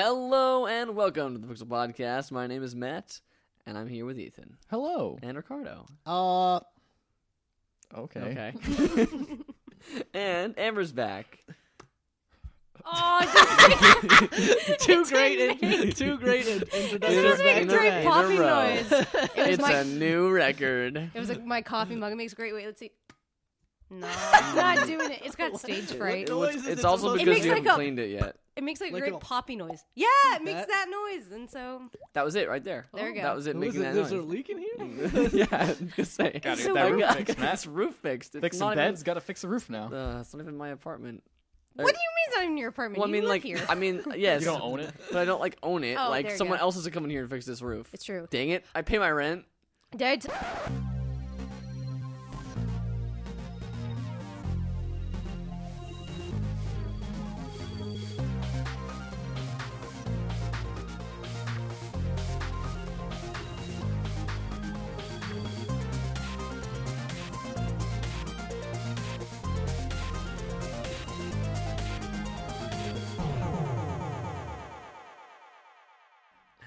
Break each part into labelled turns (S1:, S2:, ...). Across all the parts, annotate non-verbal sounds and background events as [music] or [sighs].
S1: Hello and welcome to the Pixel Podcast. My name is Matt, and I'm here with Ethan
S2: Hello.
S1: and Ricardo.
S2: Uh. Okay.
S1: Okay.
S2: [laughs]
S1: and Amber's back.
S3: Oh, it just-
S2: Two
S3: It's
S2: great,
S1: [laughs]
S3: amazing.
S2: in, two great in,
S3: It
S2: introductions.
S1: Internet-
S3: just makes
S2: back to
S3: great
S2: back.
S1: pop-
S3: popping
S1: row.
S3: noise. [laughs] It was
S1: It's
S3: my
S1: a new record.
S3: it was like my coffee mug. It makes great wait. Let's see.
S1: [laughs]
S3: No, it's not doing it. It's got stage fright.
S2: The
S1: Well, it's,
S2: noise is
S1: it's
S2: its
S1: also
S2: own- It
S1: because
S3: makes
S1: you
S3: like
S1: haven't
S3: a-
S1: cleaned it yet.
S3: It makes like,
S2: Like
S3: great
S2: it'll-
S3: poppy noise. Yeah, it
S2: that?
S3: makes that noise, and so
S1: That was it right there.
S3: There you go.
S1: That was it
S2: What
S1: making
S2: is it?
S1: that
S2: There's a
S1: [laughs] noise.
S2: leak in here.
S1: [laughs]
S2: [laughs]
S1: yeah, I was gonna say.
S4: Gotta
S3: So
S4: get that
S3: weird.
S4: roof
S1: I got-
S4: fixed,
S1: [laughs] It's
S4: Matt.
S1: roof fixed. It's
S4: Fix
S1: not
S4: some beds.
S1: Even,
S4: Gotta fix the
S1: [laughs]
S4: roof now.
S1: uh, it's not even my apartment.
S3: what do you mean it's not in your apartment?
S1: Well, I
S3: You
S1: mean,
S3: live
S1: like,
S3: here.
S1: I
S3: [laughs]
S1: mean, yes,
S4: You don't own it.
S1: but I don't like own it.
S3: Oh,
S1: like
S3: there you
S1: someone
S3: go.
S1: else is coming here and fix this roof.
S3: It's true.
S1: Dang it! I pay my rent.
S3: Did I t-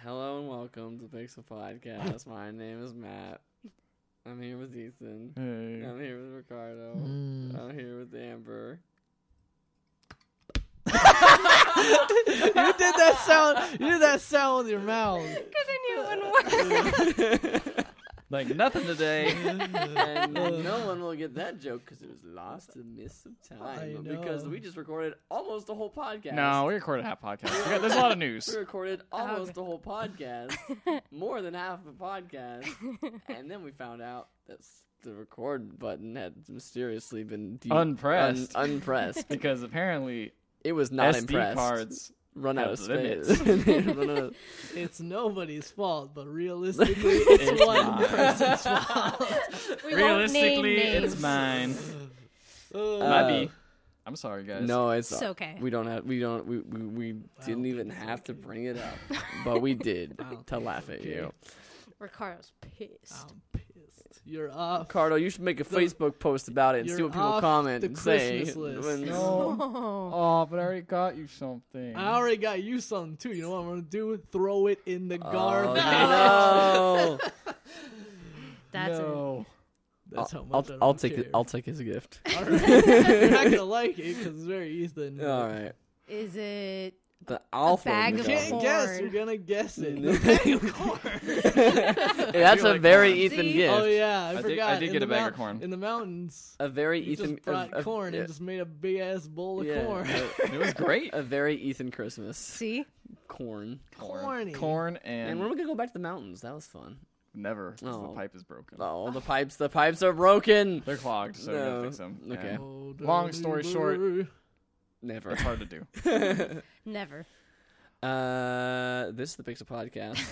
S1: Hello and welcome to the Pixel Podcast. My name is Matt. I'm here with Ethan.
S4: Mm.
S2: Hey.
S1: I'm here with Ricardo.
S2: Mm.
S1: I'm here with
S3: [laughs]
S1: Amber.
S2: you did that sound. You did that sound with your mouth.
S3: Because I knew it wouldn't work.
S4: Like nothing today.
S1: [laughs]
S2: [laughs]
S1: and no one will get that joke because it was lost in the mist of
S2: I
S1: time. Because
S2: know.
S1: we just recorded almost the whole podcast.
S4: [laughs] no, we recorded half podcast. We got- there's a lot of
S1: [laughs]
S4: news.
S1: We recorded almost
S3: Okay.
S1: the whole podcast, more than half the podcast, and then we found out that s- the record button had mysteriously been de-
S4: Unpressed.
S1: un- unpressed.
S4: Because apparently
S1: It was not
S4: SD
S1: impressed. [laughs]
S4: cards.
S1: Run out of
S4: have
S1: space. [laughs] Run out of-
S2: It's nobody's fault, but realistically, it's,
S4: It's
S2: one
S4: mine. [laughs]
S2: person's fault.
S1: [laughs]
S3: We won't name
S4: Realistically,
S3: names.
S4: it's mine.
S2: Uh,
S4: Might
S1: Uh,
S4: be. I'm sorry, guys.
S1: no, it's,
S3: It's okay.
S1: We don't have. We don't. We we, we didn't even have to bring it up, but we did to laugh at you.
S3: Ricardo's pissed.
S2: I'm pissed. You're off.
S1: Cardo, you should make a Facebook post about it and see
S2: You're
S1: what people
S2: off
S1: comment
S2: the
S1: and say.
S2: Christmas list.
S1: when-
S4: No.
S3: Oh.
S4: Oh, but I already got you something.
S2: I already got you something too. You know what I'm gonna do? Throw it in the
S1: Oh,
S2: garbage. [laughs]
S1: no.
S3: [laughs] That's it.
S2: no. That's
S1: I'll,
S2: how
S1: I'll,
S2: much I
S1: I'll
S2: don't
S1: take it.
S2: care. [laughs]
S1: I'll take his [laughs] gift.
S2: All right. You're not gonna like it because it's very Ethan.
S1: All right.
S3: Is it?
S1: The alpha.
S3: bag
S2: You
S3: of
S2: can't
S3: corn.
S2: guess. You're gonna
S1: [laughs]
S2: guess [laughs] it.
S1: No.
S2: The bag
S1: [laughs]
S2: of corn.
S1: That's
S4: do
S1: a
S4: like
S1: very
S4: corn.
S1: Ethan
S3: See?
S1: gift.
S2: Oh yeah, I,
S4: I did- I
S2: forgot.
S4: did
S2: In
S4: get
S2: the
S4: a bag
S2: mou-
S4: of corn.
S2: In the mountains,
S1: A very
S2: you
S1: Ethan.
S2: just brought
S1: a, a,
S2: corn
S1: yeah,
S2: and just made a big ass bowl of
S1: yeah,
S2: corn.
S1: a-
S4: It was great.
S1: A very Ethan Christmas.
S3: See,
S1: [laughs] Corn.
S2: Corny.
S4: Corn
S1: And,
S4: and
S1: when are we gonna go back to the mountains? That was fun.
S4: never. 'cause
S1: Oh.
S4: The pipe is broken.
S1: Oh,
S2: Ah.
S1: the pipes. The pipes are broken.
S4: They're clogged, so we
S1: No.
S4: gotta fix them.
S1: Okay.
S4: And
S2: [laughs] Oh,
S4: Long story
S2: dirty
S4: short-
S2: bird.
S1: Never.
S4: It's hard to do.
S1: [laughs]
S3: never. [laughs]
S1: uh, this is the Pixel Podcast [laughs]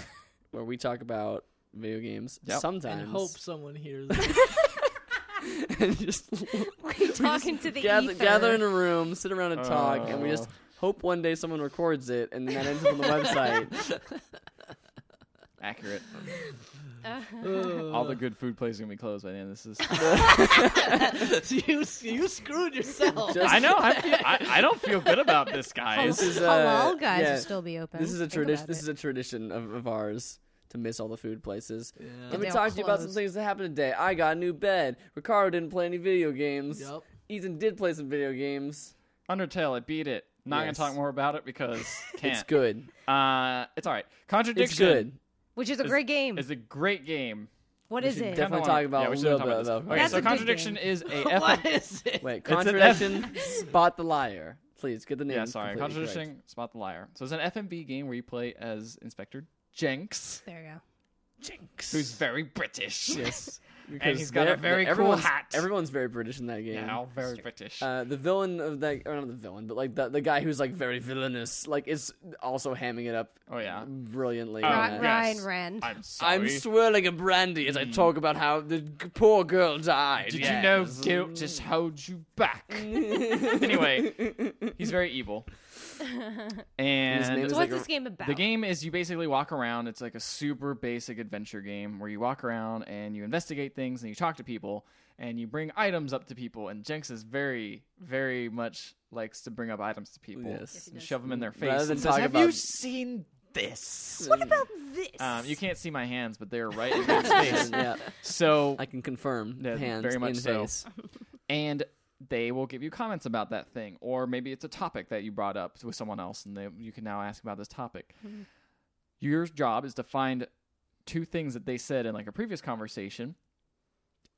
S1: where we talk about video games
S4: Yep.
S1: sometimes.
S2: and hope someone hears. it.
S1: [laughs] and just
S3: We're talking to the
S1: gather,
S3: ether.
S1: gather in a room, sit around and talk, and we
S4: Oh.
S1: just hope one day someone records it, and then that ends up on the
S3: [laughs]
S1: website.
S4: Accurate.
S3: Uh-huh.
S2: Uh,
S4: All the
S2: [laughs]
S4: good food places are gonna be closed by the end of this. is-
S2: [laughs] you you screwed
S1: [laughs]
S2: yourself.
S1: Just-
S4: [laughs] I know. I, feel, I I [laughs] don't feel good about this, guys.
S1: This is, uh,
S3: Halal guys
S1: yeah.
S3: will still be open.
S1: This is a
S3: Think
S1: tradition.
S3: about
S1: This
S3: it.
S1: is a tradition of, of ours to miss all the food places. Let
S3: And
S1: me
S3: they'll
S1: talk to you about some
S3: close.
S1: things that happened today. I got a new bed. Ricardo didn't play any video games.
S2: Yep.
S1: Ethan did play some video games.
S4: [laughs] Undertale, I beat it. Not
S1: Yes.
S4: gonna talk more about it [laughs] because can't.
S1: It's good.
S4: Uh, it's all right. Contradiction
S1: It's good.
S3: Which is a
S4: is-
S3: great game.
S4: is a great game.
S3: what
S1: we
S3: is
S1: should
S3: it?
S1: definitely-
S4: Kinda
S1: talk
S4: wanna-
S1: about
S4: yeah,
S1: a
S4: we should
S1: little
S4: talk
S1: bit
S4: about this.
S1: about
S4: Okay,
S3: That's a
S4: so
S3: good game.
S4: contradiction is [laughs] a F.
S2: what is it?
S1: Wait,
S4: an F- [laughs]
S1: contradiction. spot the liar. Please get the name.
S4: Yeah, sorry.
S1: completely correct.
S4: Contradiction. Spot the liar. So it's an FMB game where you play as Inspector Jenks,
S3: there you go.
S1: Jinx.
S4: who's very British.
S1: yes?
S4: and he's got a
S1: they're-
S4: very cool
S1: everyone's-
S4: hat.
S1: Everyone's very British in that game.
S4: [laughs] yeah, all very British.
S1: Uh, the villain of that, or not the villain, but like the the guy who's like very villainous, like is also hamming it up.
S4: Oh, yeah.
S1: brilliantly.
S4: Oh,
S1: in
S3: Ra-
S1: that.
S4: yeah.
S3: Ryan
S4: yes.
S3: Rand.
S4: I'm sorry. Hmm.
S1: I'm swirling a brandy as I talk about how the g- poor girl died.
S4: Did you
S1: yes. [laughs] [laughs]
S4: know guilt just holds you back? anyway, he's very evil. And
S1: name is
S3: so
S1: It's
S3: what's
S1: like a-
S3: this game about?
S4: the game is you basically walk around. It's like a super basic adventure game where you walk around and you investigate things and you talk to people and you bring items up to people. And Jenks is very, very much likes to bring up items to people
S1: Yes.
S4: and shove them in their face.
S1: Rather than
S4: and says,
S1: talk
S4: Have
S1: about-
S4: you seen this?
S1: What about
S3: This.
S4: Um, you can't see my hands, but they're
S1: [laughs]
S4: right in my face.
S1: yeah,
S4: So
S1: I can confirm.
S4: Yeah,
S1: hands
S4: very much
S1: in
S4: so.
S1: face.
S4: and they will give you comments about that thing or maybe it's a topic that you brought up with someone else and they, you can now ask about this topic your job is to find two things that they said in like a previous conversation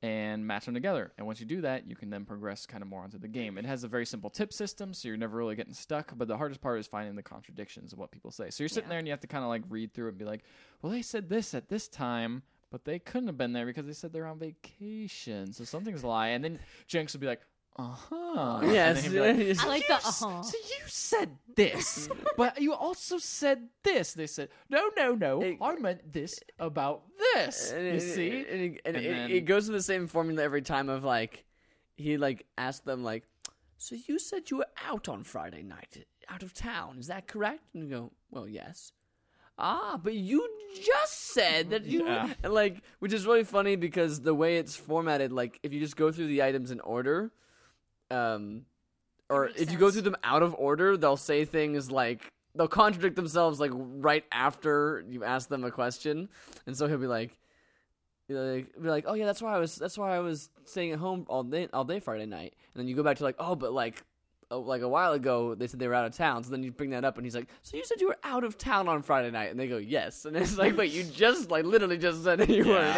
S4: and match them together and once you do that you can then progress kind of more onto the game it has a very simple tip system so you're never really getting stuck but the hardest part is finding the contradictions of what people say so you're sitting
S3: Yeah.
S4: there and you have to kind of like read through and be like well they said this at this time but they couldn't have been there because they said they're on vacation so something's a lie and then jenks would be like uh-huh [laughs] And then
S1: Yes.
S4: he'd be
S1: [laughs]
S4: like,
S3: I like the
S4: you s-
S3: uh-huh.
S4: So you said this, but you also said this. They said, no, no, no.
S1: It-
S4: I meant this about this.
S1: And
S4: You
S1: it-
S4: see?
S1: and it, and
S4: And
S1: it-
S4: then-
S1: it goes to the same formula every time of like, he like asked them like, so you said you were out on Friday night, out of town. Is that correct? And you go, well, yes. Ah, but you just said that you
S4: Yeah.
S1: [laughs] and, like, which is really funny because the way it's formatted, like if you just go through the items in order, um, or if
S3: makes
S1: you go
S3: sense.
S1: through them out of order, they'll say things like they'll contradict themselves like right after you ask them a question, and so he'll be like, be like, be like, oh yeah, that's why I was that's why I was staying at home all day all day Friday night, and then you go back to like, oh, but like. oh, Like a while ago, they said they were out of town. So then you bring that up, and he's like, "So you said you were out of town on Friday night?" And they go, "Yes." And it's like, "Wait, you just like literally just said you were."
S4: [laughs]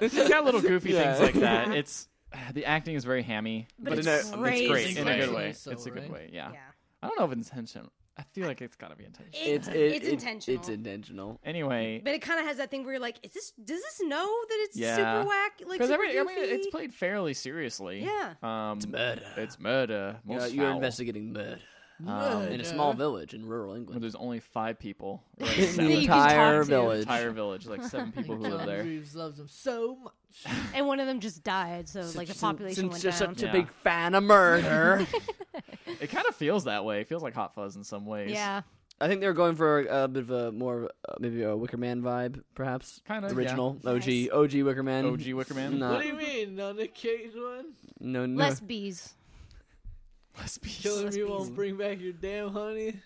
S4: it's got little goofy
S1: Yeah.
S4: things like that. It's the acting is very hammy,
S3: But
S4: but,
S3: it's
S4: it's,
S3: crazy.
S4: great in a good
S2: Intentionally
S4: way.
S2: so,
S4: it's a good
S2: right?
S4: way. Yeah.
S3: yeah.
S4: I don't know if it's intentional. I feel like it's got to be intentional.
S1: [laughs]
S3: It-
S1: It's- it-
S3: it's
S1: it-
S3: intentional.
S1: It's intentional.
S4: Anyway,
S3: But it kind of has that thing where you're like, is this? Does this know that it's
S4: Yeah.
S3: super whack? Like
S4: because
S3: super
S4: every I mean,
S3: goofy?
S4: it's played fairly seriously.
S3: Yeah.
S4: Um, it's
S1: murder.
S4: It's murder.
S1: You know,
S4: Most
S1: you're
S4: foul.
S1: investigating murder
S4: Um,
S1: in a small village in rural
S4: where
S1: England.
S4: there's only five people. Like
S1: The
S4: seven
S3: you can
S1: entire
S3: talk to.
S1: village.
S4: entire village, like seven people who live
S2: John
S4: there.
S2: Reeves loves him so much.
S3: and one of them just died, so like the population went
S1: you're
S3: down.
S1: such a
S4: Yeah.
S1: big fan of [laughs] murder.
S4: It kind of feels that way. It feels like Hot Fuzz in some ways.
S3: yeah,
S1: I think they're going for a bit of a more uh, maybe a Wicker Man vibe, perhaps.
S4: Kinda, yeah.
S1: original OG
S3: Nice.
S1: OG Wicker Man.
S4: OG Wicker Man.
S1: No,
S2: what do you mean? Not a cage one?
S1: no, no.
S3: less bees.
S4: Lesbies.
S2: Killing me
S3: Must be
S2: won't
S3: easy.
S2: bring back your damn honey.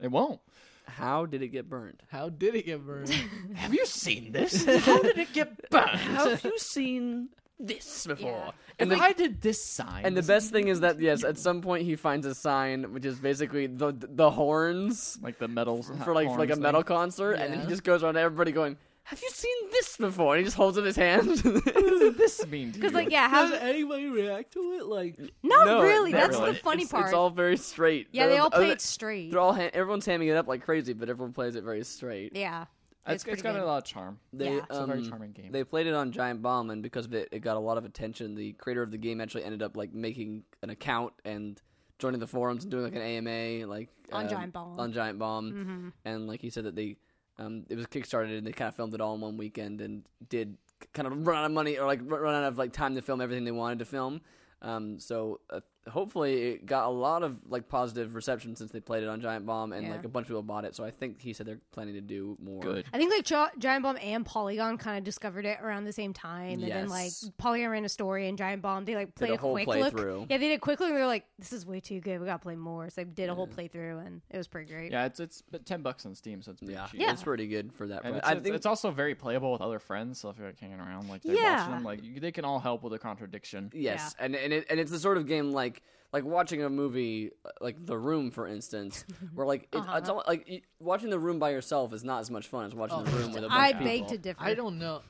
S4: It won't.
S1: How did it get
S3: [laughs]
S1: burned?
S2: How did it get burned?
S4: Have you seen this? How did it get burned?
S1: How have you seen this before?
S3: Yeah.
S1: And the,
S4: Why did this
S1: [laughs]
S4: sign?
S1: and the best thing is that yes, at some point he finds a sign which is basically the the horns
S4: like the metal
S1: for like for like a
S4: horns
S1: metal concert, and then he
S2: Yeah.
S1: just goes around to everybody going, "Have you seen this before?" And he just holds up his
S3: [laughs]
S1: hand. [laughs]
S4: thing. This mean
S3: Because like yeah, how's
S2: How did anybody react to it? Like,
S3: not
S1: No,
S3: really.
S1: not
S3: That's
S4: really.
S3: the funny
S1: it's,
S3: part.
S1: It's all very straight.
S3: yeah, they
S1: They're-
S3: all
S1: other-
S3: play it straight.
S1: They're all ha- everyone's hamming it up like crazy, but everyone plays it very straight.
S3: yeah,
S4: it's, it's
S3: pretty
S4: got
S3: good.
S4: a lot of charm.
S1: They,
S3: Yeah. It's
S4: a very
S1: um,
S4: charming game.
S1: They played it on Giant Bomb, and because of it, it got a lot of attention. The creator of the game actually ended up like making an account and joining the forums and doing like an AMA, like
S3: On
S1: um,
S3: Giant Bomb. Mm-hmm.
S1: on Giant Bomb, and like he said that they, um, it was kickstarted and they kind of filmed it all in one weekend and did kind of run out of money or like run run out of like time to film everything they wanted to film. Um, so uh, hopefully it got a lot of like positive reception since they played it on Giant Bomb and
S3: Yeah.
S1: like a bunch of people bought it. So I think he said they're planning to do more.
S4: Good.
S3: I think like Gi- Giant Bomb and Polygon kind of discovered it around the same time, and then like
S1: Yes.
S3: Polygon ran a story, and Giant Bomb they like played
S1: a whole
S3: quick
S1: playthrough.
S3: look. Yeah, they did a quick look, and they're like, "This is way too good. We gotta play more." So they did a whole playthrough, and it was pretty great.
S4: yeah, it's it's but ten bucks on Steam, so it's pretty
S1: Yeah,
S4: cheap.
S3: Yeah.
S1: it's pretty good for that.
S4: And
S1: price.
S4: it's,
S1: I
S4: it's,
S1: think
S4: it's also very playable with other friends, so if you're like hanging around, like they're
S3: Yeah.
S4: watching them, like you, they can all help with a contradiction.
S1: yes, and and it, and it's the sort of game like like watching a movie uh, like The Room, for
S3: [laughs]
S1: instance, where like it,
S3: Uh-huh.
S1: it's all, like y watching The Room by yourself is not as much fun as watching
S2: Oh,
S1: The Room
S4: [laughs]
S1: with a bunch
S3: I
S1: of people.
S3: beg to differ.
S2: I don't [laughs] know.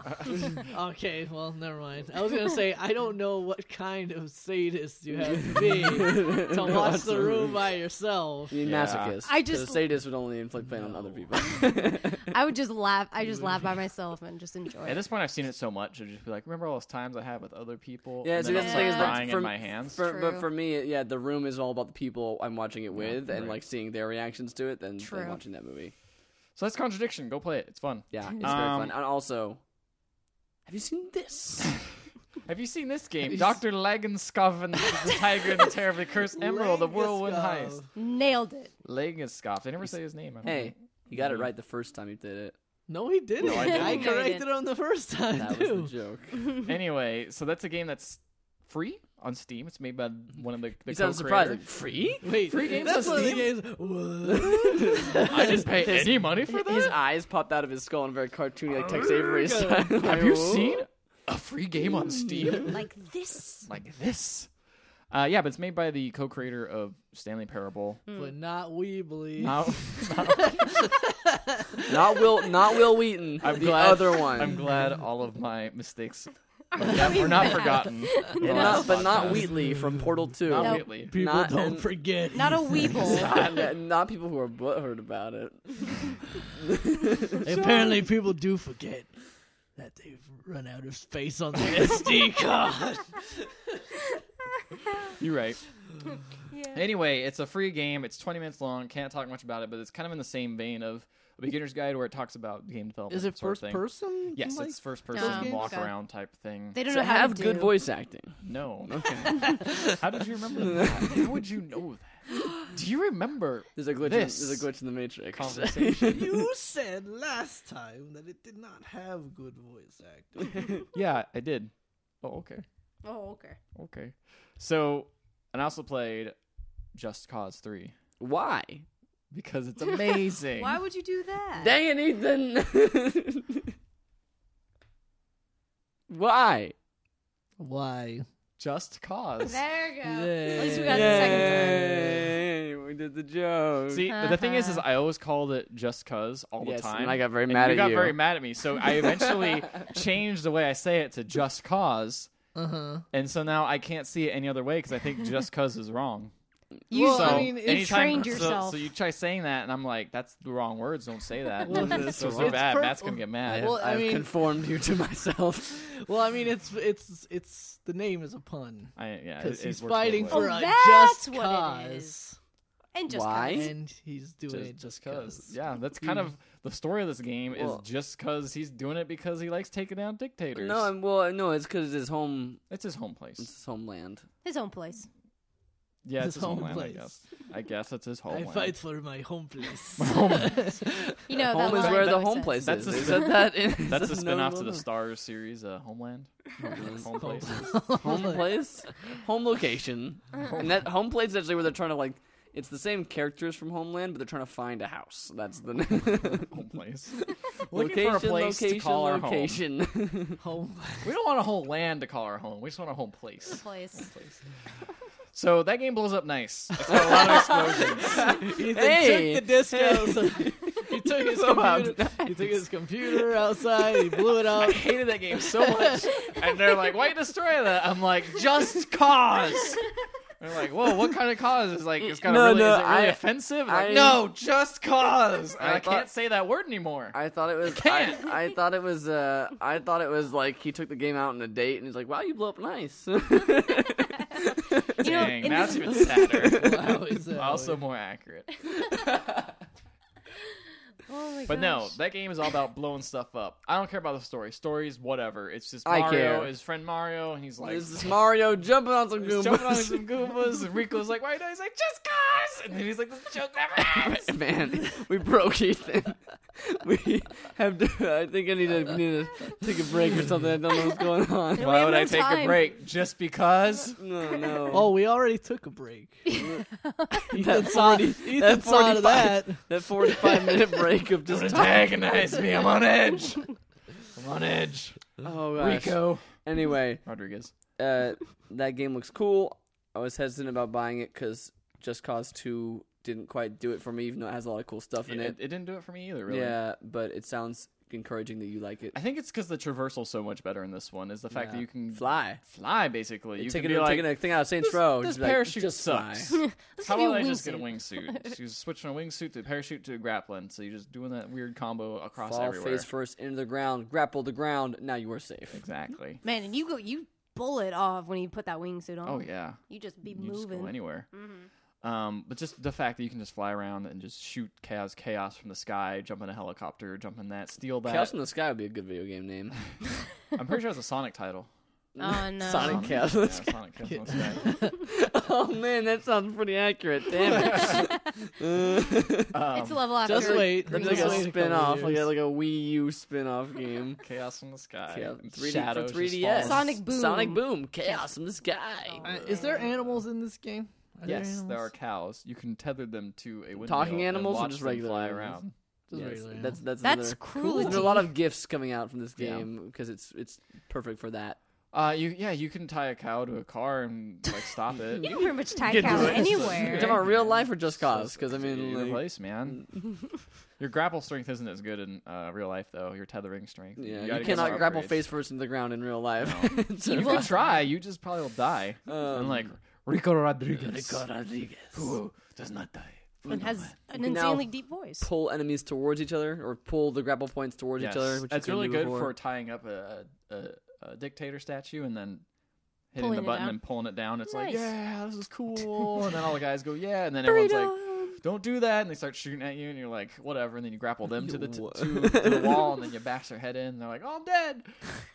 S2: okay, well, never mind. I was gonna say I don't know what kind of sadist you have to [laughs] be to watch the room by yourself.
S1: You
S4: Yeah.
S1: masochist.
S3: I
S1: 'cause
S3: just-
S1: a sadist would only inflict pain on other
S4: [laughs]
S1: people.
S3: I would just laugh. I just laugh by myself and just enjoy.
S4: At
S3: it.
S4: this point, I've seen it so much. I'd just be like, remember all those times I had with other people?
S1: yeah,
S4: and
S1: so
S4: then
S1: that's
S4: I'm
S1: the thing is
S4: like
S1: that
S4: crying
S1: for-
S4: in my hands.
S1: for- but
S3: True.
S1: for me, yeah, The Room is all about the people I'm watching it with and
S4: right.
S1: like seeing their reactions to it than, than
S3: True.
S1: watching that movie.
S4: So that's contradiction. Go play it. It's fun.
S1: Yeah, it's very
S4: Um,
S3: [laughs]
S1: fun. And also, have you seen this?
S4: Have you seen this game?
S2: you
S4: Dr. Lagenskov and the [laughs] Tiger and the Terribly Cursed Emerald, the Whirlwind Heist.
S2: Langenskov.
S4: [laughs]
S3: Nailed it.
S4: Lagenskov. They never say his name. I don't
S1: Hey,
S4: think.
S1: you got it right the first time you did it.
S2: No, he didn't.
S4: I
S2: I,
S3: didn't. No, you
S2: corrected
S3: didn't.
S2: him the first time
S1: That was
S2: too.
S4: [laughs]
S1: the joke. [laughs]
S4: Anyway, so that's a game that's free on Steam. It's made by one of the, the
S1: You sound surprised.
S4: co-creators.
S1: Like, free?
S2: Wait,
S4: Free games
S2: that's
S4: on
S2: one of the
S4: Steam?
S2: games. What?
S4: [laughs] I didn't pay any money for
S1: [laughs] His
S4: that.
S1: eyes popped out of his skull in a very cartoony, like Tex Avery style.
S4: Have you seen a free game
S1: [laughs]
S4: on Steam [laughs]
S3: Like [laughs] this.
S4: like this? Uh, yeah, but it's made by the co-creator of Stanley Parable.
S1: Mm.
S2: but not Weebly.
S1: [laughs]
S4: Now-
S1: Not Will, not Will Wheaton.
S4: I'm
S1: the
S4: glad-
S1: other one.
S4: I'm glad all of my
S1: [laughs]
S4: mistakes yeah, were not forgotten. in the
S1: And not,
S4: last
S1: but not
S4: podcast.
S1: Wheatley from Portal Two.
S4: Not
S3: Nope.
S4: Wheatley.
S2: People
S1: Not
S2: don't
S1: an-
S2: forget.
S3: Not
S1: [laughs]
S2: [laughs]
S3: a weeble.
S1: not, yeah, not people who are butthurt about it.
S2: Apparently, people do forget that they've run out of space on [laughs] their SD card.
S4: You're
S3: [laughs]
S4: right.
S3: yeah.
S4: Anyway, it's a free game. It's 20 minutes long. Can't talk much about it, but it's kind of in the same vein of a beginner's guide where it talks about game development.
S2: Is it
S4: sort of
S2: first
S4: thing.
S2: person?
S4: Yes,
S2: Like,
S4: it's first person
S3: games?
S4: walk
S3: Okay.
S4: around type thing.
S3: They don't
S1: So
S3: know how
S1: have
S3: to
S1: good
S3: do.
S1: voice acting.
S4: No.
S1: Okay.
S4: [laughs] How did you remember that? How would you know that? Do you remember [laughs]
S1: There's a glitch. In,
S4: This
S1: there's a glitch in the matrix.
S4: conversation?
S2: [laughs] You said last time that it did not have good voice acting. [laughs]
S4: yeah, I did. Oh, okay.
S3: Oh, okay.
S4: Okay. So, and I also played Just Cause 3
S1: [laughs] Why?
S4: because it's amazing.
S3: [laughs] Why would you do that?
S1: Dang it, Ethan. [laughs] Why?
S2: Why?
S4: Just Cause.
S3: there you go. At least we
S2: Yay.
S3: got the second time.
S1: Yay, We did the joke.
S4: See, the thing is, is I always called it just cuz all
S1: Yes,
S4: the time.
S1: and I got very mad
S4: you
S1: at
S4: got
S1: you.
S4: very mad at me. So
S1: [laughs]
S4: I eventually changed the way I say it to just cause.
S2: Uh huh.
S4: And so now I can't see it any other way because I think just cuz is wrong.
S3: You,
S4: so
S3: I mean, you
S4: anytime-
S3: trained
S4: so-
S3: yourself.
S4: So, you try saying that, and I'm like, that's the wrong words. Don't say that.
S2: [laughs] Well,
S4: Those
S2: it's
S4: are bad.
S2: purple.
S4: Matt's gonna get mad.
S2: Well, I
S1: I've
S2: mean-
S1: conformed you to myself.
S2: Well, I mean, it's it's it's the name is a pun
S4: I, yeah,
S2: because
S4: Uh, it- it
S2: he's
S4: works both
S2: fighting
S4: ways.
S2: for
S3: Oh,
S2: a
S3: that's
S2: just
S3: what it
S2: cause,
S3: is. and just
S1: Why?
S3: cause.
S2: and he's doing
S4: Just-
S2: it
S4: just
S2: just
S4: cuz.
S2: because.
S4: Yeah, that's kind
S2: [laughs]
S4: of the story of this game
S1: Well-
S4: is just cuz he's doing it because he likes taking down dictators.
S1: No, I'm, well, no, it's because his home,
S4: it's his home place.
S1: it's his homeland.
S3: His own place.
S4: Yeah, it's
S2: His
S4: his,
S2: home
S4: homeland,
S2: place.
S4: I guess. I guess it's his
S2: [laughs] I
S1: [laughs]
S4: homeland.
S2: fight for my home
S4: [laughs]
S2: place.
S3: You
S4: Oh,
S3: know,
S1: home
S3: that
S1: is
S3: line
S1: where the
S3: always
S1: home
S3: says.
S1: place
S4: That's
S1: is.
S4: a-
S1: They said that in-
S4: [laughs] That's a
S1: no,
S4: spin-off
S1: no,
S4: to the
S1: no.
S4: Star series, uh, Homeland. Home place.
S1: home place, home
S4: [laughs]
S1: location, and that home place is actually where they're trying to like. It's the same characters from Homeland, but they're trying to find a house. That's the [laughs]
S4: [laughs] Home place. Looking
S1: location,
S4: for a place
S1: location,
S4: to call our home.
S1: location.
S2: home.
S4: We don't want a whole land to call our home. We just want a
S1: [laughs]
S4: home place. [laughs]
S3: Place.
S4: So that game blows up nice. It's got a lot of
S1: [laughs]
S4: explosions.
S2: Ethan
S1: Hey!
S2: took the disc out.
S4: [laughs]
S2: So he took his
S1: Blow out
S2: computer. He took his computer outside. He
S4: [laughs]
S2: blew it
S4: I
S2: up.
S4: [laughs] hated that game so much. And they're like, "Why you destroy that?" I'm like, "Just cause." They're like, "Whoa, what kind of cause?" Is like, it's kind of
S1: No,
S4: really,
S1: no,
S4: is it really
S1: I-
S4: offensive? Like,
S1: I-
S4: no, just cause. And I,
S1: I
S4: can't
S1: thought-
S4: say that word anymore.
S1: [laughs] I thought it was. I,
S4: can't.
S1: I thought it was. Uh, I thought it was like he took the game out on a date, and he's like, "Wow, you blew up
S4: [laughs]
S1: nice." [laughs]
S3: You know,
S4: Dang,
S3: in
S4: now
S3: this-
S4: it's even sadder.
S2: [laughs] Wow, is that
S4: also
S2: weird.
S4: more accurate.
S3: [laughs] Oh my
S4: But no,
S3: gosh.
S4: that game is all about blowing stuff up. I don't care about the story. Stories, whatever. It's just
S1: I
S4: Mario,
S1: care.
S4: his friend Mario, and he's like
S1: this is Mario jumping on some
S4: [laughs] he's jumping on some
S1: Goombas.
S4: Goombas, and Rico's like, why not? He's like, just cause! And then he's like, this joke never
S1: [laughs]
S4: ends!
S1: Man, we broke Ethan. [laughs] We have to. I think I need to need to take a break or something. I don't know what's going on. [laughs]
S4: Why
S3: have
S4: would I
S3: no
S4: take a
S3: time.
S4: break? Just because?
S1: No, no.
S2: Oh, we already took a [laughs] break.
S1: that
S2: saw-
S1: 40,
S2: Ethan saw
S1: 45
S2: to that.
S1: that 45 minute break of
S4: Don't
S1: just talking.
S4: antagonize me, I'm on edge! I'm on edge.
S1: Oh gosh.
S4: Rico.
S1: Anyway,
S4: Rodriguez.
S1: uh, that game looks cool. I was hesitant about buying it because Just Cause 2 didn't quite do it for me, even though it has a lot of cool stuff
S4: It,
S1: in
S4: it
S1: it.
S4: didn't do it for me either, really.
S1: Yeah, but it sounds encouraging that you like it.
S4: I think it's because the traversal's so much better in this one, is the fact
S1: Yeah.
S4: that you can
S1: Fly.
S4: fly, basically. You
S1: Taking,
S4: can be
S1: a,
S4: like,
S1: taking a thing out of Saints
S4: this,
S1: Row.
S4: this
S1: just be like,
S4: parachute
S1: just fly.
S4: sucks. [laughs]
S1: [laughs]
S3: Let's
S4: How
S3: give you
S4: about I
S3: a
S4: just get a
S3: wingsuit. [laughs]
S4: wingsuit? She's switch from a wingsuit to parachute to a grappling. So you're just doing that weird combo across
S1: Fall
S4: everywhere.
S1: face first into the ground, grapple the ground. Now you are safe.
S4: exactly.
S3: Man, and you go, you bullet off when you put that wingsuit on.
S4: Oh yeah,
S3: You just be
S4: you just
S3: moving. Mm-hmm.
S4: go anywhere. Um, but just the fact that you can just fly around and just shoot chaos, chaos from the sky, jump in a helicopter, jump in that, steal that.
S1: Chaos in the Sky would be a good video game name. [laughs]
S4: I'm pretty sure it's a Sonic title. Um,
S3: Oh no.
S1: Sonic Catalyst.
S4: Yeah, Sonic
S1: [laughs]
S4: Catalyst, right.
S1: oh man, that sounds pretty accurate. Damn
S4: [laughs]
S1: it.
S4: Um,
S3: it's a level after.
S2: Just wait.
S1: That's Um,
S2: Green
S1: like
S2: Lantern
S1: a
S2: in a
S1: spin off,
S2: couple
S1: like a,
S2: years.
S1: like a Wii U spin off game.
S4: Chaos in the sky.
S1: Yeah,
S4: and
S1: 3D for
S4: shadows just
S1: 3DS.
S4: falling.
S3: Sonic Boom. Oh,
S1: Sonic Boom, Chaos in the Sky.
S2: Uh, is there animals in this game? Are
S4: Yes, there
S2: animals?
S4: are cows. You can tether them to a windmill
S1: Talking
S4: and
S1: animals or
S4: watch
S1: just
S4: them
S1: regular
S4: fly
S1: animals?
S4: around.
S2: Just
S1: Yes,
S2: regular
S1: that's
S2: animals.
S1: that's
S3: That's
S1: another.
S3: cruelty.
S1: There's a lot of gifts coming out from this
S4: Yeah.
S1: game because it's it's perfect for that.
S4: Uh, you yeah, you can tie a cow to a car and like stop
S1: [laughs]
S4: it.
S3: You can pretty much tag
S1: Get
S3: out
S1: to it.
S3: anywhere.
S1: You're talking about real life or just cause? Because I mean,
S4: Either
S1: like, mm.
S4: place, man.
S1: [laughs]
S4: Your grapple strength isn't as good in uh, real life, though. Your tethering strength.
S1: yeah, you,
S4: gotta get
S1: cannot
S4: some
S1: grapple
S4: upgrades.
S1: face first into the ground in real life. [laughs] It's
S4: You
S1: a-
S4: can try. You just probably will die.
S1: Um,
S4: Unlike Rico Rodriguez,
S1: Rico Rodriguez.
S4: who does not die.
S3: And has an
S1: can now
S3: insanely deep voice.
S1: pull enemies towards each other or pull the grapple points towards
S4: Yes.
S1: each other. Which
S4: That's
S1: you couldn't
S4: really
S1: do
S4: good
S1: before.
S4: for tying up a, a, a dictator statue and then hitting
S3: Pulling
S4: the
S3: it
S4: button
S3: down.
S4: and pulling it down. It's like,
S3: Nice.
S4: yeah, this is
S3: [laughs]
S4: cool. and then all the guys go, yeah. And then everyone's
S3: Freedom.
S4: like, don't do that. And they start shooting at you, and you're like, whatever. And then you grapple them to
S1: [laughs]
S4: the, t-
S1: What?
S4: to, to the wall, and then you bash their head in. And they're like, oh, I'm
S3: [laughs]
S4: dead.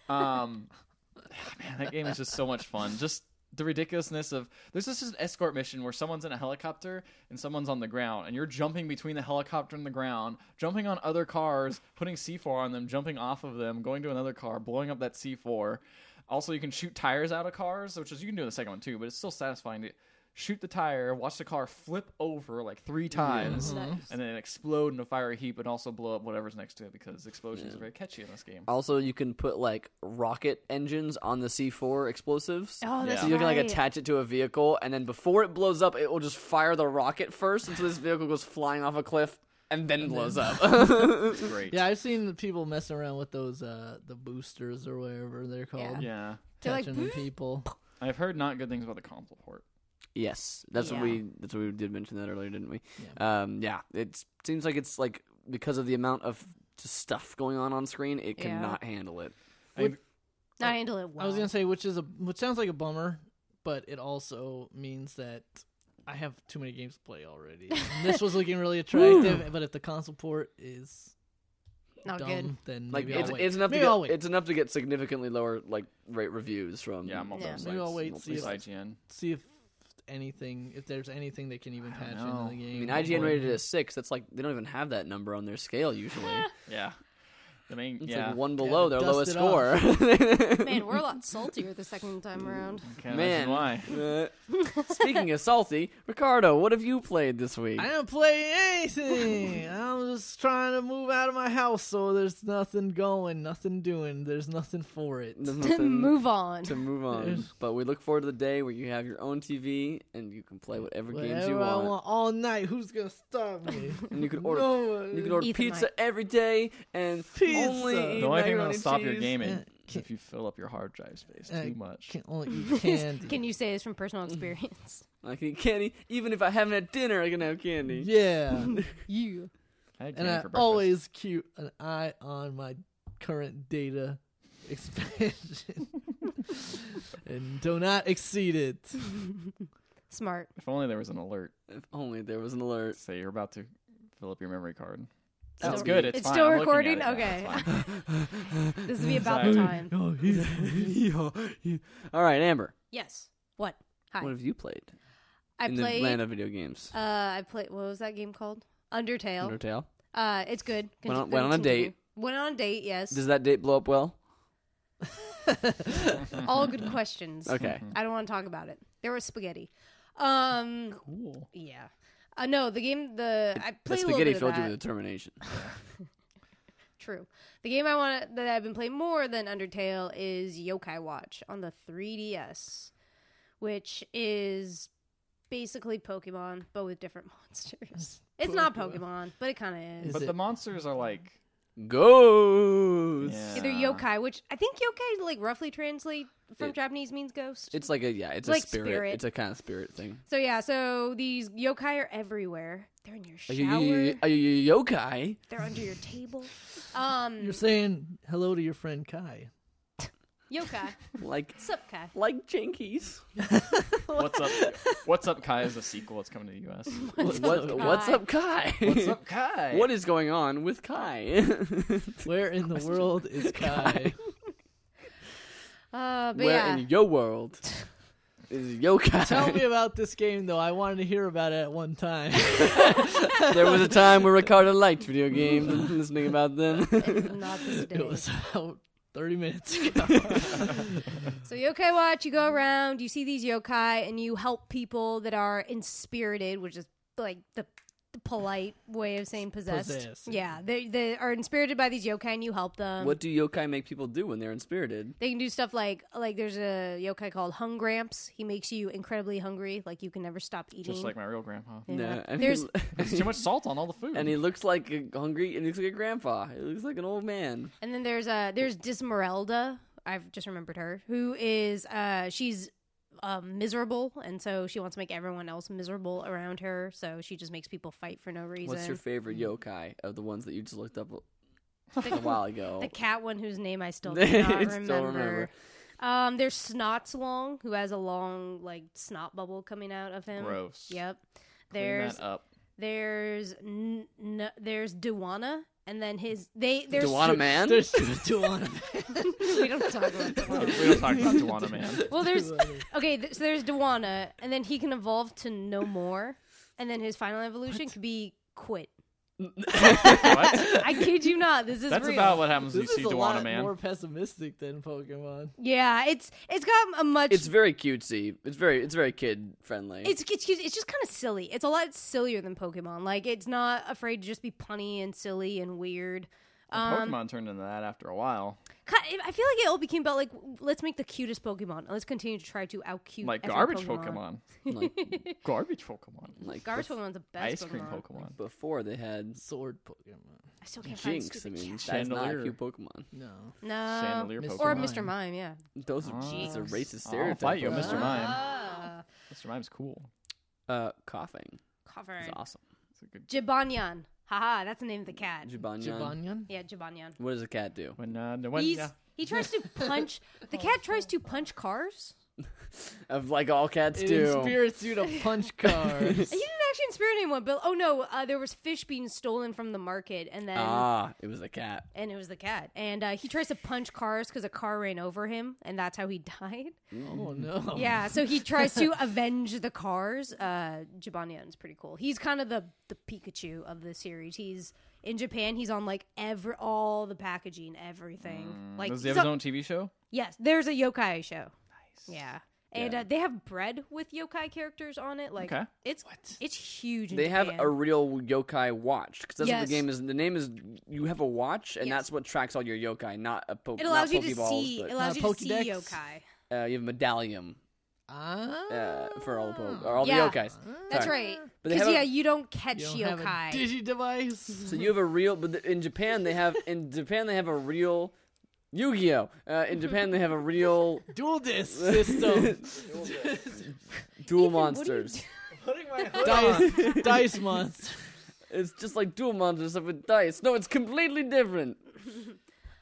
S4: Um, [laughs] man, that game is just so much fun. Just the ridiculousness of there's this just escort mission where someone's in a helicopter and someone's on the ground, and you're jumping between the helicopter and the ground, jumping on other cars, putting C4 on them, jumping off of them, going to another car, blowing up that C4. Also, you can shoot tires out of cars, which is you can do in the second one too, but it's still satisfying to shoot the tire, watch the car flip over like three times, and then explode in a fiery heap, and also blow up whatever's next to it because explosions are very catchy in this game.
S1: Also, you can put like rocket engines on the C4 explosives.
S3: Oh, that's
S1: So you can like
S3: right.
S1: attach it to a vehicle, and then before it blows up, it will just fire the rocket first, and so this vehicle goes flying off a cliff and then blows up.
S3: [laughs]
S1: [laughs]
S4: It's great.
S2: Yeah, I've seen the people messing around with those uh the boosters or whatever they're called,
S3: Yeah.
S4: yeah.
S3: They're like,
S2: catching people.
S4: I've heard not good things about the Compliport.
S1: yes, that's
S3: Yeah.
S1: what we that's what we did mention that earlier, didn't we? Yeah. Um, yeah, it seems like it's like because of the amount of just stuff going on on screen, it
S3: Yeah.
S1: cannot handle it.
S3: Not handle it well.
S2: I was gonna say, which is a which sounds like a bummer, but it also means that I have too many games to play already. And this was looking really attractive, but if the console port is
S3: not
S2: dumb,
S3: good.
S2: then
S1: Like
S2: maybe
S1: it's,
S2: I'll wait.
S1: it's enough
S2: maybe
S1: to
S2: I'll
S1: get,
S2: wait.
S1: it's enough to get significantly lower like rate reviews from
S4: Yeah, multiple
S3: Yeah.
S4: sites.
S2: Maybe I'll wait and see
S4: Multiple
S2: if-
S4: sites, IGN.
S2: see if anything if there's anything they can even
S4: I don't
S2: patch
S4: know.
S2: into the
S4: I
S1: I
S2: game.
S1: mean, IGN
S2: Hopefully.
S1: rated it a six. That's like they don't even have that number on their scale
S2: [laughs]
S1: usually.
S4: Yeah. The main
S1: It's
S4: yeah.
S1: like one below
S2: they
S1: their lowest
S2: dust it off.
S1: score.
S4: [laughs]
S3: Man, we're a lot saltier the
S1: [laughs]
S3: second time around.
S4: Can't
S1: Man.
S4: imagine why.
S1: Uh, [laughs]
S2: [laughs]
S1: speaking of salty, Ricardo, what have you played this week?
S2: I don't play anything. [laughs] I'm just trying to move out of my house, so there's nothing going, nothing doing. There's nothing for it.
S1: There's
S3: to
S1: [laughs] nothing
S3: [laughs] move on.
S1: to move on, but we look forward to the day where you have your own TV and you can play whatever games
S2: Whatever
S1: you
S2: I
S1: want,
S2: want all night. Who's gonna
S1: [laughs]
S2: stop me?
S1: and you can order.
S2: no one.
S1: You can order
S3: Ethan
S1: pizza
S3: might.
S1: every day, and
S2: Pizza.
S1: only
S2: The
S1: eat
S4: The only thing
S1: macaroni
S4: that'll stop your
S1: cheese.
S4: gaming
S2: Yeah.
S4: is if you fill up your hard drive space
S2: Uh,
S4: too much.
S2: Can only
S1: [laughs]
S2: eat candy.
S3: [laughs] Can you say this from personal experience?
S1: I can eat candy, e-, even if I haven't had dinner. I can have [laughs] candy.
S2: Yeah, you.
S4: I had
S2: And
S4: candy
S2: I
S4: for breakfast.
S2: always keep an eye on my current data [laughs]
S1: [laughs]
S2: expansion, and do not exceed it.
S3: Smart.
S4: If only there was an alert
S1: If only there was an alert.
S4: [laughs] to say you're about to fill up your memory card.
S3: Still-
S4: That's good. It's,
S3: Oh. it's
S4: fine.
S3: still
S4: I'm looking at it
S3: recording?
S4: now.
S3: Okay.
S4: It's fine.
S3: [laughs]
S4: [laughs]
S3: This would be about the
S4: Sorry.
S3: time.
S2: Oh, he's
S1: [laughs] Yeah, yeah. All right, Amber,
S3: Yes. What? Hi.
S1: what have you played
S3: I
S1: in
S3: played.
S1: the land of video games?
S3: uh, I played. What was that game called? Undertale.
S1: Undertale.
S3: Uh, it's good.
S1: Went on-
S3: Conti-
S1: went on a
S3: continue.
S1: date.
S3: Went on a date. Yes.
S1: Does that date blow up
S4: [laughs]
S1: well?
S3: All good questions.
S1: Okay.
S3: I don't want to talk about it. There was spaghetti. Um.
S4: Cool.
S3: Yeah. Uh, no, the game. The I
S1: That
S3: played a little
S1: spaghetti
S3: bit of
S1: filled you
S3: that.
S1: with determination.
S3: True. The game I want that I've been playing more than Undertale is Yokai Watch on the 3DS, which is basically Pokemon but with different [laughs] monsters. It's not Pokemon, but it kind of is.
S2: Is
S4: But
S2: it-
S4: the monsters are like
S1: Ghosts.
S4: yeah.
S3: They're yokai, which I think yokai like roughly translate from
S1: uh, It-
S3: Japanese means ghost.
S1: It's like a yeah, it's
S3: Like
S1: a spirit.
S3: spirit.
S1: It's a kind of spirit thing.
S3: so yeah, so these yokai are everywhere. They're in your
S1: Are you, you- [laughs]
S3: shower.
S1: you- are you yokai?
S3: They're under your table. Um,
S2: You're saying hello to your friend Kai.
S3: yokai,
S1: [laughs] Like
S3: sup kai.
S1: like jinkies.
S4: What's up? What's up, Kai? is a sequel. It's coming to the U.S.
S2: [laughs]
S1: What's, what's,
S3: Kai?
S1: up, Kai? [laughs]
S4: What's up, Kai?
S1: What is going on with Kai? [laughs]
S4: [laughs]
S2: Where in the world is Kai?
S3: Uh, but
S1: Where
S3: yeah.
S1: in your world is yokai?
S2: Tell me about this game, though. I wanted to hear about it at
S4: [laughs]
S2: one time.
S1: [laughs] there was a time where Ricardo liked video games and listening about them.
S3: [laughs] it's not
S1: [laughs]
S3: this day.
S2: it was about 30 minutes ago.
S3: So yokai watch, you go around, you see these yokai, and you help people that are inspirited, which is like the, the polite way of saying possessed.
S2: Possessed,
S3: Yeah, they they are inspirited by these yokai, and you help them.
S1: what do yokai make people do when they're inspirited?
S3: They can do stuff like like there's a yokai called Hungramps. He makes you incredibly hungry, like you can never stop eating.
S4: Just like my real grandpa.
S3: Yeah.
S1: No, and
S3: There's
S1: he,
S4: It's too much salt on all the food.
S1: [laughs] and he looks like a hungry. And he looks like a grandpa. He looks like an old man.
S3: And then there's uh there's Dismerelda. I've just remembered her, who is uh she's um, miserable, and so she wants to make everyone else miserable around her. So she just makes people fight for no reason.
S1: What's your
S3: hmm.
S1: favorite yokai of the ones that you just looked up
S3: [laughs]
S1: a while ago?
S3: The cat one whose name I
S1: [laughs]
S3: still
S1: I
S3: cannot
S1: still
S3: remember.
S1: remember.
S3: Um, there's Snots Long, who has a long like snot bubble coming out of him.
S4: Gross.
S3: Yep.
S4: Clean
S3: There's
S4: that up.
S3: there's n- n- there's Duana, and then his they there's
S1: Duana man.
S4: [laughs]
S2: There's two on it.
S3: [laughs] we don't talk
S1: [laughs]
S3: about
S4: we don't
S3: Duana.
S4: talk about Tawana man.
S3: [laughs] Well, there's okay. Th- so there's Duana, and then he can evolve to no more, and then his final evolution could be quit.
S4: What?
S3: I kid you not. This is
S4: That's
S3: real.
S4: about what happens when you
S2: This
S4: see
S2: is a
S4: Duana
S2: lot
S4: man.
S2: more pessimistic than Pokemon.
S3: Yeah, it's it's got a much
S1: It's very cutesy. It's very it's very kid friendly.
S3: It's it's it's just kind of silly. It's a lot sillier than Pokemon. Like it's not afraid to just be punny and silly and weird.
S4: And
S3: Um,
S4: Pokemon turned into that after a while.
S3: ki- I feel like it all became about like let's make the cutest Pokemon. and Let's continue to try to out cute
S4: Like garbage Pokemon.
S3: [laughs]
S1: like,
S4: Garbage Pokemon.
S1: like
S3: Garbage
S1: bef-
S3: Pokemon's the best.
S4: Ice cream Pokemon.
S1: before they had
S2: Sword Pokemon.
S3: I still can't find
S1: Jinx. I
S3: stupid
S1: mean,
S3: cat.
S1: that's not a
S4: Chandelier.
S1: cute Pokemon.
S2: No.
S3: No.
S4: Chandelier
S2: Miss-
S4: Pokemon.
S3: Or
S2: Mime.
S3: Mr. Mime, yeah.
S1: Those are, those are
S4: Jeez.
S1: racist
S4: Oh, I'll
S1: stereotypes.
S4: fight you,
S1: Pokemon.
S4: Mr. Mime.
S3: Ah,
S4: Mr. Mime's cool.
S1: Uh, coughing
S3: covered.
S1: is awesome.
S4: It's a good.
S3: Jibanyan. Haha, that's the name of the cat.
S1: Jibanyan.
S2: Jibanyan?
S3: Yeah, Jibanyan.
S1: What does a cat do?
S4: When, uh, when,
S3: He's,
S4: yeah. Oh,
S3: he
S4: [laughs]
S3: tries to punch. The cat tries to punch cars.
S1: Of like all cats
S2: It
S1: do.
S2: inspires you to
S4: [laughs]
S2: punch cars.
S3: He didn't actually inspire anyone, but oh no, uh, there was fish being stolen from the market, and then
S1: ah, it was a cat.
S3: and it was the cat, and uh, he tries to punch cars because a car ran over him, and that's how he [laughs] died.
S2: oh,
S4: Mm.
S2: no.
S3: Yeah, so he tries to
S4: [laughs]
S3: avenge the cars. Uh, Jibanyan's pretty cool. He's kind of the the Pikachu of the series. He's in Japan. He's on like every all the packaging, everything. like
S4: Mm, Does he
S3: he's
S4: have his
S3: on-
S4: own TV show?
S3: yes, there's a yokai show.
S4: Nice.
S3: Yeah. And
S1: Yeah.
S3: Uh, they have bread with yokai characters on it. Like
S4: Okay.
S3: it's it's huge. In
S1: They have
S3: Japan.
S1: a real yokai watch because that's what
S3: Yes.
S1: the game is. The name is you have a watch, and
S3: Yes.
S1: that's what tracks all your yokai, not a po-
S3: It allows
S1: not
S3: you to
S1: Pokeballs,
S3: see.
S1: but,
S3: It allows
S2: Uh,
S3: you to see
S2: Pokedex.
S3: yokai.
S1: uh, you have a medallion
S2: Ah.
S1: uh, for all the po- or all
S3: Oh. Yeah. Mm.
S1: the yokais.
S3: That's
S1: Sorry.
S3: right.
S1: But they have
S3: Because
S1: a-
S3: yeah, you don't catch
S2: You don't have a
S3: yokai.
S2: digi device.
S1: So you have a real, but the, in Japan they have in Japan they have a real Yu-Gi-Oh. Uh, in Japan they have a real
S4: [laughs]
S2: Dual disc
S1: dual
S2: system.
S3: Ethan, what do you
S1: monsters.
S4: [laughs]
S2: dice, dice monster.
S1: It's just like dual monsters except with dice. No, it's completely different.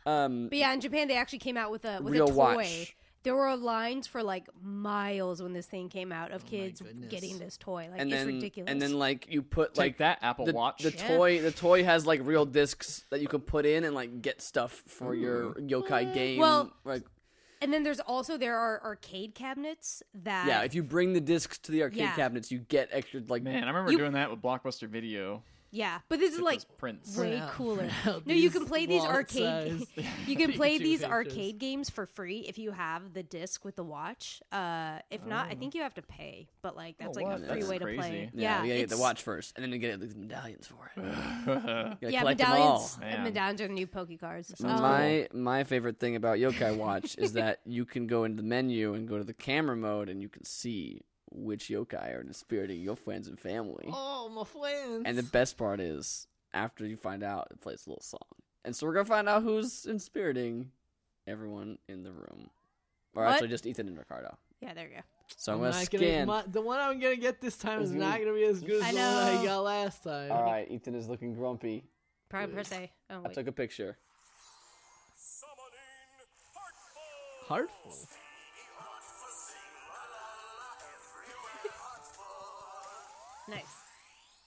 S1: Um,
S3: [laughs] But yeah, in Japan they actually came out with a with
S1: Real
S3: a toy.
S1: watch.
S3: There were lines for like miles when this thing came out of kids
S2: goodness.
S3: getting this toy. Like
S1: Oh and
S3: it's
S1: then
S3: ridiculous.
S1: and then like you put
S4: Like
S1: like
S4: that Apple
S1: the,
S4: Watch.
S1: the toy the toy has like real discs that you can put in and like get stuff for your
S4: Mm-hmm.
S1: yokai game.
S3: Well,
S1: like
S3: And then there's also there are arcade cabinets that
S1: yeah, if you bring the discs to the arcade
S3: Yeah.
S1: cabinets, you get extra like
S4: Man, I remember
S3: You-
S4: doing that with Blockbuster Video.
S3: Yeah, But this is
S4: Get
S3: like
S4: those prints. [laughs]
S3: way
S2: Print out-
S3: [laughs] cooler.
S2: print out
S3: No, you
S2: these
S3: can play these arcade.
S2: wallet-sized
S3: [laughs] you can play
S2: Pikachu
S3: these
S2: pictures.
S3: arcade games for free if you have the disc with the watch. Uh, if not,
S1: Oh.
S3: I think you have to pay. But like that's like
S4: wow,
S3: a free
S4: that's
S3: way to play.
S4: crazy.
S1: Yeah, you gotta get the
S3: it's-
S1: watch first, and then you get the medallions for it. You
S4: Hmm.
S1: gotta
S3: Yeah,
S1: collect
S3: medallions.
S1: them
S4: Man.
S3: and Medallions are the new Oh, Poke cards.
S1: all. My my favorite thing about Yokai Watch is that [laughs] you can go into the menu and go to the camera mode, and you can see which yokai are inspiring your friends and family.
S2: Oh, my friends.
S1: And the best part is, after you find out, it plays a little song. And so we're gonna find out who's inspiring everyone in the room, or
S3: What?
S1: actually just Ethan and Ricardo.
S3: yeah, there you go.
S1: So I'm,
S2: I'm
S1: gonna
S2: not gonna-
S1: scan.
S2: my- the one I'm gonna get this time is
S1: Mhm.
S2: not gonna be as good as
S3: I
S2: the one
S3: know.
S2: I got last time.
S1: All right, Ethan is looking grumpy.
S3: Probably per se. Oh,
S1: I
S3: wait.
S1: took a picture.
S2: Heartful.
S3: nice.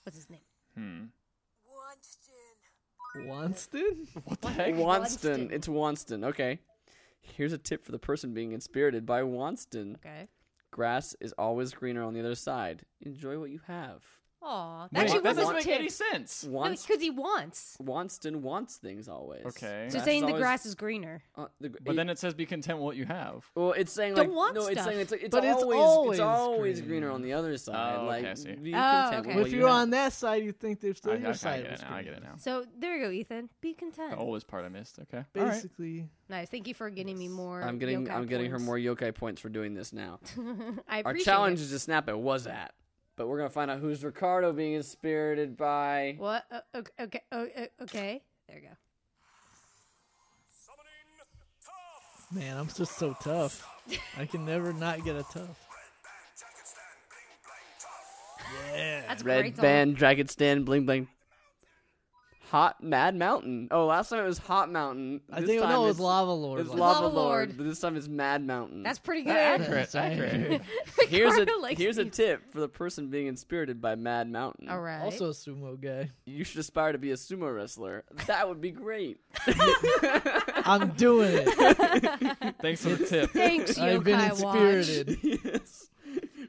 S3: What's his name?
S2: Wanston?
S4: What the heck?
S1: Wanston. It's Wanston. Okay. Here's a tip for the person being inspirited by Wanston.
S3: Okay.
S1: Grass is always greener on the other side. Enjoy what you have.
S3: Aw,
S1: Wait,
S3: that actually
S1: that
S3: was
S1: doesn't
S3: his
S4: make
S3: tip.
S4: any sense.
S1: Wants,
S3: because he wants.
S1: Wanston wants things always.
S4: Okay.
S3: So
S1: Grass
S3: saying
S1: is
S3: the
S1: always-
S3: grass is greener.
S1: uh, the gr-
S4: But
S1: it-
S4: then it says be content with what you have.
S1: Well, it's saying
S3: Don't
S1: like
S3: want
S1: no, it's
S3: stuff.
S1: saying it's like it's
S2: But it's
S1: always,
S2: always
S1: it's always
S2: green.
S1: greener on the other side.
S4: Oh, okay,
S1: like
S4: I see.
S1: be
S3: Oh,
S1: content with
S2: Well,
S3: okay.
S1: what
S2: if
S1: you
S2: you're
S1: have.
S2: on that side, you think there's still
S4: I-
S2: your
S4: okay, I
S2: side.
S4: get
S2: of
S4: it now, I
S2: screen.
S4: get it now.
S3: So there you go, Ethan. Be content.
S1: Oh.
S4: The oldest part I missed. Okay. All right.
S2: Basically,
S3: Nice. Thank you for getting me more.
S1: I'm getting
S3: yokai
S1: I'm getting her
S3: points.
S1: more yokai points for doing this
S3: [laughs]
S1: now.
S3: I
S1: Our
S3: appreciate
S1: challenge
S3: it.
S1: is to snap it was at. But we're gonna find out who's Ricardo being inspired by.
S3: What? Uh, okay. Okay. oh, uh, okay. There you go.
S2: man, I'm just so tough. I can never not get a tough.
S3: That's a great.
S1: Red
S3: song.
S1: Band, Dragon Stand, Bling Bling. Hot Mad Mountain. Oh, last time it was Hot Mountain.
S2: I
S1: This
S2: think
S1: time
S2: no, it was
S1: it's-
S2: Lava Lord.
S1: It's
S2: wasn't
S1: Lava,
S3: Lava
S1: Lord,
S3: Lord.
S1: but this time it's Mad Mountain.
S3: That's [laughs] pretty
S2: it?
S3: good.
S4: Accurate,
S2: That's right.
S1: Uh,
S4: accurate.
S1: here's a
S3: Ricardo likes
S1: here's a
S3: these.
S1: tip for the person being inspired by Mad Mountain.
S3: All right.
S2: Also a sumo guy.
S1: You should aspire to be a sumo wrestler. That would be great. [laughs]
S2: I'm doing [laughs] it.
S4: Thanks for the tip. [laughs]
S3: thanks, yokai
S2: I've been
S3: watch.
S2: inspirited.
S1: yes.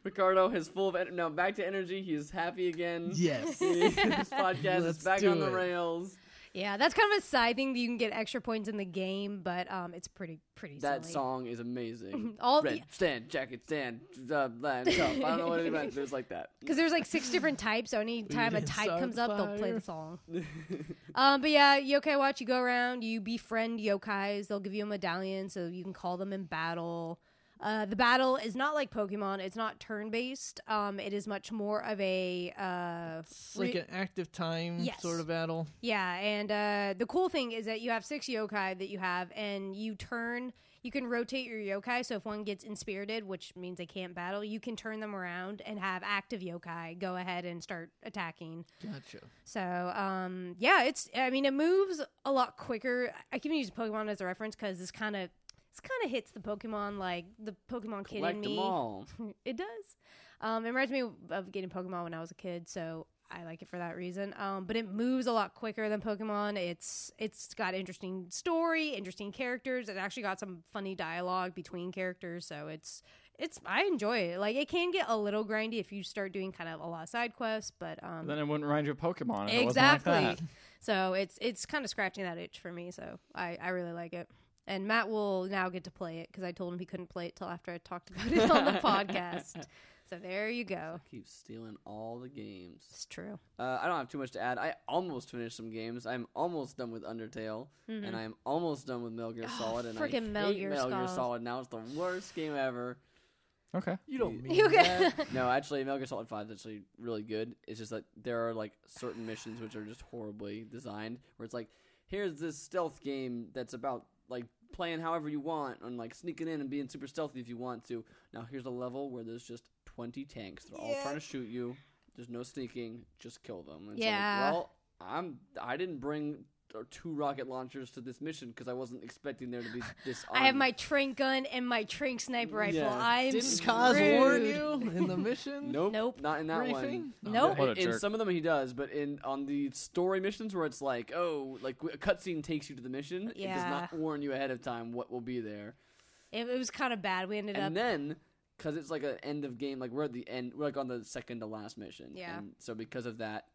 S1: Ricardo is full of en- no back to energy. He is happy again.
S2: [laughs] Yes.
S1: this podcast
S2: [laughs] Let's
S1: is back
S2: do
S1: on the
S2: it.
S1: rails.
S3: Yeah, that's kind of a side thing that you can get extra points in the game, but um, it's pretty pretty.
S1: That
S3: silly.
S1: song is amazing.
S3: [laughs] All
S1: Red
S3: the-
S1: stand, jacket stand, uh, land, cuff. I don't know what it meant. It was like
S3: [laughs]
S1: that.
S3: Because there's like six different types, so anytime a
S2: Yes,
S3: type comes up, they'll
S2: Sapphire.
S3: play the song. um, but yeah, yokai watch, you go around, you befriend yokais, they'll give you a medallion so you can call them in battle. Uh, the battle is not like Pokemon, it's not turn based. Um, it is much more of a. Uh,
S2: It's like an active time
S3: Yes.
S2: sort of battle.
S3: yeah, and uh, the cool thing is that you have six yokai that you have, and you turn. You can rotate your yokai, so if one gets inspirited, which means they can't battle, you can turn them around and have active yokai go ahead and start attacking.
S2: Gotcha.
S3: So, um, yeah, it's. I mean, it moves a lot quicker. I can use Pokemon as a reference because this kind of, this kind of hits the Pokemon like the Pokemon kid in
S1: Collect
S3: me.
S1: them all.
S3: it does. Um, it reminds me of getting Pokemon when I was a kid, so I like it for that reason. Um, but it moves a lot quicker than Pokemon. It's it's got interesting story, interesting characters. It actually got some funny dialogue between characters, so it's it's I enjoy it. Like it can get a little grindy if you start doing kind of a lot of side quests, but um,
S4: then it wouldn't remind you of Pokemon. If
S3: exactly.
S4: It wasn't like that.
S3: So it's it's kind of scratching that itch for me. So I I really like it. And Matt will now get to play it because I told him he couldn't play it till after I talked about it on the
S1: [laughs]
S3: podcast. So there you go.
S1: Keep stealing all the games.
S3: It's true.
S1: Uh, I don't have too much to add. I almost finished some games. I'm almost done with Undertale, and I'm almost done with Metal Gear Solid. and I hate
S3: frickin' Mm-hmm. Oh, Metal
S1: Metal
S3: Gear
S1: Gear,
S3: Solid.
S1: Solid. Now it's the worst game ever.
S4: Okay.
S2: You don't mean
S3: [laughs] You
S2: that.
S3: go-
S1: no, actually, Metal Gear Solid Five is actually really good. It's just that there are like certain missions which are just horribly designed, where it's like, here's this stealth game that's about like playing however you want and like sneaking in and being super stealthy if you want to. Now here's a level where there's just 20 tanks. They're all trying to shoot you. There's no sneaking. Just kill them. It's
S3: Yeah.
S1: Like, well, I'm. I didn't bring. uh, two rocket launchers to this mission because I wasn't expecting there to
S3: [sighs]
S1: be this.
S3: I have
S1: army.
S3: my trank gun and my trank sniper rifle.
S1: Yeah.
S3: I'm
S2: Didn't Kaz
S3: screwed.
S2: warn you in the
S1: [laughs]
S2: mission?
S1: Nope.
S3: Nope.
S1: Not in that
S2: Briefing?
S1: one.
S3: Nope.
S4: What a
S1: In- In,
S4: jerk.
S1: some of them he does, but in on the story missions where it's like, oh, like a cutscene takes you to the mission, it does not
S3: Yeah.
S1: warn you ahead of time what will be there.
S3: It, it was kind of bad. We ended up.
S1: And then because it's like an end of game, like we're at the end, we're like on the second to last mission.
S3: Yeah.
S1: And so because of that,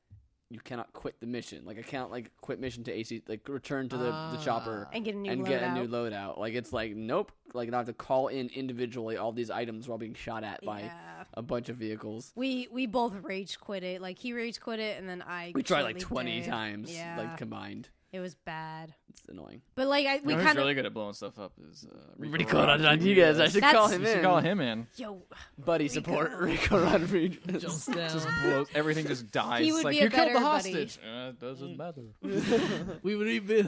S1: you cannot quit the mission. Like I can't like quit mission to AC, like return to the, the chopper
S3: Ah. and get a new
S1: and
S3: loadout.
S1: get a new loadout. Like it's like nope. Like I have to call in individually all these items while being shot at by
S3: Yeah.
S1: a bunch of vehicles.
S3: we we both rage quit it. Like he rage quit it, and then I.
S1: We tried like
S3: shortly
S1: 20
S3: did.
S1: times,
S3: Yeah,
S1: like combined.
S3: it was bad.
S1: It's annoying.
S3: But like I, we
S4: You know who's
S3: kind of
S4: really good at blowing stuff up is uh, Rico
S1: Rico
S4: Rodriguez.
S1: Rodriguez. I should
S3: That's-
S1: call
S4: You
S1: him
S4: should
S1: in.
S4: call him in.
S3: yo.
S1: Buddy support [laughs] Rico Rodriguez.
S2: Jumps down.
S4: Blows, everything just dies.
S3: [laughs] He would
S4: like
S3: be a
S4: you killed
S3: better
S4: the
S3: buddy." Mm.
S4: hostage. Uh, it doesn't matter.
S2: [laughs] we would rebuild.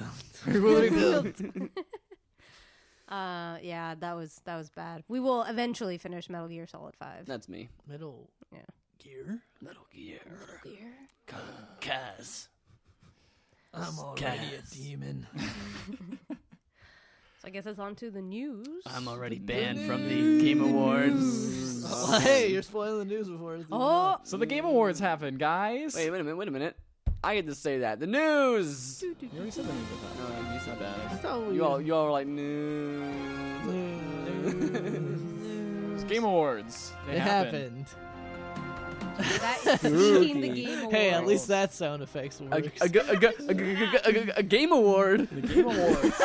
S3: Uh, yeah, that was that was bad. We will eventually finish Metal Gear Solid Five.
S1: That's me.
S2: Metal
S3: Yeah.
S2: gear.
S1: Metal Gear.
S3: Gear?
S1: Kaz.
S2: I'm already a demon.
S3: So I guess it's on to the news.
S1: already banned from the Game Awards.
S2: Oh, hey, you're spoiling the news before it's even
S3: oh,
S4: [laughs]
S3: [laughs]
S4: So the Game Awards happened, guys.
S1: Wait, wait a minute, wait a minute. I get to say that. The news.
S4: You already said the news. I thought.
S1: No, you said that.
S2: So
S1: You all, you all were like news.
S4: It's Game Awards. They
S2: It happened.
S3: That is cheating the game award.
S2: Hey, at least that sound effects
S1: A,
S2: works.
S1: a, gu- a, gu- a, gu- a, gu- a, gu- a game award.
S4: The Game Awards.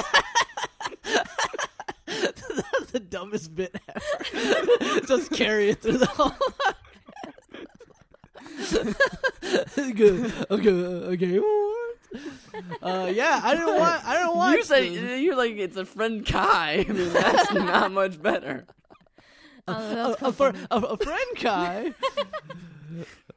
S2: That's [laughs] the dumbest bit ever. [laughs] Just carry it through the whole. [laughs] Good. Okay. uh, Okay. What? Uh, yeah, I didn't want. I didn't want.
S1: You said you're like it's a friend Kai. [laughs] I mean, that's not much better.
S3: Oh,
S2: a,
S3: those
S2: a,
S3: come
S2: fr-
S3: from-
S2: a, a friend, Kai.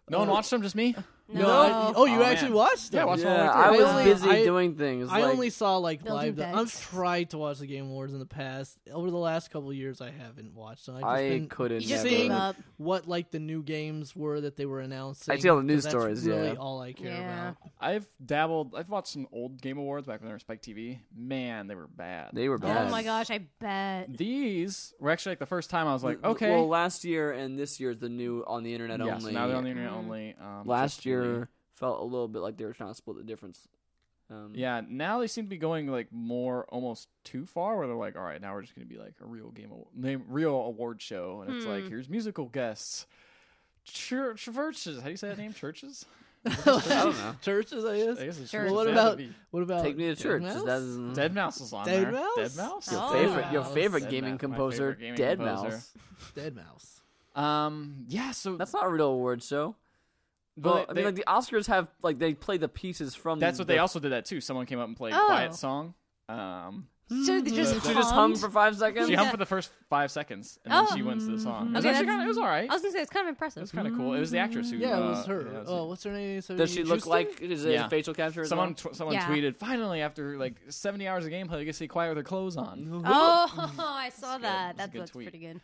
S4: No
S3: Oh.
S4: one watched them, just me.
S3: [laughs] no,
S2: I- oh, you
S4: Oh,
S2: actually
S4: man.
S2: watched it.
S4: Yeah, I watched them all the way
S1: Yeah,
S4: through.
S1: I was
S2: I-
S1: busy
S2: I-
S1: doing things.
S2: I
S1: like-
S2: only saw like
S3: Building
S2: live. I've
S3: decks.
S2: tried to watch the Game Awards in the past. Over the last couple of years, I haven't watched. them. I've just
S1: I
S2: been
S1: couldn't.
S3: you just
S2: Seeing-
S3: gave
S1: ever-
S3: up.
S2: what like the new games were that they were announcing.
S1: I see all the news
S2: 'cause that's
S1: stories,
S2: Really,
S1: yeah.
S2: all I care
S3: Yeah.
S2: about.
S4: I've dabbled. I've watched some old Game Awards back when they were Spike TV. Man, they were bad.
S1: They were bad.
S3: Oh my gosh, I bet.
S4: These were actually like the first time I was like,
S1: L-
S4: okay.
S1: Well, last year and this year is the new on the internet
S4: yeah, so
S1: only.
S4: now they're on the internet only. Um,
S1: last
S4: unfortunately.
S1: year felt a little bit like they were trying to split the difference. Um,
S4: Yeah, now they seem to be going like more almost too far, where they're like, all right, now we're just gonna be like a real game, aw- name, real award show, and it's
S3: Hmm.
S4: like here's musical guests, Chur- churches. How do you say that name? Churches.
S1: I
S2: [laughs]
S1: don't know.
S2: Churches, I
S4: I
S2: guess.
S4: guess it's
S3: Churches.
S4: churches.
S2: Well, what
S4: They have
S2: about
S4: to be-
S2: what about
S1: Take me to church. is
S2: Deadmau5?
S1: That is
S4: Dead Mouse is on
S2: Dead
S4: there.
S2: Mouse?
S4: Dead Mouse.
S1: your
S3: Oh.
S1: favorite, your
S3: Deadmau5.
S1: favorite
S4: Deadmau-
S1: gaming
S4: my favorite
S1: composer,
S4: gaming
S1: Dead
S4: composer.
S1: Mouse.
S2: Dead Mouse.
S4: Um. Yeah. So
S1: That's not a real award show.
S4: Well,
S1: well, I
S4: they-
S1: mean, like the Oscars have like they play the pieces from.
S4: that's what
S1: the-
S4: they also did that too. Someone came up and played
S3: Oh.
S4: Quiet Song. Um.
S3: So they just,
S1: She just hummed for five seconds.
S4: She
S3: Yeah.
S4: hummed for the first five seconds, and then
S3: Oh.
S4: she wins the song. It was
S3: Okay,
S4: actually
S3: that's-
S4: kinda- it was all right.
S3: I was gonna say it's kind of
S4: It
S3: impressive.
S4: was kind of cool. It was the actress who.
S2: Yeah, it
S4: uh,
S2: was her.
S4: yeah, it was
S2: oh, what's her name?
S1: Does she look
S2: Houston?
S1: like is it
S4: Yeah.
S1: a facial capture? as
S4: Someone
S1: well?
S4: tw- someone
S3: Yeah.
S4: tweeted, finally, after like 70 hours of gameplay, you get to see Quiet with her clothes on.
S3: [laughs] Oh, I saw
S4: Mm. good. That's a
S3: that. That's,
S4: good
S3: that's
S4: tweet.
S3: pretty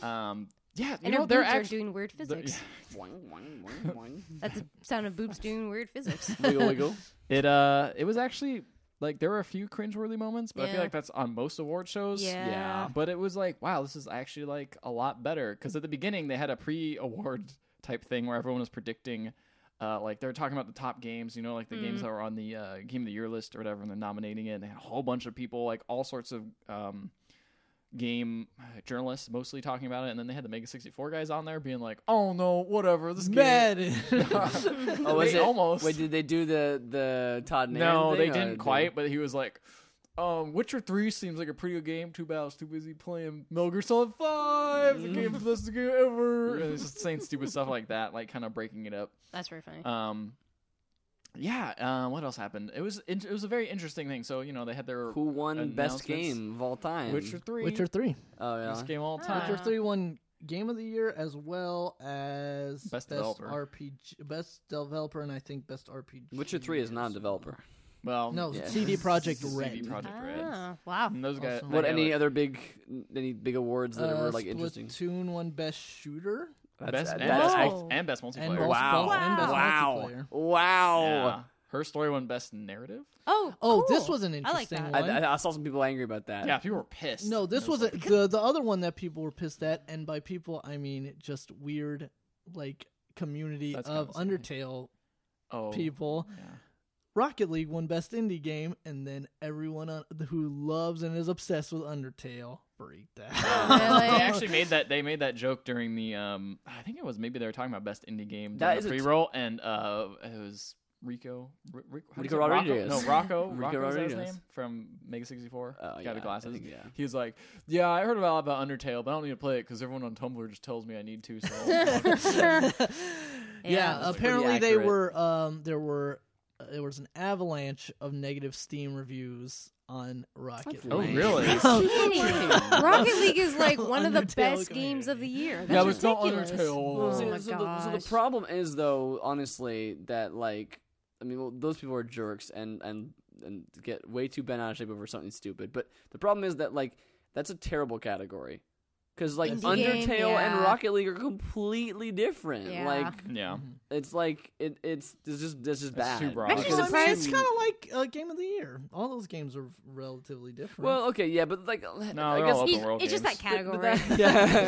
S3: good.
S4: Um, yeah, you
S3: And
S4: know,
S3: her
S4: they're
S3: boobs are
S4: actually.
S3: doing weird physics. [laughs]
S4: [laughs]
S1: Boing, boing, boing, boing.
S3: That's the sound of boobs doing weird physics.
S2: [laughs]
S1: wiggle wiggle.
S4: It, uh, it was actually like there were a few cringeworthy moments, but I feel
S3: Yeah.
S4: like that's on most award shows.
S3: Yeah.
S1: Yeah.
S4: But it was like, wow, this is actually like a lot better. Because at the beginning, they had a pre award type thing where everyone was predicting. Uh, like they were talking about the top games, you know, like the
S3: Mm.
S4: games that were on the uh, game of the year list or whatever, and they're nominating it. And they had a whole bunch of people, like all sorts of um, game journalists, mostly talking about it. And then they had the Mega sixty four guys on there being like, "Oh no, whatever, this game."
S2: Madden.
S4: [laughs]
S1: Oh, was
S4: [laughs] They
S1: it
S4: almost.
S1: Wait, did they do the the Todd? and Aaron
S4: No, they
S1: thing, or
S4: didn't
S1: did-
S4: quite, but he was like, um, Witcher 3 seems like a pretty good game. Too bad I was too busy playing Metal Gear Solid 5, the game's the best game ever. And he's just saying stupid stuff like that, like kind of breaking it up.
S3: [laughs] That's very
S4: [laughs]
S3: funny.
S4: Um, yeah, um, what else happened? It was it, it was a very interesting thing. So, you know, they had their
S1: Who won best
S4: announcements.
S1: game of all time?
S4: Witcher 3.
S2: Witcher three.
S1: Oh yeah.
S4: Best game of all
S3: Ah.
S4: time.
S2: Witcher
S3: Uh,
S2: three won Game of the Year as well as
S4: Best developer.
S2: RPG, best developer, and I think best RPG.
S1: Witcher Three is not a
S2: as
S1: developer.
S4: Well,
S2: No,
S1: Yeah.
S4: [laughs]
S2: CD Project
S4: CD
S2: Red.
S4: Project Red.
S3: Ah, wow.
S4: And those guys.
S2: Awesome.
S1: What
S4: they
S1: any
S4: got,
S1: other big any big awards that
S2: uh,
S1: were like interesting?
S2: Splatoon won best shooter
S4: like,
S1: That's-
S4: best, and,
S1: that's-
S4: best
S3: Whoa.
S4: mul- and best multiplayer.
S2: and best,
S1: Wow.
S2: and best
S1: Wow.
S2: multiplayer.
S1: Wow.
S4: Yeah. Her story won best narrative.
S3: Oh,
S2: Oh,
S3: cool.
S2: this was an
S3: I like
S2: interesting
S3: that.
S1: I,
S2: one.
S1: I, I saw some people angry about that.
S4: Yeah, people were pissed.
S2: No, this
S4: It
S2: was
S4: like-
S2: a, the the other one that people were pissed at, and by people I mean just weird like community
S4: That's
S2: of
S4: kinda
S2: Undertale
S4: oh,
S2: people.
S4: yeah.
S2: Rocket League won best indie game, and then everyone on, who loves and is obsessed with Undertale
S1: [laughs]
S2: freaked out. [laughs]
S4: They
S3: Really? [laughs]
S4: actually made that. They made that joke during the. Um, I think it was maybe they were talking about best indie game.
S1: That
S4: That
S1: is
S4: is
S1: a t-
S4: pre roll, and uh, it was Rico. R- Ric- how do you
S1: Rico
S4: say it?
S1: Rodriguez.
S4: Rocco? No,
S1: [laughs]
S4: Rocco.
S1: Rico
S4: Rocco Rodriguez.
S1: Rodriguez.
S4: name from Mega sixty four.
S1: Oh,
S4: Got
S1: yeah, I
S4: the glasses.
S1: think, yeah.
S4: He was like, "Yeah, I heard a lot about Undertale, but I don't need to play it because everyone on Tumblr just tells me I
S1: [laughs]
S4: need to." So
S3: [laughs]
S4: [laughs]
S2: yeah,
S3: Yeah.
S1: pretty
S2: apparently they
S1: accurate.
S2: were um there were uh, there was an avalanche of negative Steam reviews on Rocket League.
S4: oh,
S1: Lame.
S4: really?
S3: [laughs] Kidding. Rocket League is like one of the
S2: Undertale,
S3: best
S2: come
S3: games
S2: here.
S3: of the year. That's
S4: Yeah, but it's not
S3: ridiculous.
S4: Undertale.
S3: Oh
S1: See,
S3: my
S1: so, the, so the
S3: gosh.
S1: problem is though, honestly, that like I mean, well, those people are jerks and and and get way too bent out of shape over something stupid. But the problem is that like that's a terrible category because like
S3: Indie
S1: Undertale
S3: game,
S1: and
S3: yeah.
S1: Rocket League are completely different.
S3: Yeah.
S1: Like
S4: yeah,
S1: it's like it it's it's just this is
S4: That's
S1: bad.
S4: too broad.
S2: Actually,
S1: Because-
S2: it's kind of like uh, game of the year. All those games are relatively different.
S1: Well, okay, yeah, but like,
S4: No,
S1: I
S4: they're
S1: guess
S4: all
S3: He's-
S4: open world
S3: it's just that
S4: games.
S1: But- but
S3: category.
S1: that-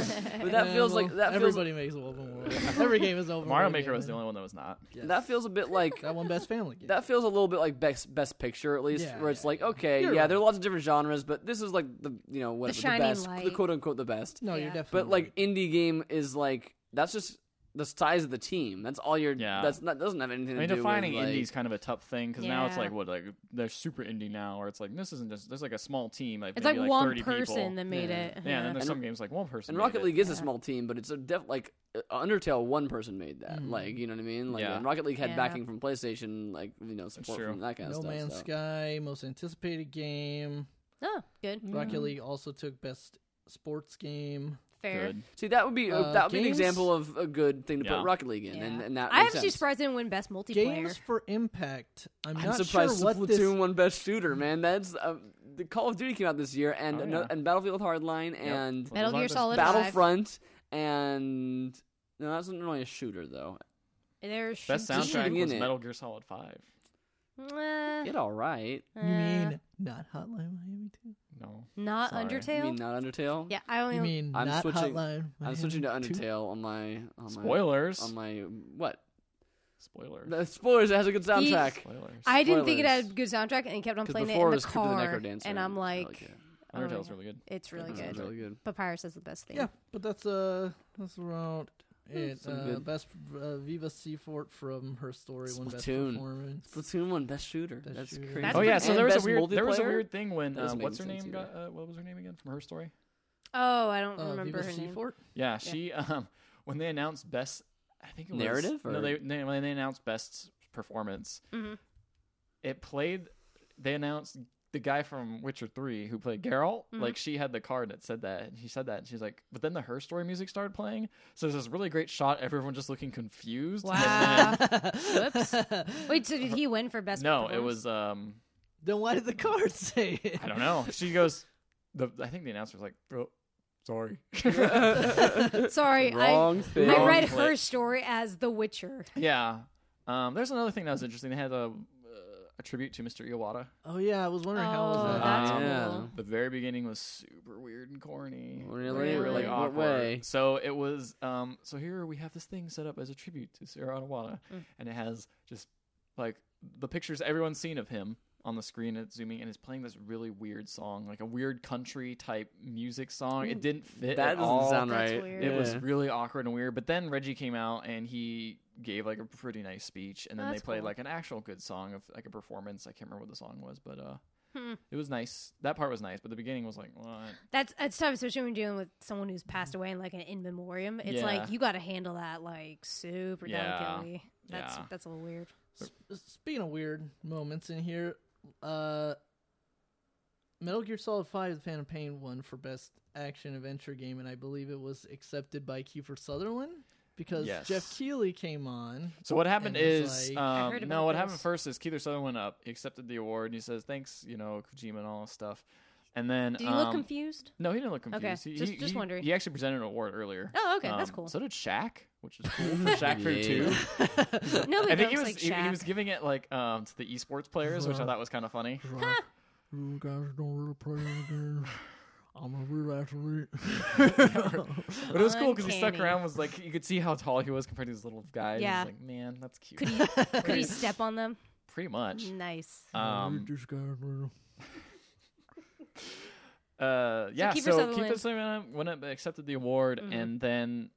S3: [laughs]
S1: yeah.
S2: [laughs]
S1: But that [laughs]
S2: Yeah,
S1: feels like
S2: well,
S1: that feels,
S2: everybody makes an open world. Every
S1: [laughs]
S2: game is an open.
S4: Mario
S2: world
S4: Maker
S2: game,
S4: was the
S2: man.
S4: only one that was not.
S1: that feels a bit like
S2: That one best family game.
S1: that feels a little bit like best best picture at least,
S2: Yeah,
S1: where it's
S2: yeah,
S1: like
S2: yeah.
S1: okay,
S2: You're
S1: yeah,
S2: right.
S1: there are lots of different genres, but this is like the you know what
S3: The
S1: the,
S3: shining
S1: best, the
S3: light.
S1: quote unquote the best.
S2: no,
S3: Yeah.
S2: you're definitely.
S1: But like indie game is like that's just the size of the team. That's all you're.
S4: Yeah.
S1: That's not doesn't have anything
S4: I mean,
S1: to do
S4: defining
S1: with like,
S4: indie is kind of a tough thing because now it's
S3: Yeah.
S4: like what like they're super indie now, or it's like this isn't just there's like a small team, like
S3: it's like,
S4: maybe like,
S3: one
S4: thirty
S3: person
S4: people.
S3: that made
S1: Yeah.
S3: it.
S4: yeah, and then there's
S1: And-
S4: some games like one person.
S1: And
S4: made
S1: Rocket
S4: it.
S1: League is a
S3: Yeah.
S1: small team, but it's a def like uh, Undertale. One person made that.
S2: Mhm.
S1: Like you know what I mean. Like
S4: Yeah.
S1: and Rocket League had
S3: Yeah.
S1: backing from PlayStation, like you know support
S4: true.
S1: from that kind
S2: No
S1: of stuff.
S2: Man's
S1: so.
S2: Sky, most anticipated game.
S3: Oh, good.
S2: Rocket League also took best sports game.
S3: Fair.
S4: Good.
S1: See, that would be
S2: Uh,
S1: that would be an
S2: games?
S1: example of a good thing to
S4: Yeah.
S1: put Rocket League in,
S3: Yeah.
S1: and, and that
S3: I'm
S1: makes
S3: actually
S1: sense.
S3: surprised they didn't win best multiplayer.
S2: Games for Impact. I'm,
S1: I'm
S2: not sure
S1: surprised
S2: what
S1: Splatoon
S2: this.
S1: won Best Shooter, man. That's uh, the Call of Duty came out this year, and
S4: Oh,
S1: ano-
S4: yeah.
S1: and Battlefield Hardline and
S3: Metal Gear Solid
S1: Battlefront and no, that's not really a shooter though.
S3: There's
S4: Best
S1: It's shooting,
S4: soundtrack was
S1: isn't it?
S4: Metal Gear Solid Five.
S3: Uh,
S1: It all right.
S2: You mean not Hotline Miami two?
S4: No,
S3: not
S4: sorry.
S1: You
S3: Undertale?
S1: mean not Undertale?
S3: yeah, I only
S2: You mean
S1: I'm
S2: not
S1: switching-
S2: Hotline?
S1: I'm switching to
S2: Miami 2?
S1: Undertale on my on my
S4: spoilers.
S1: on my what
S4: spoilers.
S1: The spoilers. It has a good soundtrack.
S4: spoilers.
S3: I didn't think it
S1: spoilers.
S3: had a good soundtrack and kept on
S1: 'Cause
S3: playing it
S1: before
S3: in the
S1: was Crypt of the
S3: car.
S1: Necrodancer,
S3: and I'm
S1: I
S3: like,
S1: it.
S3: oh my
S4: Undertale's
S3: God.
S4: really good.
S3: it's really
S1: Undertale's
S3: good.
S1: really good.
S3: Papyrus is the best thing.
S2: Yeah, but that's uh that's around it.
S1: Hmm, some
S2: Uh,
S1: good-
S2: best uh, Viva Seafort from her story won best
S1: Splatoon.
S2: performance.
S1: Platoon won Best Shooter.
S2: Best
S1: That's
S2: Shooter.
S1: crazy.
S3: That's
S4: oh
S3: pretty-
S4: yeah, so
S1: And
S4: there was a
S1: Best
S4: weird there was a
S1: Multiplayer?
S4: weird thing when
S1: That
S4: uh,
S1: doesn't make
S4: what's her
S1: any
S4: name
S1: sense
S4: got uh, what was her name again from her story?
S3: Oh, I don't
S2: Uh,
S3: remember
S2: Viva
S3: her name.
S2: Seafort.
S4: Yeah, she [laughs] um when they announced best I think it was
S1: Narrative,
S4: No,
S1: or-
S4: they, they when they announced best performance,
S3: Mhm.
S4: it played they announced the guy from Witcher 3 who played Geralt, like she had the card that said that. And she said that and she's like, but then the her story music started playing. So there's this really great shot everyone just looking confused. and [laughs]
S3: [laughs] Wow.
S4: then-
S3: Whoops. Wait, so did he win for best?
S4: no, it
S3: performance?
S4: was um
S2: [laughs] Then why did the card say it?
S4: I don't know. She goes the I think the announcer was like, oh, sorry.
S1: [laughs]
S3: [laughs] Sorry, I
S1: Wrong thing.
S3: I read
S4: Wrong
S3: her
S4: click.
S3: story as The Witcher.
S4: Yeah. Um, there's another thing that was interesting. They had a, uh, a tribute to Mr. Iwata.
S2: Oh yeah, I was wondering how
S3: Oh,
S2: was that.
S3: that's
S4: Um,
S1: Yeah.
S3: cool.
S4: The very beginning was super weird and corny.
S1: Really?
S4: Really
S3: Really?
S1: Like,
S4: awkward.
S1: what way?
S4: So it was. Um, so here we have this thing set up as a tribute to Sarah Iwata,
S1: Mm.
S4: and it has just like the pictures everyone's seen of him on the screen. and It's zooming and it's playing this really weird song, like a weird country type music song. It didn't fit.
S1: That
S4: at
S1: doesn't
S4: all.
S1: sound
S3: That's
S1: right.
S3: weird.
S4: It was
S1: Yeah.
S4: really awkward and weird. But then Reggie came out and he gave like a pretty nice speech, and then
S3: Oh,
S4: they
S3: that's
S4: played
S3: cool.
S4: like an actual good song of like a performance. I can't remember what the song was, but uh,
S3: Hmm.
S4: it was nice. That part was nice, but the beginning was like, what?
S3: That's that's tough, especially when you're dealing with someone who's passed away and like an in memoriam. It's like
S4: Yeah.
S3: you got to handle that like super
S4: Yeah.
S3: delicately. That's
S4: Yeah.
S3: that's a little weird.
S2: S- Speaking of weird moments in here, uh, Metal Gear Solid Five: The Phantom Pain won for best action adventure game, and I believe it was accepted by Kiefer Sutherland because
S4: Yes.
S2: Jeff Keighley came on.
S4: So what happened
S2: And it
S4: is,
S2: was like-
S3: I
S4: um,
S3: heard
S4: no,
S3: about
S4: what happened
S3: this.
S4: first is Keith Sutherland went up, he accepted the award, and he says thanks, you know, Kojima and all this stuff. And then
S3: Did you look
S4: um,
S3: [laughs] confused?
S4: No, he didn't look confused.
S3: Okay,
S4: He-
S3: just-
S4: he-
S3: just
S4: he-
S3: wondering.
S4: He actually presented an award earlier.
S3: Oh, okay, that's
S4: Um,
S3: cool.
S4: So did Shaq, which
S2: [laughs]
S4: was cool for Shaq for
S1: Yeah.
S3: [laughs]
S4: two.
S3: Nobody
S4: I think he
S3: looks
S4: was
S3: like
S4: he, he
S3: Shaq.
S4: was giving it like um to the esports players, which I
S2: Right.
S4: thought was kind of funny.
S2: You guys don't really play the game. I'm a real
S4: [laughs]
S2: athlete. [laughs]
S4: But it was cool because he stuck
S3: Uncanny.
S4: around. Was like you could see how tall he was compared to these little guys.
S3: Yeah.
S4: Yeah, like man, that's cute. [laughs]
S3: could he could he step on them?
S4: Pretty much.
S3: Nice.
S4: Um,
S2: Just guys are-
S4: uh, yeah.
S3: Kiefer
S4: So
S3: Sutherland-
S4: Keith Sutherland went up, accepted the award, and then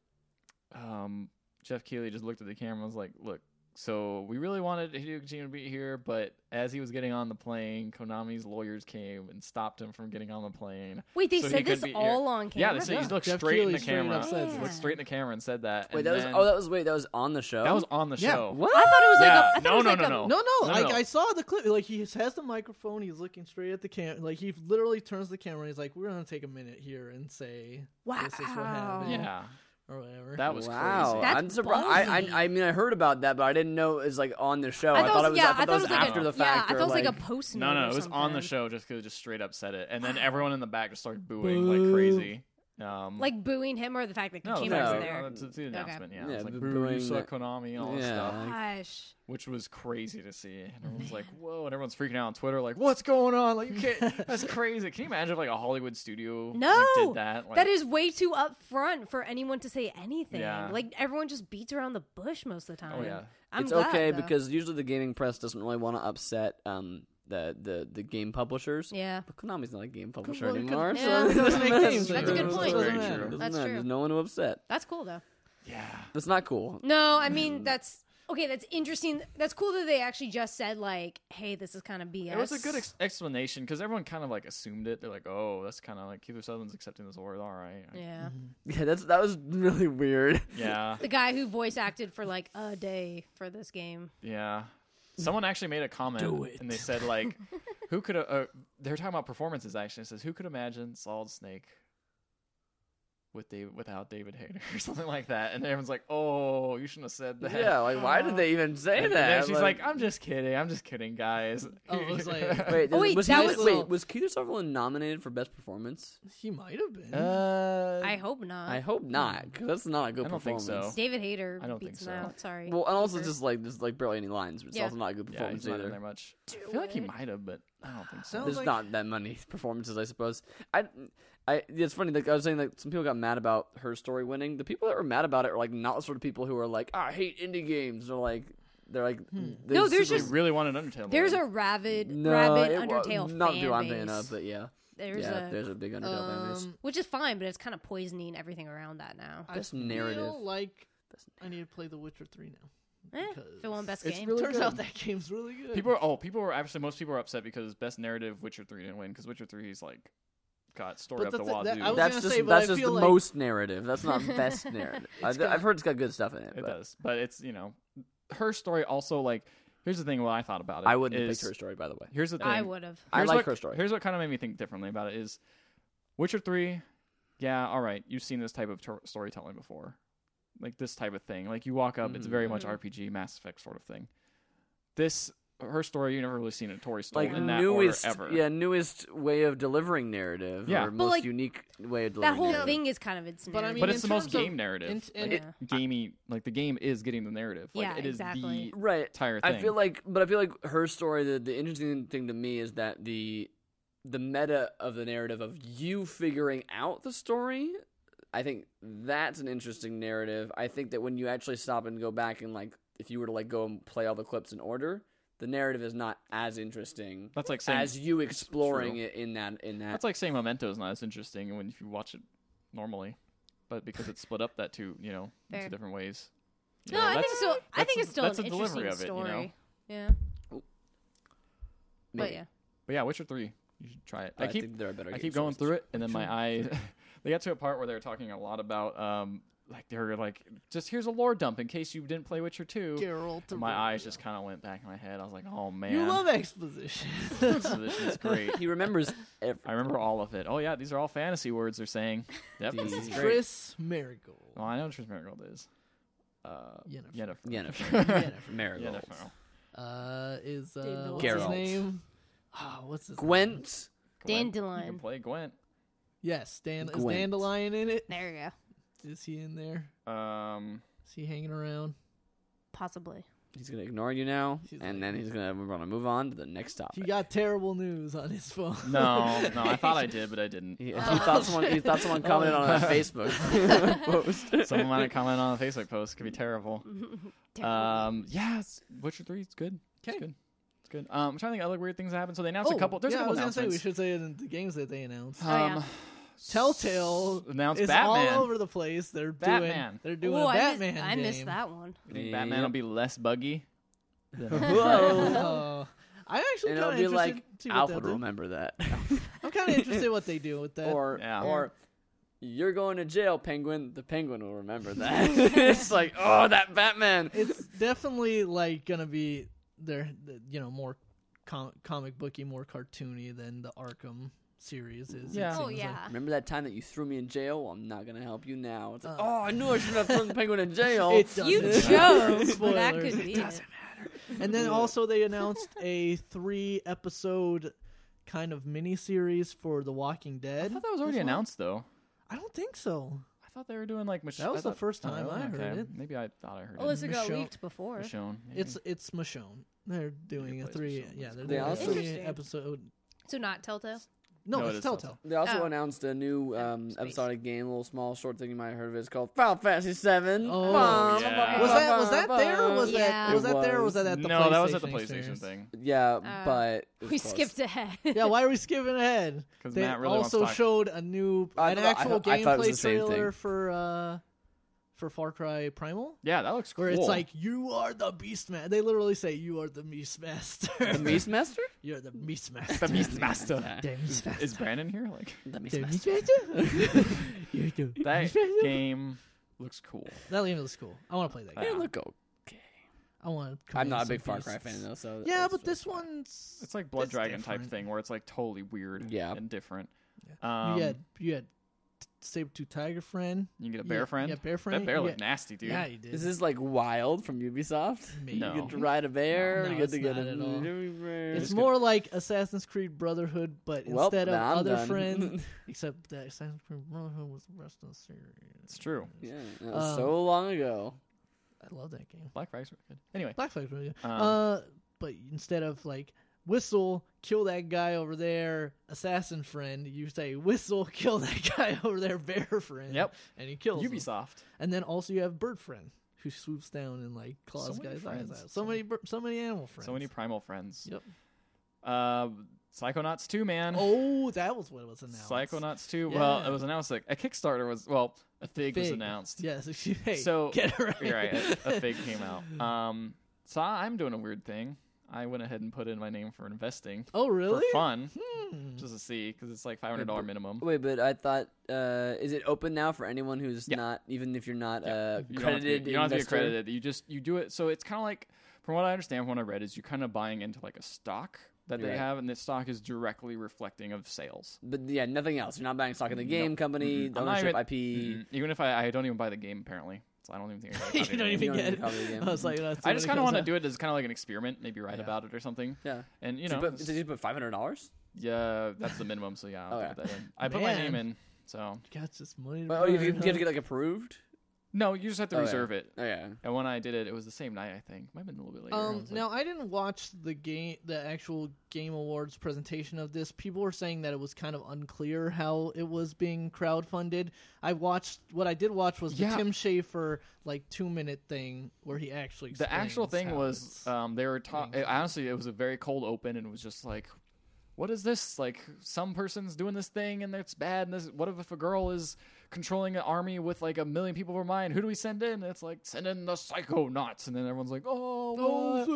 S4: um, Jeff Keighley just looked at the camera and was like, "Look, so we really wanted Hideo Kojima to be here, but as he was getting on the plane, Konami's lawyers came and stopped him from getting on the plane.
S3: Wait, they
S4: so he
S3: said this
S4: couldn't be here.
S3: all on
S4: Yeah,
S3: camera.
S4: they said he
S2: Yeah.
S4: looked
S2: Jeff
S4: straight in
S2: Keighley
S4: the
S2: straight up
S4: camera.
S2: said
S3: that.
S4: Looked straight in the camera and said that.
S1: Wait,
S4: and
S1: that was
S4: then-
S1: oh, that was wait, that was on the show.
S4: That was on the
S2: Yeah.
S4: show.
S1: what?
S3: I thought it was like
S4: Yeah.
S3: a, I thought
S4: no,
S3: it was
S4: no,
S3: like
S4: no,
S3: a,
S4: no,
S2: No, no,
S4: No,
S2: I,
S4: no.
S2: I saw the clip. Like he has the microphone. He's looking straight at the camera. Like he literally turns the camera. He's like, "We're gonna take a minute here and say this is what
S3: Wow.
S2: happened."
S4: Yeah,
S2: or whatever. [laughs]
S4: that was
S1: wow.
S4: crazy.
S3: That's
S1: I'm surprised. I,
S3: ballsy.
S1: I I mean, I heard about that, but I didn't know it was like on the show.
S3: I thought,
S1: it was,
S3: yeah,
S1: I thought that was
S3: like
S1: after
S3: a,
S1: the fact.
S3: Yeah, I
S1: or,
S3: thought it was like,
S1: like
S3: a post.
S4: No,
S3: note
S4: no,
S3: or
S4: it was on the
S3: something. [gasps]
S4: show just because it just straight up said it, and then everyone in the back just started booing like crazy. Um,
S3: Like booing him or the fact that
S4: no,
S3: Kojima's
S1: no.
S3: there.
S4: uh, It's, the announcement. Yeah,
S1: Yeah,
S4: it's like
S1: the
S4: boo, you
S1: booing that-
S4: suck, Konami, all that
S1: Yeah.
S4: stuff,
S1: like-
S3: Gosh.
S4: which was crazy to see. And everyone's like, "Whoa!" And everyone's freaking out on Twitter, like, "What's going on? Like, you
S3: [laughs]
S4: can't. That's crazy. Can you imagine if like a Hollywood studio
S3: No,
S4: like, did that? Like,
S3: that is way too upfront for anyone to say anything.
S4: Yeah.
S3: Like everyone just beats around the bush most of the time.
S4: Oh, yeah.
S3: I'm
S1: it's
S3: glad,
S1: okay
S3: though.
S1: because usually the gaming press doesn't really want to upset um the the, the game publishers.
S3: yeah,
S1: But Konami's not a game publisher
S2: well, 'cause-
S1: anymore,
S3: Yeah.
S1: so it doesn't
S2: They
S1: matter.
S2: make games,
S1: It
S3: That's a good
S1: doesn't
S3: point.
S4: Very
S1: matter.
S4: true.
S1: It doesn't
S3: That's
S1: matter.
S3: true.
S1: There's no one to upset.
S3: that's cool though.
S4: yeah.
S1: That's not cool. [laughs]
S3: No, I mean that's okay. That's interesting. That's cool that they actually just said like, "Hey, this is kind of BS."
S4: It was a good ex- explanation because everyone kind of like assumed it. They're like, "Oh, that's kind of like Keith Sutherland's accepting this award. All right, Like,
S3: yeah,
S1: Yeah, that's that was really weird.
S4: yeah,
S3: the guy who voice acted for like a day for this game.
S4: yeah." Someone actually made a comment,
S2: Do it.
S4: and they said like, "Who could? Uh, they're talking about performances. Actually, it says who could imagine Solid Snake with David without David Hayter [laughs] or something like that?" And everyone's like, "Oh, you shouldn't have said that."
S1: yeah, like why
S3: Uh,
S1: did they even say
S4: And, and
S1: that?
S4: then she's like, "I'm just kidding. I'm just kidding, guys."
S2: [laughs] Oh, it
S4: [laughs]
S2: was like-
S1: wait,
S3: Oh, wait,
S1: was
S3: that
S1: he,
S3: was-
S1: wait, was Keith Sutherland nominated for best performance?
S2: He might have been.
S4: uh,
S3: [laughs] I hope not.
S1: I hope not, because that's not a good
S4: I don't think
S1: performance.
S4: so.
S3: David Hayter
S4: I don't
S3: beats
S4: think
S3: him
S4: so.
S3: out. Sorry.
S1: Well, and also
S3: Keeper.
S1: just like there's like barely any lines, but it's
S3: Yeah. Oh,
S1: also not a good
S4: yeah,
S1: performance
S4: he's not in
S1: either.
S4: there much.
S3: Do
S4: I feel like he
S3: it.
S4: might have, but I don't think so.
S2: Sounds
S1: There's
S2: like-
S1: not that many [laughs] performances, I suppose. I, I, it's funny. Like I was saying, like some people got mad about her story winning. The people that were mad about it are like not the sort of people who are like, I hate indie games. They're like, they're like, they're
S3: Hmm. No, there's
S4: They
S1: super-
S3: just-
S4: really wanted Undertale.
S3: There's
S4: Lord.
S3: a rabid,
S1: no,
S3: rabid
S1: it wa-
S3: Undertale
S1: not
S3: fan
S1: who I'm
S3: base.
S1: thinking of, uh, but yeah,
S3: there's
S1: yeah,
S3: a,
S1: there's a big Undertale fan base.
S2: um,
S3: which is fine, but it's kind of poisoning everything around that now.
S2: I
S1: Best
S2: feel
S1: narrative.
S2: like I need to play The Witcher 3 now.
S3: Eh,
S2: because
S3: fill in best
S4: it's
S3: game.
S4: really
S2: Turns
S4: good.
S2: out that game's really good.
S4: people. Are, oh, people were actually most people were upset because best narrative Witcher three didn't win because Witcher three is like got story
S2: But
S4: up the
S2: that's-
S4: wazoo.
S2: that- I was
S1: that's
S2: gonna
S1: just
S2: say, but
S1: that's
S2: I
S1: just the
S2: feel like-
S1: most narrative. That's not
S2: [laughs]
S1: best narrative. I,
S2: got-
S1: have heard it's got good stuff in it.
S4: it
S1: but
S4: does, but it's you know her story also like. Here's the thing. What I thought about it.
S1: I wouldn't
S4: is,
S1: pick her story, by the way.
S4: Here's the thing.
S3: I would have.
S1: I
S4: Here's
S1: like
S4: what-
S1: her story.
S4: Here's what kind of made me think differently about it is Witcher 3, yeah, all right, you've seen this type of tor- storytelling before. Like this type of thing. Like you walk up, it's very
S2: Mm-hmm.
S4: much
S3: Mhm.
S4: RPG, Mass Effect sort of thing. This her story, you never really seen a Tori story
S1: like
S4: in that
S1: newest,
S4: order ever.
S1: yeah, newest way of delivering narrative, or
S4: Yeah. But,
S1: most
S3: like,
S1: unique way of delivering
S3: That whole
S1: narrative.
S3: thing is kind of its.
S2: But I
S3: narrative.
S2: mean,
S4: but
S2: in
S4: it's the most
S2: terms of-
S4: game narrative.
S2: in- and-
S4: like it, gamey, like the game is getting the narrative. Like
S3: Yeah,
S4: it is the
S3: exactly.
S1: right
S4: entire
S1: i
S4: thing.
S1: feel like but i feel like her story the, the interesting thing to me is that the the meta of the narrative of you figuring out the story i think that's an interesting narrative i think that when you actually stop and go back and like if you were to like go and play all the clips in order the narrative is not as interesting
S4: that's like saying
S1: as you exploring
S4: true.
S1: it in that in that
S4: that's like saying Memento's not as interesting when if you watch it normally. But because it's split up that two, you know, in
S3: Fair.
S4: two different ways. you
S3: no,
S4: know,
S3: I
S4: that's-
S3: think so. I
S4: that's
S3: think
S4: the-
S3: it's still
S4: that's
S3: an
S4: the delivery
S3: interesting
S4: of it, you know?
S3: story. Yeah, but
S1: maybe.
S3: yeah,
S4: But yeah, Witcher three, you should try it.
S1: But
S4: I keep
S1: think there are better
S4: I
S1: game
S4: keep going
S1: choices.
S4: through it, and then my eye. [laughs] they got to a part where they were talking a lot about um like they were like just here's a lore dump in case you didn't play Witcher two.
S2: Geralt.
S4: And
S2: of
S4: my
S2: Rivia.
S4: eyes just kind of went back in my head. I was like, oh man,
S2: You
S4: [laughs]
S2: love exposition.
S4: so this is great.
S1: he remembers every
S4: [laughs] I
S1: [laughs]
S4: remember all of it. Oh yeah, these are all fantasy words they're saying. Yep, this is
S1: These-
S4: great.
S2: Tris Marigold.
S4: Well, I know Tris Marigold is. Uh,
S2: Yennefer.
S4: Yennefer. [laughs]
S1: Yennefer.
S2: Yennefer.
S1: Marigold.
S4: Yennefer.
S2: Uh, is
S3: Didn't
S2: uh,
S3: know
S2: what's his
S1: Geralt.
S2: name? Ah, what's his Name?
S1: Gwent.
S4: Gwent. You
S3: Dandelion.
S4: can play Gwent.
S2: Yes, Dan. Is
S1: Gwent.
S2: Dandelion in it?
S3: there you go.
S2: Is he in there? [laughs]
S4: Um,
S2: Is he hanging around?
S3: Possibly.
S1: He's gonna ignore you now,
S2: He's
S1: and
S2: like-
S1: then he's gonna we're gonna move on to the next topic.
S2: He got terrible news on his phone.
S4: no, no, I thought I did, but I didn't.
S3: Oh.
S1: He, he
S2: Oh.
S1: thought someone he thought
S2: [laughs]
S1: someone commented on a Facebook
S3: [laughs]
S1: post.
S4: [laughs] Someone might have commented on a Facebook post.
S2: Mm-hmm.
S4: Could be terrible.
S3: Mm-hmm. Terrible.
S4: Um, yes, Witcher Three. It's good. It's
S2: 'Kay.
S4: good. It's good. Um, I'm trying to think of other weird things that happened. So they announced a couple. There's
S2: Oh, yeah,
S4: a couple
S2: I was gonna say we
S4: announcements.
S2: should say it in the games that they announced.
S3: Oh, yeah.
S4: Um,
S2: [sighs] Telltale
S4: announced
S2: is
S4: Batman.
S2: all over the place. They're
S4: Batman.
S2: doing. They're doing
S3: Ooh,
S2: a
S3: I miss-
S2: Batman.
S3: I missed
S2: game.
S3: that one.
S4: You think Batman
S1: [laughs]
S4: will
S2: [laughs]
S1: Yep.
S4: be less buggy.
S2: Oh, I actually
S1: and
S2: kind
S1: it'll
S2: of
S1: be
S2: interested
S1: like
S2: to see what
S1: Alf
S2: they'll
S1: would
S2: do.
S1: remember that,
S2: I'm kind of interested what they do with [laughs] that.
S1: or
S4: Yeah.
S1: or you're going to jail, Penguin. The Penguin will
S2: [laughs]
S1: remember that. [laughs] it's like oh, that Batman.
S2: it's definitely like gonna be they're you know more com- comic booky, more cartoony than the Arkham series is. it
S4: Yeah.
S2: seems
S3: Oh
S4: [laughs]
S2: like.
S3: yeah.
S1: Remember that time that you threw me in jail? Well, I'm not gonna help you now. It's like,
S2: Uh.
S1: oh, I knew I shouldn't have thrown the Penguin in jail.
S2: It does.
S3: You
S2: Doesn't-
S3: chose, but that
S2: Spoilers.
S3: could
S4: [laughs]
S2: It
S3: be.
S2: doesn't And then also
S3: [laughs]
S2: they announced a three episode kind of mini series for The Walking
S4: I
S2: Dead.
S4: thought that was already announced though.
S2: I don't think so.
S4: I thought they were doing like Michonne.
S2: was the first time I heard it.
S4: Oh, Maybe I thought I heard it.
S3: Unless it got
S2: Michonne-
S3: leaked before.
S4: Michonne. maybe.
S2: It's it's Michonne. They're doing a
S4: plays
S2: three.
S4: Michonne.
S2: Yeah,
S4: That's cool.
S2: they're
S1: They
S2: doing a
S1: also-
S2: three
S3: Interesting.
S2: episode.
S3: So not Telltale.
S2: No,
S4: No, it
S2: it's
S4: is
S2: Telltale.
S1: They also
S3: Oh.
S1: announced a new um,
S3: space.
S1: episodic game, a little small short thing you might have heard of. It's called Final Fantasy Seven.
S2: Oh,
S1: Bum,
S4: yeah.
S1: bum,
S2: Was that was
S1: bum,
S2: that there? Or
S1: bum.
S2: was
S3: Yeah.
S2: that was that there? Or was
S1: It
S2: that at the
S4: no,
S2: PlayStation
S4: that was at the PlayStation
S2: experience?
S4: thing
S1: Yeah,
S3: Uh,
S1: but it
S3: We
S1: was close.
S3: skipped ahead.
S2: Yeah, why are we skipping ahead?
S4: because
S2: They
S4: Matt really
S2: also
S4: wants to talk.
S2: showed a new
S1: I
S2: an
S1: thought- I
S2: actual
S1: thought- I thought it was the
S2: gameplay
S1: same thing.
S2: trailer for uh for Far Cry Primal.
S4: Yeah, that looks cool.
S2: Where
S4: [laughs]
S2: it's like you are the beast man. They literally say you are the beast master.
S1: The Beastmaster?
S2: [laughs] You're the beast
S4: the
S2: master. [laughs]
S4: Beastmaster. [laughs]
S2: Damn,
S1: [laughs]
S2: beast master.
S4: Is Brandon here? Like
S1: The
S2: Damn,
S1: Beastmaster.
S2: beast master. [laughs] You're the
S4: [laughs] that
S2: beast master.
S4: [laughs] game looks cool.
S2: That game looks cool. I want to play that game.
S1: It looked okay.
S2: I want. to
S1: I'm
S2: command
S1: not a
S2: some
S1: big Far Cry
S2: beasts.
S1: fan though, so
S2: Yeah,
S1: that's
S2: but this
S1: really fine.
S2: one's
S4: It's like Blood
S2: it's
S4: Dragon type
S2: different.
S4: thing where it's like totally weird
S1: Yeah.
S4: and different. Um,
S2: you had you had saber tooth tiger friend.
S4: you can get a
S2: you
S4: bear
S2: had-
S4: friend.
S2: Yeah, bear friend.
S4: That bear
S2: you
S4: looked
S2: had-
S4: nasty, dude.
S2: Yeah, you did.
S1: Is this like Wild from Ubisoft?
S2: Maybe.
S4: No.
S1: You get to ride a bear.
S2: No,
S1: you get
S2: it's
S1: to get
S2: not
S1: a
S2: at all.
S1: bear.
S2: It's more like Assassin's Creed Brotherhood, but
S1: Well,
S2: instead of
S1: nah, I'm
S2: other
S4: [laughs]
S1: done. [laughs]
S2: friend, except that Assassin's Creed Brotherhood was the rest of the series.
S4: It's true.
S1: Yeah, that was
S2: Um,
S1: so long ago.
S2: I love that game.
S4: Black Flags were good. Anyway,
S2: Black Flag's really good.
S4: Um,
S2: uh, but instead of like whistle, kill that guy over there, assassin friend, you say whistle, [laughs] kill that guy over there, bear friend.
S4: Yep.
S2: and you kill him.
S4: Ubisoft.
S2: And then also you have bird friend who swoops down and like claws
S4: many
S2: guys'
S4: friends.
S2: eyes out. So many, bir- so many animal friends.
S4: So many primal friends.
S2: Yep.
S4: Uh, Psychonauts 2, man.
S2: Oh, that was what was announced.
S4: Psychonauts 2. Well,
S2: Yeah.
S4: it was announced like a Kickstarter was well, a fig, was
S2: Fig.
S4: announced.
S2: Yes. [laughs] excuse- Hey,
S4: So-
S2: get it right.
S4: You're right. A, a fig came out. Um, so I- I'm doing a weird thing. I went ahead and put in my name for investing
S2: Oh, really?
S4: for fun,
S2: Hmm.
S4: just to see, because it's like $500 minimum.
S1: Wait, but I thought uh, is it open now for anyone who's
S4: Yeah.
S1: not even if you're not uh,
S4: You don't have to be-
S1: credited?
S4: You don't have to be
S1: investor?
S4: accredited. You just you do it. So it's kind of like, from what I understand, from what I read, is you're kind of buying into like a stock that they
S1: Right.
S4: have, and that stock is directly reflecting of sales.
S1: But yeah, nothing else. You're not buying stock in the
S4: Nope.
S1: game company,
S4: Mm-mm.
S1: the
S4: I'm not
S1: ownership,
S4: even-
S1: IP.
S4: Mm, Even if I, I don't even buy the game, apparently. So I don't even think I got a copy
S2: [laughs] you
S4: of the game.
S2: don't
S1: You
S2: even
S1: don't
S2: get
S1: even
S2: it.
S1: cover the game.
S2: [laughs] I was like,
S4: I just kind of want to do it as kind of like an experiment, maybe write
S2: Yeah.
S4: about it or something.
S1: Yeah.
S4: And you
S1: Did
S4: know,
S1: you put,
S4: it's-
S1: did you put five hundred dollars?
S4: yeah,
S1: [laughs]
S4: that's the minimum. So yeah, I'll
S1: Oh,
S4: put that in. I put my name
S2: Man.
S4: in. So
S2: [laughs] Got this money. to
S1: Oh, you,
S2: burn,
S1: you have to
S2: huh?
S1: get like approved.
S4: no, you just have to
S1: Oh, yeah.
S4: reserve it.
S1: Oh yeah.
S4: And when I did it, it was the same night. I think might have been a little bit later. I
S2: Um,
S4: was like,
S2: now I didn't watch the game, the actual Game Awards presentation of this. People were saying that it was kind of unclear how it was being crowdfunded. I watched what I did watch was the
S4: Yeah.
S2: Tim Schafer like two minute thing where he actually
S4: the actual
S2: explains
S4: thing
S2: how
S4: was
S2: it's-
S4: um, they were talking.
S2: things.
S4: Honestly, it was a very cold open, and it was just like, "What is this? Like, some person's doing this thing, and it's bad. And this, what if a girl is controlling an army with like a million people of her mind? Who do we send in? And it's like send in the psychonauts, and then everyone's like, "Oh, what?"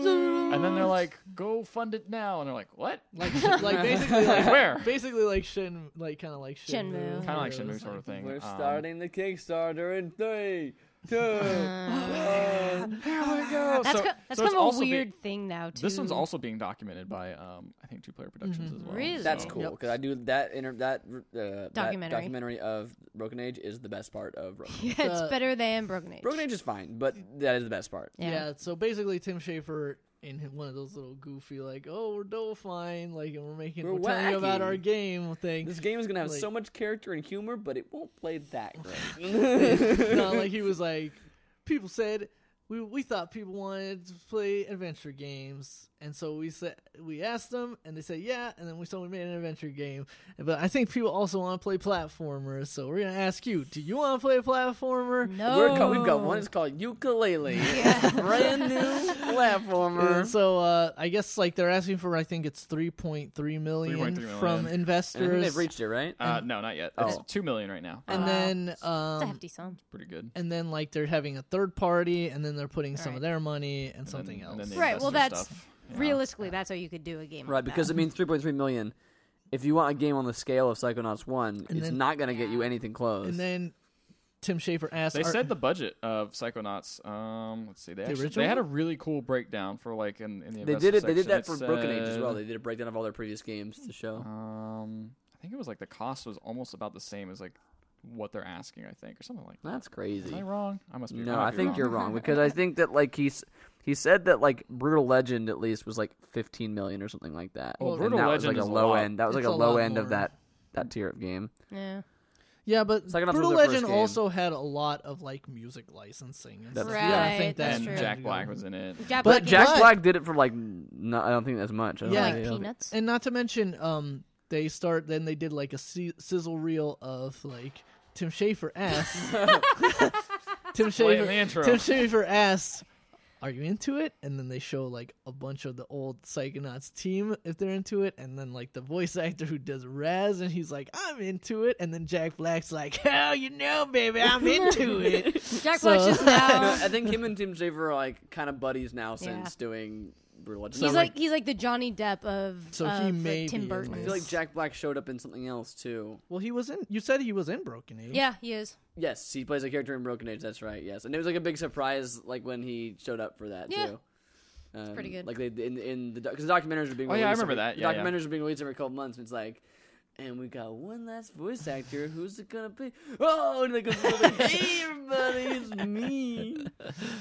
S4: and then they're like, "Go fund it now," and they're
S1: [laughs]
S4: like, "What?"
S2: [laughs] like
S4: [laughs]
S2: like basically like
S4: Where?
S2: basically like Shin like kind of like Shin
S3: Shenmue.
S4: Kind of like
S2: where it
S4: Shinmu
S2: was
S4: sort of thing.
S1: We're
S4: Um,
S1: starting the Kickstarter in three, two,
S4: [laughs]
S1: one. [laughs]
S4: Here we go.
S3: That's
S4: so,
S3: co- that's
S4: so it's
S3: kind of
S4: also
S3: a
S4: be-
S3: weird thing now too. [laughs]
S4: this one's also being documented by um, I think Two Player Productions as well.
S3: Really?
S1: Mm-hmm. That's
S4: so-
S1: cool
S2: Yep.
S1: because I do that. Inter- that, uh, that
S3: Documentary.
S1: documentary of Broken Age is the best part of
S2: [laughs]
S1: Broken. Age.
S3: yeah, it's
S2: Uh,
S3: better than Broken Age.
S1: Broken Age is fine, but that is the best part.
S3: Yeah.
S2: Yeah. so basically Tim Schafer in hi- one of those little goofy like, oh, we're dough fine, like, and we're making
S1: We're
S2: we're, telling you about
S1: wacky.
S2: our game thing. [laughs]
S1: This game is gonna have
S2: Like-
S1: so much character and humor, but it won't play that
S2: [laughs]
S1: great.
S2: Not like he was like, people said we we thought people wanted to play adventure games, and so we said we asked them, and they said yeah, and then we so we made an adventure game. But I think people also want to play platformers, so we're gonna ask you, do you want to play a platformer?
S3: no,
S1: We're co- we've got
S4: Oh.
S1: one. It's called
S4: [laughs]
S1: Ukulele, brand new
S2: And
S1: platformer.
S2: so uh, I guess like they're asking for I think it's 3.3 million,
S4: 3.3 million.
S2: from
S1: And I think
S2: investors.
S1: they've reached it, right?
S4: Uh, no, not yet. It's
S1: Oh.
S4: two million right now.
S2: and
S3: Wow.
S2: then
S3: It's a
S2: um,
S3: hefty sum.
S4: Pretty good.
S2: and then like they're having a third party, and then they're putting some
S3: Right.
S2: of their money and,
S4: And
S2: something
S4: then-
S2: else.
S4: and then the
S3: Right, well,
S4: investor
S3: that's
S4: stuff. Yeah.
S3: Realistically, that's how you could do a game.
S1: Right,
S3: like
S1: because
S3: that.
S1: it means 3.3 million. If you want a game on the scale of Psychonauts 1, it's
S2: then-
S1: not going to get you anything close.
S2: And then Tim Schafer asked,
S4: They
S2: are-
S4: said the budget of Psychonauts. Um, let's see. They, actually,
S2: original
S4: they had a
S2: one?
S4: really cool breakdown for like in, in the
S1: they
S4: investor
S1: did it. They did
S4: section.
S1: that for Broken
S4: said,
S1: Age as well. They did a breakdown of all their previous games to show.
S4: um, I think it was like the cost was almost about the same as like what they're asking. I think or something like. that.
S1: That's
S4: Am
S1: crazy.
S4: I wrong? I must be.
S1: No,
S4: might
S1: I
S4: be
S1: think you're wrong because I think that like he's he said that like Brutal Legend at least was like 15 million or something like that.
S4: Well,
S1: and
S4: Brutal
S1: that was
S4: Legend is
S1: like a
S4: a
S1: low
S4: lot.
S1: end. That was like
S2: It's
S1: a
S2: a
S1: low
S2: lot
S1: end of
S2: more.
S1: that that tier of game.
S3: yeah.
S2: Yeah, but
S1: Second off was
S2: Brutal
S1: their first
S2: Legend
S1: game.
S2: also had a lot of like music licensing. And
S1: That's
S2: stuff.
S1: true.
S2: Yeah, I think
S3: Right, that's
S2: that
S4: and
S3: true.
S4: Jack Black was in it.
S3: Jack
S2: But
S3: Black-
S1: Jack
S2: But-
S1: Black did it for like. No, I don't think that's much. I don't
S2: Yeah.
S1: think-
S3: like
S1: I don't think-
S3: peanuts.
S2: And not to mention, um, they start then they did like a si- sizzle reel of like Tim Schafer [laughs] ass. Tim
S4: Play it in the
S2: Schafer.
S4: intro.
S2: Tim Schafer asks, "Are you into it?" And then they show like a bunch of the old Psychonauts team if they're into it, and then like the voice actor who does Raz, and he's like, "I'm into it," and then Jack Black's like, "Hell, you know, baby, I'm into it." [laughs]
S3: Jack
S2: So-
S3: Black's just
S4: uh,
S1: No,
S3: now.
S1: I think him and Tim Schafer are like kind of buddies now
S3: Yeah.
S1: since doing Brutal Legend.
S3: He's
S1: So,
S3: like, he's like the Johnny Depp of,
S2: So
S3: of
S2: he
S3: like,
S2: may be
S3: Tim
S2: in
S3: Burton.
S1: I
S2: this.
S1: feel like Jack Black showed up in something else too.
S2: Well, he was in. You said he was in Broken Age.
S3: Yeah, he is.
S1: Yes, he plays a character in Broken Age. That's right. Yes, and it was like a big surprise, like when he showed up for that
S3: Yeah.
S1: too. It's
S3: pretty good.
S1: Like they in in the because the documentaries are being.
S4: Oh, yeah, I
S1: released
S4: remember
S1: every-
S4: that.
S1: the
S4: Yeah, yeah.
S1: documentaries are being released every couple months, and it's like. And we got one last voice actor. Who's it gonna be? Oh, and like,
S3: [laughs]
S1: hey everybody, it's me.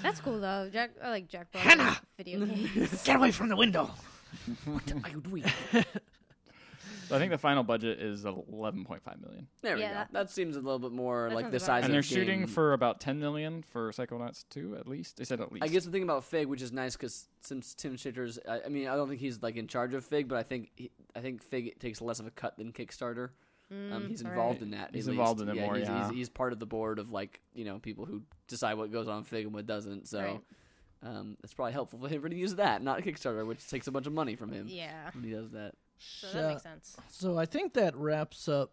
S3: That's cool though. Jack, I like Jack Black. in
S2: Hannah! [laughs]
S3: Video games.
S2: Get away from the window.
S1: [laughs] I would weep.
S4: I think the final budget is 11.5 million,
S1: There we
S3: Yeah,
S1: go.
S3: that-
S1: That, seems a little bit more
S3: That
S1: like
S3: sounds
S1: the
S3: about
S1: size.
S3: right.
S1: of
S4: and they're
S1: game.
S4: shooting for about 10 million for Psychonauts 2 at least. They said at least.
S1: I guess the thing about Fig, which is nice because since Tim Schitter's, I, I mean, I don't think he's like in charge of Fig, but I think he, I think Fig takes less of a cut than Kickstarter. Um, he's
S3: all
S1: involved
S3: Mm, right.
S1: in that. at
S4: He's involved
S1: least.
S4: in it more,
S1: he's,
S4: yeah.
S1: He's, he's part of the board of like you know people who decide what goes on Fig and what doesn't. So
S3: Right.
S1: um, it's probably helpful for him to use that, not Kickstarter, which takes a bunch of money from him
S3: Yeah,
S1: when he does that.
S3: so that makes sense. Oh,
S2: So I think that wraps up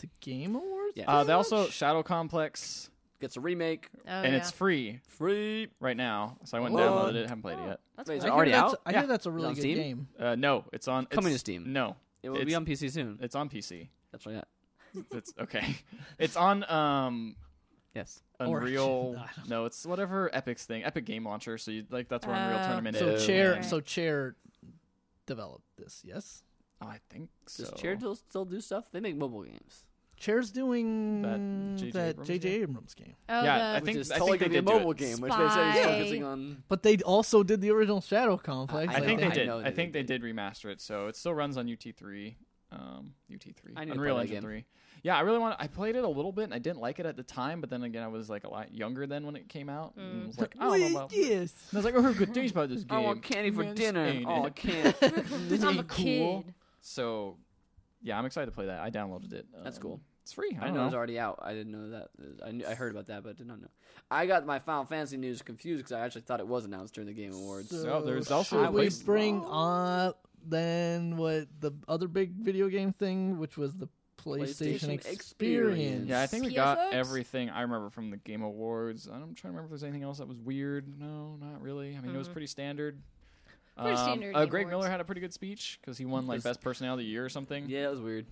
S2: the Game Awards.
S1: Yeah.
S4: Uh, they also Shadow Complex,
S1: Gets a remake
S3: Oh
S4: and
S3: yeah.
S4: it's free
S1: free.
S4: right now. So I went and
S1: Whoa.
S4: downloaded it. Haven't played it yet.
S3: That's
S1: Wait,
S3: cool.
S1: is
S2: I
S1: it
S2: hear
S1: already
S2: that's-
S1: out?
S2: I
S4: Yeah.
S2: hear that's a really
S1: on
S2: good
S1: Steam?
S2: game.
S4: Uh, no, it's on it's,
S1: Coming to Steam.
S4: No,
S1: It will be
S4: It's-
S1: on PC soon.
S4: it's on PC.
S1: That's right.
S4: It's okay. [laughs] it's on um
S1: Yes.
S2: Or-
S4: Unreal.
S3: [laughs]
S2: I don't-
S4: no, it's whatever Epic's thing, Epic Game Launcher. So you like that's where Unreal
S3: Oh.
S4: Tournament
S2: So
S4: is.
S2: chair,
S3: Right.
S2: so chair, developed this. Yes,
S4: Oh, I think so.
S1: Does Chair still, still do stuff? They make mobile games.
S2: chair's doing
S4: That
S2: that
S4: J.J. Abrams
S2: J.J.
S4: game?
S2: Abrams game.
S3: oh,
S4: yeah,
S3: the,
S4: I think
S1: which is
S4: I
S1: totally
S4: think they
S1: gonna be a
S4: did do it.
S1: mole game, which they said he's
S3: Spy.
S1: focusing on.
S2: But they also did the original Shadow Complex.
S1: I
S4: I,
S1: know
S4: think they
S1: they
S4: did.
S1: know
S4: I
S1: they
S4: think they
S1: did.
S4: did remaster it, so it still runs on UT3. Um, UT3.
S1: I need to
S4: Unreal
S1: play that
S4: Engine
S1: again.
S4: 3. Yeah, I really want. I played it a little bit, and I didn't like it at the time. But then again, I was like a lot younger then when it came out. And I was like, I don't know
S2: Wait,
S4: about. this. And
S2: yes.
S4: I was like, I heard good things about this game.
S1: [laughs] I want candy for
S4: Man, this
S1: dinner.
S4: ain't
S1: Oh,
S4: it.
S1: I
S4: [laughs]
S1: can't.
S3: [laughs]
S4: This
S3: I'm
S4: ain't
S3: a kid.
S4: So, yeah, I'm excited to play that. I downloaded it.
S1: That's
S4: Um,
S1: cool.
S4: It's free.
S1: I
S4: I,
S1: didn't know it
S4: know.
S1: was already out. I didn't know that. I, knew, I heard about that, but did not know. I got my Final Fantasy news confused because I actually thought it was announced during the Game Awards.
S4: So Oh, there's also
S2: should
S1: a
S2: we
S1: place-
S2: bring up then what the other big video game thing, which was the
S1: PlayStation
S2: PlayStation, Experience.
S1: Experience.
S4: Yeah, I think we got
S3: PSX?
S4: everything I remember from the Game Awards. I'm trying to remember if there's anything else that was weird. No, not really. I mean, it was pretty standard.
S3: Mm-hmm. Pretty
S4: Um,
S3: standard
S4: Uh,
S3: Game
S4: Greg
S3: Awards.
S4: Miller had a pretty good speech because he won like
S1: Was-
S4: Best Person of the Year or something.
S1: Yeah, that was weird.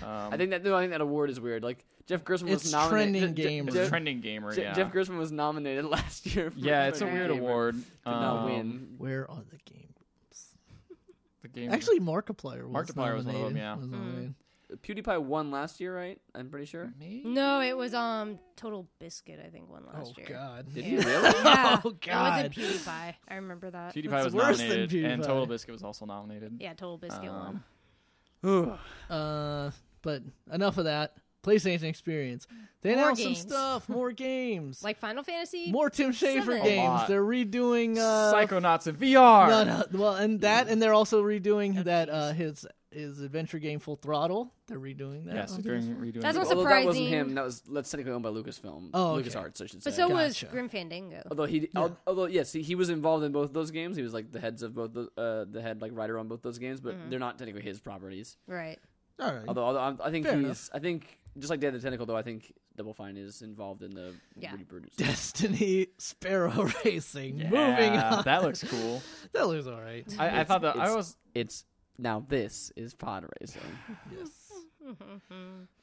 S4: Um,
S1: I think that no, I think that award is weird. Like Jeff Gerstmann was
S2: It's
S1: nominated.
S2: trending
S1: Je- Je-
S2: gamer.
S4: it's
S1: Je-
S4: trending gamer.
S1: Je-
S4: yeah.
S1: Jeff Gerstmann was nominated [laughs] last year. For
S4: yeah, it's a
S1: trending
S4: weird
S1: gamer.
S4: award.
S1: Did not
S4: Um,
S1: win.
S2: Where are the games?
S4: The game
S2: Actually, Markiplier was
S4: Markiplier was one of them,
S2: nominated,
S4: yeah.
S3: Hmm.
S2: was nominated.
S1: PewDiePie won last year, right? I'm pretty sure.
S4: Me?
S1: [laughs]
S3: No, it was um Total Biscuit. I think one last
S2: Oh
S3: year.
S2: [laughs] God!
S1: Did
S3: Yeah.
S1: he really?
S3: Yeah.
S2: Oh, God.
S3: It was a PewDiePie. I remember that.
S4: PewDiePie
S2: That's
S4: was
S2: worse than
S4: nominated, and
S2: PewDiePie.
S4: Total Biscuit was also nominated.
S3: Yeah, Total Biscuit
S4: Um,
S3: one.
S2: Uh, but enough of that. PlayStation Experience. They
S3: More
S2: announced
S3: games.
S2: some stuff. More games.
S3: Like Final
S2: [laughs]
S3: Fantasy.
S2: more Tim Schafer
S3: seven. A
S2: games.
S4: lot.
S2: They're redoing. Uh,
S4: Psychonauts in VR.
S2: No, no. Well, and that, and they're also redoing that. Uh, his his adventure game Full Throttle. They're redoing that.
S4: Yes,
S2: on
S4: during
S2: PS4.
S4: redoing.
S3: That's
S4: the-
S3: what's [laughs]
S1: Although that wasn't
S3: surprising.
S1: him. That was that's technically owned by Lucasfilm.
S2: Oh, okay.
S1: LucasArts, I should say.
S3: but so was
S2: Gotcha.
S3: Grim Fandango.
S1: Although he, al- although yes, he, he was involved in both those games. He was like the heads of both, the, uh, the head like writer on both those games,
S3: Mm-hmm.
S1: but they're not technically his properties.
S3: Right.
S2: All right.
S1: Although, although I'm, I think
S2: Fair
S1: he's, I think just like Day of the Tentacle, though I think Double Fine is involved in the
S3: Yeah.
S1: reproducing.
S2: [laughs] Destiny Sparrow [laughs] Racing.
S4: Yeah,
S2: Moving on.
S4: That looks cool.
S2: That looks all right.
S4: I, I
S1: It's-
S4: thought that I
S1: it's-
S4: was
S1: [laughs] It's now this is pod racing.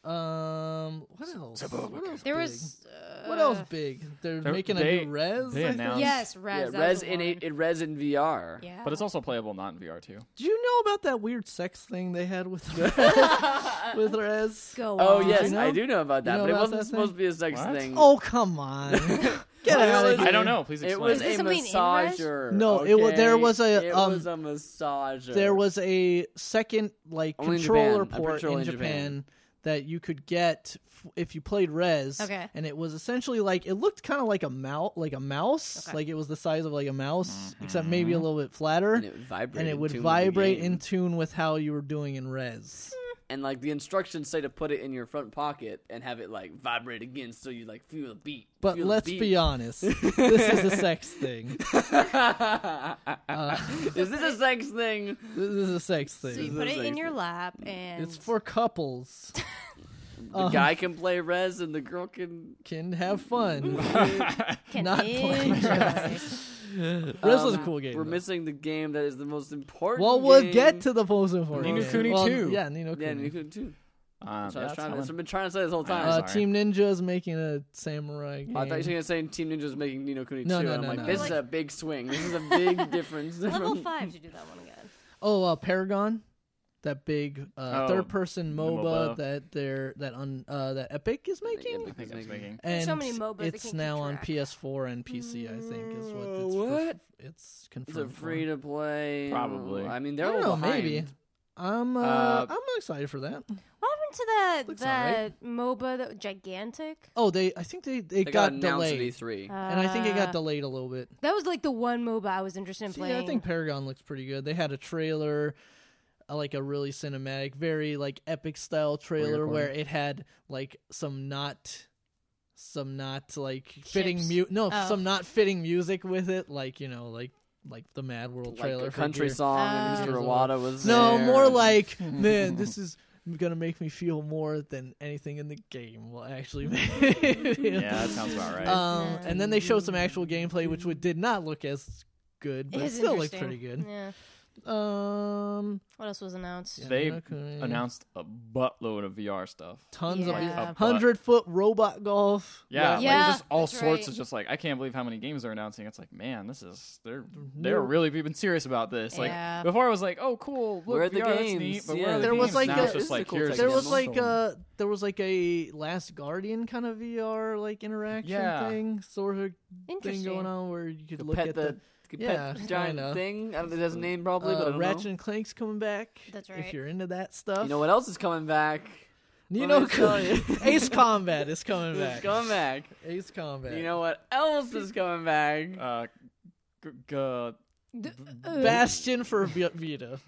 S2: Um, what else? What else
S3: There
S2: big?
S3: was. Uh,
S2: What else big? They're
S4: There-
S2: making a
S4: they-
S2: new Res.
S4: they
S2: I think?
S4: announced-
S3: Yes, Rez.
S1: yeah, Res in
S3: in
S1: a, in Res in VR.
S3: Yeah.
S4: But it's also playable not in VR too.
S2: Did you know about that weird sex thing they
S4: [laughs]
S2: had with [laughs] with Rez?
S3: go.
S1: Oh
S3: on.
S1: yes,
S2: you know?
S1: I do know about that,
S2: You know
S1: but it
S2: about
S1: wasn't
S2: that
S1: supposed to be a sex
S4: What?
S1: thing.
S2: Oh come
S3: [laughs]
S2: on! Get
S1: Well,
S2: out
S1: it
S2: of
S1: was-
S2: here!
S4: I don't know. Please
S1: It
S4: explain.
S1: was
S3: this
S1: a
S3: something in Res?
S1: massager.
S2: No, it wa- there
S1: okay?
S2: was a,
S1: It
S2: um,
S1: was a massager.
S2: There was a second like
S1: Only in
S2: controller
S1: Japan. I'm pretty
S2: port
S1: sure
S2: in
S1: only in
S2: Japan,
S1: Japan.
S2: that you could get f- if you played Res.
S3: Okay.
S2: And it was essentially like it looked kind of like a mouse, like a mouse,
S3: Okay.
S2: like it was the size of like a mouse,
S4: Mm-hmm.
S2: except maybe a little bit flatter.
S1: and it would vibrate.
S2: and it
S1: in
S2: would
S1: tune with the
S2: vibrate
S1: game.
S2: in tune with how you were doing in res.
S1: and like the instructions say to put it in your front pocket and have it like vibrate again, so you like feel the beat.
S2: But
S1: feel the
S2: let's
S1: beat. [laughs]
S2: be honest, this is a sex thing. [laughs] Uh,
S1: Is this a sex thing?
S2: this is a sex
S3: So you
S2: thing.
S1: This
S3: put
S1: is
S3: it in your
S1: excellent.
S3: lap and
S2: It's for couples.
S1: The
S2: Uh,
S1: guy can play res and the girl can.
S2: Can
S1: [laughs]
S2: have fun.
S3: can
S2: not playing [laughs]
S3: enjoy.
S2: res was a
S1: Um,
S2: cool game.
S1: We're
S2: though.
S1: missing the game that is the most important.
S2: Well, we'll
S1: game.
S2: get to the most important.
S4: Nino
S2: game.
S4: Kuni
S2: well,
S4: 2.
S2: Yeah, Nino
S1: Yeah,
S2: Kuni.
S1: you could too. That's
S4: Um,
S1: what I was
S4: that's
S1: trying.
S4: how
S1: That's what
S4: I'm-
S1: I've been trying to say this whole time.
S4: I'm
S2: Oh, uh,
S4: sorry.
S2: Team Ninja is making a samurai game.
S1: Oh, I thought you were saying Team Ninja's making Nino Kuni
S2: No,
S1: 2,
S2: no,
S1: and I'm
S2: no,
S1: like,
S2: no.
S1: this
S3: Like-
S1: is a big swing. This is a big difference.
S3: Level
S1: from-
S3: five to do that one again.
S2: oh, uh, Paragon, that big uh,
S4: Oh,
S2: third-person
S4: the
S2: MOBA,
S4: MOBA.
S2: that they're that un, uh, that Epic is making.
S4: I think I was
S2: [laughs]
S4: making.
S2: and
S3: There's so many MOBAs, I
S2: it's
S3: can't keep
S2: now on
S3: track.
S2: PS4 and PC. I think is what it's
S1: Mm, What?
S2: For, it's
S1: Is it
S2: confirmed. for.
S1: free to play?
S4: Probably.
S1: I mean,
S2: I
S1: they're
S2: don't
S1: all
S2: know,
S1: behind.
S2: maybe. I'm uh,
S4: Uh,
S2: I'm excited for that.
S3: What happened to that
S2: Looks
S3: that
S2: alright.
S3: MOBA that gigantic?
S2: Oh, they I think they they
S1: They got,
S2: got,
S1: announced
S2: delayed,
S1: at E3.
S2: and I think it got
S3: Uh,
S2: delayed a little bit.
S3: That was like the one MOBA I was interested in
S2: See,
S3: playing.
S2: I think Paragon looks pretty good. They had a trailer, uh, like a really cinematic, very like epic style trailer
S4: recording?
S2: where it had like some not, some not like fitting
S3: Chips?
S2: mu no
S3: Oh.
S2: some not fitting music with it, like you know like like the Mad World
S1: like
S2: trailer
S1: a
S2: for
S1: country
S2: Gear.
S1: song, and
S2: Uh,
S1: Mr. Iwata was
S2: No,
S1: there.
S2: more
S4: [laughs]
S2: like man, this is gonna make me feel more than anything in the game will actually [laughs] make.
S4: Yeah, that sounds about right.
S2: Um, and then they showed some actual gameplay, which would, did not look as good, but
S3: It
S2: it
S3: is
S2: still looked
S3: interesting.
S2: pretty good.
S3: Yeah.
S2: Um,
S3: What else was announced?
S2: yeah,
S4: They
S2: Nino Kuni.
S4: announced a buttload of VR stuff.
S2: tons
S3: Yeah.
S2: of
S4: Up,
S2: hundred foot robot golf.
S4: Yeah, like
S3: Yeah,
S4: just all
S3: that's
S4: sorts
S3: right.
S4: of just like I can't believe how many games they're announcing. It's like, man, this is they're
S2: Yeah.
S4: they're really even serious about this. Like
S3: Yeah.
S4: before, I was like, oh, cool, look,
S1: Where are the
S4: VR, that's
S1: games?
S4: neat, but
S1: Yeah,
S4: where are
S2: there
S4: the
S2: was
S4: games?
S2: like
S4: now
S2: a-
S1: this
S4: it's just
S1: is
S4: like
S1: a cool
S4: here's
S1: Like
S2: There
S1: a
S2: was
S1: demo.
S2: like a there was like a Last Guardian kind of VR like interaction
S4: Yeah.
S2: thing sort of thing
S3: Interesting.
S2: going on where you could
S1: Could
S2: look
S1: pet
S2: at the,
S1: could
S2: yeah,
S1: pet the giant
S2: kinda.
S1: thing. I don't think that's a name probably, but I
S2: uh,
S1: don't
S2: Ratchet
S1: know.
S2: and Clank's coming back.
S3: That's
S2: If
S3: right.
S2: you're into that stuff,
S1: You know what else is coming back?
S2: Nino
S1: Let me tell
S2: Kuni-
S1: you.
S2: [laughs] Ace Combat is coming
S1: It's
S2: back.
S1: coming back.
S2: Ace Combat.
S1: You know what else is coming back?
S4: uh, g- g- uh,
S3: D- uh,
S2: Bastion for Vi- Vita.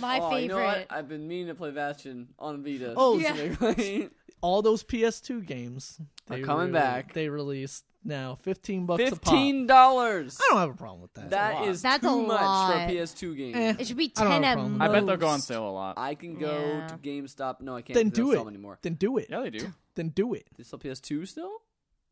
S3: my
S1: oh,
S3: favorite.
S1: you know what? I've been meaning to play Bastion on Vita.
S2: Oh,
S3: Yeah.
S1: specifically.
S2: All those PS2 games
S1: Are
S2: they
S1: coming
S2: rele-
S1: back.
S2: They released now fifteen bucks a pop.
S1: fifteen dollars.
S2: I don't have a problem with that.
S1: That
S4: lot.
S1: is
S3: That's
S1: too
S3: a
S1: much for
S3: lot.
S1: a PS2 game.
S2: Eh.
S3: it should be
S2: I don't have
S3: ten
S2: a
S3: at
S2: problem.
S3: most.
S4: I bet they'll go on sale a lot.
S1: I can go
S3: Yeah.
S1: to GameStop. No, I can't.
S2: then
S1: 'cause they don't sell
S2: do it.
S1: them anymore.
S2: Then do it.
S4: yeah, they do.
S2: Then do it.
S1: They sell PS2 still?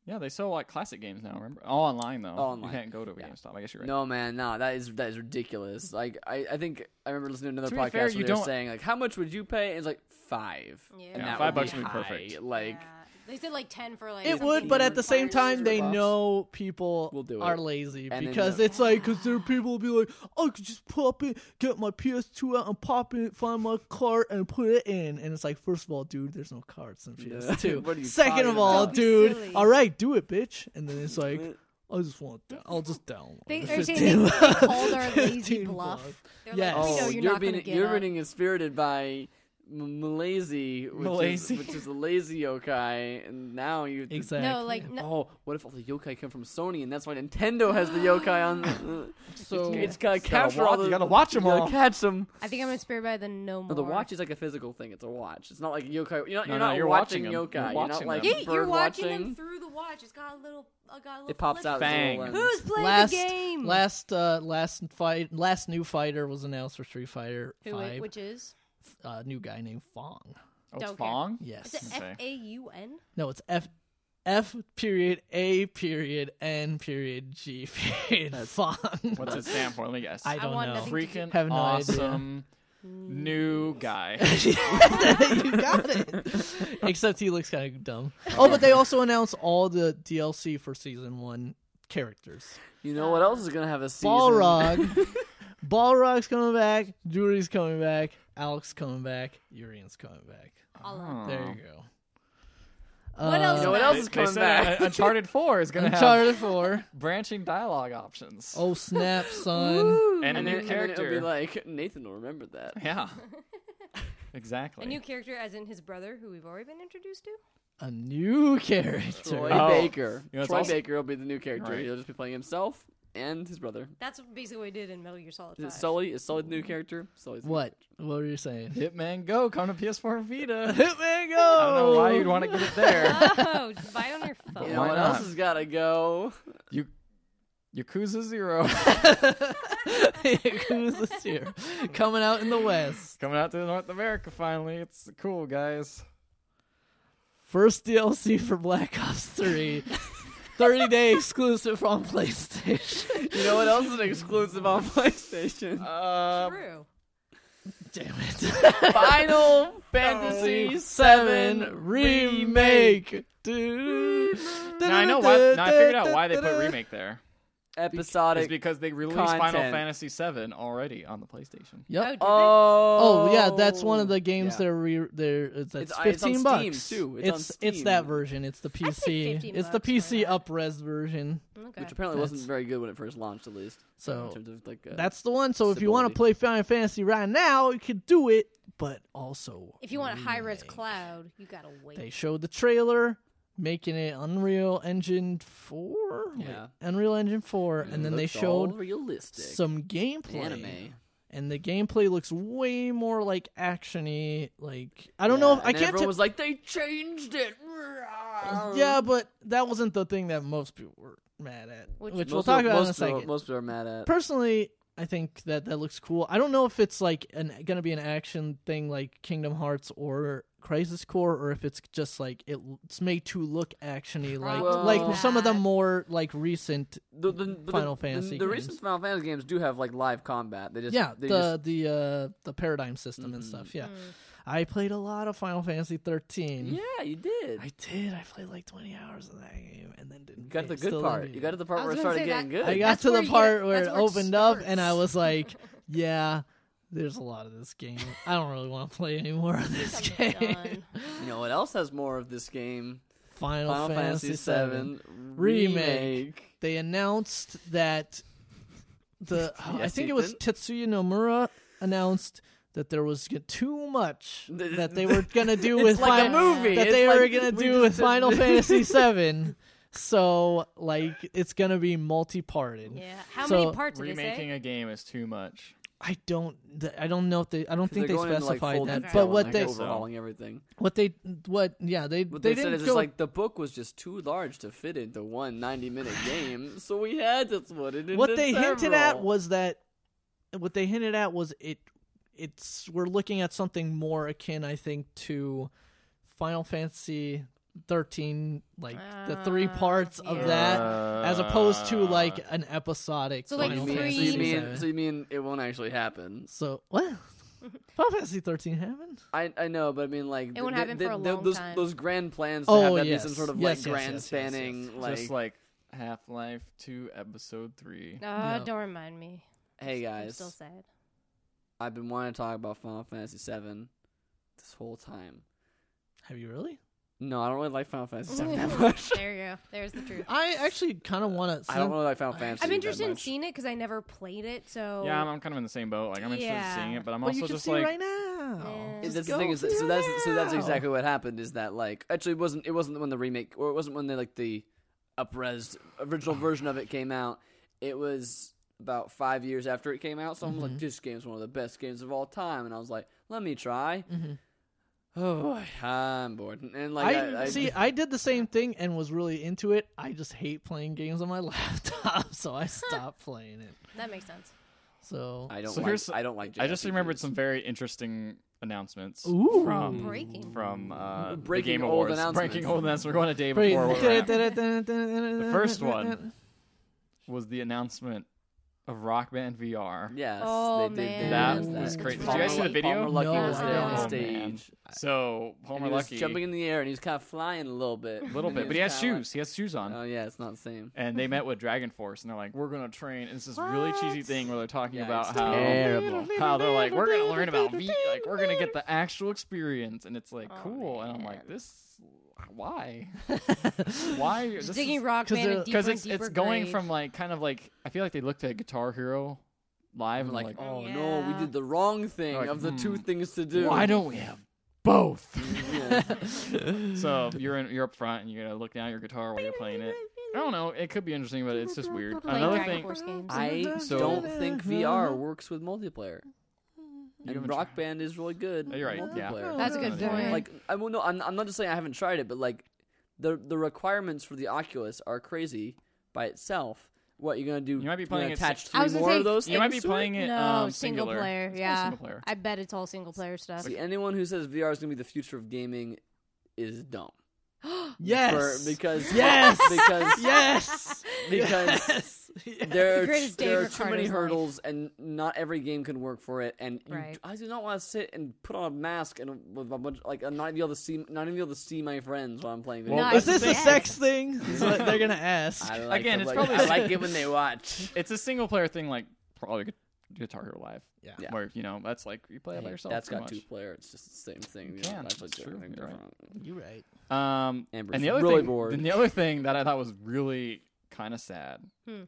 S4: Yeah, they sell like classic games now. Remember, all online though.
S1: All online.
S4: You can't go to a GameStop. I guess you're right.
S1: No, man, no. That is that is ridiculous. Like I, I think I remember listening to another
S4: To be
S1: podcast
S4: fair,
S1: where
S4: you
S1: they were
S4: don't-
S1: saying like, how much would you pay? And it's like five.
S3: Yeah.
S1: And
S3: Yeah,
S1: that
S4: five
S1: would
S4: bucks
S1: be
S4: would be
S1: high.
S4: perfect.
S1: Like
S3: Yeah. They said like ten for like.
S2: It
S3: something
S2: would, but at the
S3: required
S2: same time,
S3: to
S2: they
S1: bucks.
S2: know people
S1: We'll do it.
S2: are lazy
S1: And then
S2: because
S1: they'll-
S2: it's like because there are people will be like, I could just pop it, get my PS2 out and pop it, find my cart and put it in, and it's like, first of all, dude, there's no carts
S1: [laughs]
S2: in
S1: What are
S2: PS2.
S1: you
S2: Second
S1: talking
S2: of all,
S1: about?
S3: Don't be
S2: dude,
S3: silly.
S2: all right, do it, bitch, and then it's like. I just want. That. I'll just download. [laughs]
S3: They
S2: it.
S3: are saying
S2: 15
S3: they- they called our
S2: [laughs]
S3: lazy
S2: 15
S3: bluff.
S2: bucks.
S3: They're
S2: Yes.
S3: like, we
S1: oh,
S3: know
S1: you're,
S3: you're, not
S1: being
S3: gonna get
S1: you're
S3: up.
S1: being inspirited by M- Malazy, which
S4: Malazy.
S1: is which is the lazy yokai, and now
S2: [laughs]
S1: you
S2: Exactly.
S3: No, like no,
S1: Oh, what if all the yokai come from Sony, and that's why Nintendo has the yokai on? The,
S2: so
S1: it's gotta
S4: gotta
S1: capture
S4: watch-
S1: all the.
S4: you gotta watch 'em
S1: you gotta
S4: all.
S1: Catch them.
S3: I think I'm inspired by the no more.
S1: No, the watch is like a physical thing. It's a watch. It's not like yokai. You're not, you're
S4: No, no,
S1: not
S4: you're
S1: watching,
S4: watching 'em.
S1: yokai.
S4: You're
S1: You're, not
S4: watching
S1: like
S4: them.
S3: Yeah, you're
S1: bird
S3: watching,
S1: watching.
S3: them through the watch. It's got a little, uh, got a little.
S1: It pops
S3: flip.
S1: out.
S4: Fang.
S1: As a
S3: Who's playing
S2: last
S3: the game?
S2: last uh, last fight last new fighter was announced for Street Fighter
S3: Who,
S2: Five.
S3: it- which is?
S2: uh, new guy named Fong.
S4: Oh, it's
S3: Don't care.
S4: Fong.
S3: Is
S2: Yes.
S3: it
S4: Okay.
S3: F A U N?
S2: No, it's F F period A period N period G period
S1: [laughs]
S2: [laughs] Fong.
S4: What's it stand for? Let me guess.
S2: I don't
S3: want
S2: know.
S3: nothing-
S4: Freaking
S2: Have no idea.
S4: awesome new
S1: [laughs]
S4: guy.
S2: you got it. Except he looks kind
S1: [laughs]
S2: of dumb. Oh, but they also announced all the DLC for season one characters.
S1: You know what else is gonna have a season? [laughs]
S2: Balrog. Balrog's coming back. Jury's coming back. Alex coming back. Urian's coming back.
S4: Oh.
S2: There you go. Uh,
S3: What else
S1: You know what
S3: They-
S1: else is
S4: They
S1: coming
S4: said,
S1: back?
S4: uh, Uncharted Four is gonna have
S1: [laughs]
S2: Uncharted 4.
S4: branching dialogue options.
S2: Oh, snap, son.
S4: and a
S1: and
S4: new
S1: then, and then
S4: [laughs] character.
S1: [laughs] it'll be like Nathan will remember that.
S4: yeah. Exactly.
S2: [laughs]
S3: A new character, as in his brother, who we've already been introduced to.
S2: A new character.
S1: Troy
S4: Oh.
S1: Baker.
S4: You know, it's
S1: Troy
S4: also-
S1: Baker will be the new character.
S4: Right.
S1: He'll just be playing himself and his brother.
S3: That's basically what he did in Metal Gear Solid
S1: Is it
S3: 5.
S1: Sully is Sully the new character? Sully's the new
S2: What? What were you saying?
S4: Hitman Go come to PS4 and
S2: [laughs]
S4: Vita. [laughs]
S2: Hitman Go.
S4: I don't know why you'd want to get it there.
S3: [laughs]
S2: [laughs]
S3: oh, just buy it on your phone.
S1: You know
S4: Why
S1: what
S4: not?
S1: else has got to go?
S4: you, Yakuza Zero [laughs]
S2: Who's this year? Coming out in the West.
S4: coming out to North America finally. It's cool, guys.
S2: First DLC for Black Ops 3. 30 day exclusive on PlayStation. [laughs]
S1: You know what else is an exclusive on [laughs] PlayStation?
S4: Uh,
S3: True.
S2: Damn it.
S1: Final Fantasy VII
S2: 7
S1: Remake
S2: Remake. Dude.
S4: now I know why. Now I figured out why they put remake there. It's
S1: episodic.
S4: because they released Final
S1: content.
S4: Fantasy VII already on the PlayStation.
S3: Oh,
S2: Yep.
S3: did they?
S1: oh,
S2: Oh yeah, that's one of the games
S1: Yeah.
S2: they're re- they're it's, that's
S1: It's- it's on
S2: fifteen
S1: Steam,
S2: bucks
S1: too. It's on
S2: it's it's
S1: Steam.
S2: that version. It's the
S3: I'd say
S2: PC.
S3: 15
S2: It's the
S3: bucks for
S2: PC
S3: that.
S2: upres version.
S3: Okay.
S1: Which apparently wasn't
S2: That's-
S1: very good when it first launched, at least. in
S2: So
S1: terms of like, uh,
S2: that's the one. So if you want to
S1: stability.
S2: play Final Fantasy right now, you could do it. But also,
S3: if you want a high res
S2: remake.
S3: cloud, you gotta wait.
S2: they showed the trailer making it Unreal Engine four. Wait,
S1: Yeah.
S2: Unreal Engine four, and then they
S1: looks
S2: showed
S1: all realistic
S2: some gameplay.
S1: anime.
S2: and the gameplay looks way more like actiony. Like I don't
S1: Yeah,
S2: know. If,
S1: and
S2: I
S1: then
S2: can't.
S1: Everyone
S2: t-
S1: was "Uh." like, they changed it.
S2: yeah, but that wasn't the thing that most people were mad at,
S3: Which-
S2: which, we'll
S1: Most
S2: talk
S1: people-
S2: about in a
S1: most people-
S2: second.
S1: Most people are mad at.
S2: Personally, I think that that looks cool. I don't know if it's like an going to be an action thing like Kingdom Hearts or Crisis Core, or if it's just like it, it's made to look actiony, like
S1: Probably
S2: like some of the
S3: not.
S2: more like recent.
S1: the, the, but the-
S2: Final
S1: the-
S2: Fantasy
S1: The,
S2: games.
S1: recent Final Fantasy games do have like live combat. They just
S2: Yeah,
S1: they
S2: the the uh, the paradigm system and stuff. Yeah,
S3: Mm.
S2: I played a lot of Final Fantasy thirteen.
S1: just, yeah, you did.
S2: I did. I played like 20 hours of that game and then didn't.
S1: you got
S2: play
S1: to the
S2: it. Still
S1: good
S2: didn't
S1: part.
S2: beat
S1: You
S2: it.
S1: got to the part
S3: I
S1: where it
S3: was
S1: started
S3: gonna
S1: getting
S3: say
S1: good.
S2: I got
S3: That's
S2: to
S3: where
S2: the
S3: you-
S2: part where
S3: that's
S2: it
S3: where it
S2: opened up and I
S1: [laughs]
S2: was like, yeah, there's a lot of this game. I don't really want to play any more
S1: [laughs]
S2: of this
S3: I'm
S2: game.
S3: done. [laughs]
S1: you know what else has more of this game?
S2: Final,
S1: Final Fantasy
S2: VII.
S1: VII
S2: Remake. They announced that
S1: [laughs]
S2: the oh, I
S1: Yes,
S2: think
S1: they
S2: it was Tetsuya Nomura announced that there was g- too
S1: [laughs]
S2: much that they were gonna do
S1: It's
S2: with
S1: like
S2: Fin-
S1: a movie
S2: that
S1: It's
S2: they
S1: like,
S2: were gonna
S1: we
S2: do
S1: just
S2: with
S1: did- [laughs]
S2: Final Fantasy VII. So like it's gonna be multi-parted.
S3: Yeah. How
S2: So-
S3: many parts did they
S4: Remaking
S3: say?
S4: a game is too much.
S2: I don't th- I don't know if they I don't think they
S1: They're going into, like,
S2: specified
S1: full
S2: that.
S1: detail
S2: But
S1: and,
S2: what
S1: like,
S2: they
S4: over-
S1: overhauling everything.
S2: what they what yeah they
S1: What
S2: they,
S1: they,
S2: didn't
S1: said is
S2: go,
S1: just like the book was just too large to fit into one 90 minute game, so we had to split it into
S2: what they hinted at
S1: several.
S2: was that what they hinted at was it it's we're looking at something more akin I think to Final Fantasy 13 like the three
S3: Ah,
S2: parts of
S3: yeah.
S2: that as opposed
S4: Uh,
S2: to like an episodic
S3: So, like,
S1: So
S2: Final
S1: you mean, so
S2: Fantasy
S1: Uh. you
S3: three-
S1: mean,
S2: VII.
S1: so you mean it won't actually happen?
S2: So what [laughs] Final Fantasy 13 happened?
S1: I I know, but I mean like
S3: It won't happen for a long
S1: those
S3: time.
S1: those grand plans to
S2: Oh,
S1: have that be
S2: yes.
S1: some sort of
S2: Yes,
S1: like
S2: yes, yes,
S1: grand
S2: yes,
S1: spanning
S2: yes.
S1: like,
S4: Just like Half Life 2 Episode 3.
S3: Ah,
S2: No.
S3: don't remind me.
S1: hey
S3: I'm
S1: guys,
S3: still sad.
S1: I've been wanting to talk about Final Fantasy VII this whole time.
S2: Have you really?
S1: No, I don't really like Final Fantasy
S3: [laughs]
S1: VII [laughs] that much.
S3: there you go. There's the truth.
S2: [laughs] I actually kind of want
S1: [laughs]
S2: to
S1: I don't really like Final Fantasy.
S3: I'm
S1: that
S3: interested in
S1: much.
S3: seeing it because I never played it. So
S4: Yeah, I'm, I'm kind of in the same boat. Like, I'm interested
S3: Yeah.
S4: in seeing it, but I'm
S2: Well,
S4: also
S2: you can
S4: just
S2: see
S4: like,
S2: right now.
S3: Yeah.
S1: Is
S3: Just
S1: that's the thing is that, so that's so that's exactly what happened is that like actually it wasn't it wasn't when the remake or it wasn't when they like the upresed original version of it came out. It was about five years after it came out. So I'm like, this game's one of the best games of all time, and I was like, let me try. Oh boy, I'm bored. And like I,
S2: I,
S1: I-
S2: see. I did the same thing and was really into it. I just hate playing games on my [laughs] laptop, so I stopped playing it.
S3: that makes sense.
S2: So
S1: I don't
S4: So
S1: like
S4: here's-
S1: I don't like.
S4: I just
S1: JRPGs.
S4: remembered some very interesting announcements
S2: Ooh.
S4: from
S3: Breaking.
S4: from uh,
S1: Breaking
S4: the Game
S1: old
S4: Awards.
S1: announcements.
S4: Breaking old announcements. We're going a day
S2: [laughs] Pretty- [laughs]
S4: before. we're at.
S2: the
S4: The [laughs] first one was the announcement of Rock Band VR.
S1: Yes,
S3: Oh,
S1: they did.
S3: man.
S4: That
S1: They did
S4: was crazy.
S3: Did you guys see the
S4: video?
S1: Palmer Lucky
S2: No,
S1: was there on
S3: uh-uh.
S1: stage.
S4: Oh, man. So
S1: And
S4: Homer
S1: he was
S4: Lucky,
S1: jumping in the air and he's kind of flying a little bit,
S4: a little bit, but he has
S1: kinda like-
S4: shoes. He has shoes on.
S1: Oh yeah, it's not the same.
S4: and they
S1: Mm-hmm.
S4: met with Dragon Force, and they're like, "We're gonna train." And it's this really cheesy thing where they're talking
S1: Yeah,
S4: about
S1: it's
S4: how
S1: terrible.
S4: how they're like, "We're gonna learn about V, like we're gonna
S1: [laughs]
S4: get the actual experience," and it's like,
S3: Oh,
S4: "Cool," and I'm
S3: man.
S4: like, "This,
S1: [laughs]
S4: why, why?"
S3: Just
S4: this
S3: digging
S4: is-
S3: rock
S2: 'cause
S3: band
S2: they're-
S3: because
S4: it's it's going from like kind of like I feel like they looked at Guitar Hero
S1: I'm
S4: live and
S1: like,
S4: like,
S1: oh no, we
S3: Yeah.
S1: did the wrong thing
S4: Like,
S1: of the two
S4: hmm,
S1: things to do.
S4: why don't [laughs] we have both? [gasps]
S1: Yeah.
S4: "Oh." so you're in, you're up front and you're gonna look down at your guitar while you're playing
S3: [laughs]
S4: it. I don't know. It could be interesting, but it's just weird.
S3: Playing
S4: Another
S3: Dragon
S4: thing,
S3: Force games.
S1: [laughs] I
S4: [laughs] So-
S1: don't think VR works with multiplayer. And
S4: haven't
S1: Rock
S4: tried-
S1: Band is really good.
S4: Oh, You're right, yeah.
S1: multiplayer.
S3: That's a good
S4: Yeah.
S3: point.
S1: Like I will no, I'm, I'm not just saying I haven't tried it, but like the the requirements for the Oculus are crazy by itself. What you're gonna do?
S4: You might be
S1: you're gonna
S4: playing it
S1: attach
S4: sing-
S3: I
S1: three
S3: was gonna
S1: more
S3: say,
S1: of those.
S4: you might be
S1: things to it?
S4: playing it
S3: no
S4: um,
S3: single
S4: singular.
S3: player.
S4: It's probably
S3: Yeah,
S4: single player.
S3: I bet it's all single player stuff.
S1: See, anyone who says VR is gonna be the future of gaming is dumb.
S2: yes.
S1: For-
S3: [laughs]
S1: because
S2: Yes.
S1: because
S4: [laughs]
S2: [laughs] yes.
S1: because
S2: yes. Yes.
S1: there
S3: The
S1: are,
S3: greatest day
S1: there
S3: of
S1: are too many
S3: Ricardo's life.
S1: hurdles, and not every game can work for it. And you,
S3: Right.
S1: I do not want to sit and put on a mask and with a bunch like and not even be able to see not even be able to see my friends while I'm playing. Video.
S4: Well,
S2: Is
S3: Nice.
S2: this a
S3: Yes.
S2: sex thing? Is what
S4: [laughs]
S2: they're gonna ask.
S1: I like
S4: Again,
S1: to
S4: it's
S1: play-
S4: probably-
S1: I like it when they watch.
S4: [laughs] It's a single player thing, like probably Gu- Guitar Hero Live.
S2: Yeah.
S1: Yeah.
S4: Where you know that's like you play it by
S1: Hey,
S4: yourself.
S1: that's
S4: pretty
S1: got two
S4: much.
S1: player. It's just the same thing. You
S4: Yeah,
S1: know, that's
S4: that's
S1: like
S4: true.
S1: everything
S4: You're right.
S1: different.
S2: You're right.
S4: Um,
S1: Amber's
S4: and the other
S1: really
S4: thing,
S1: bored.
S4: and the other thing that I thought was really kind of sad
S3: Hmm.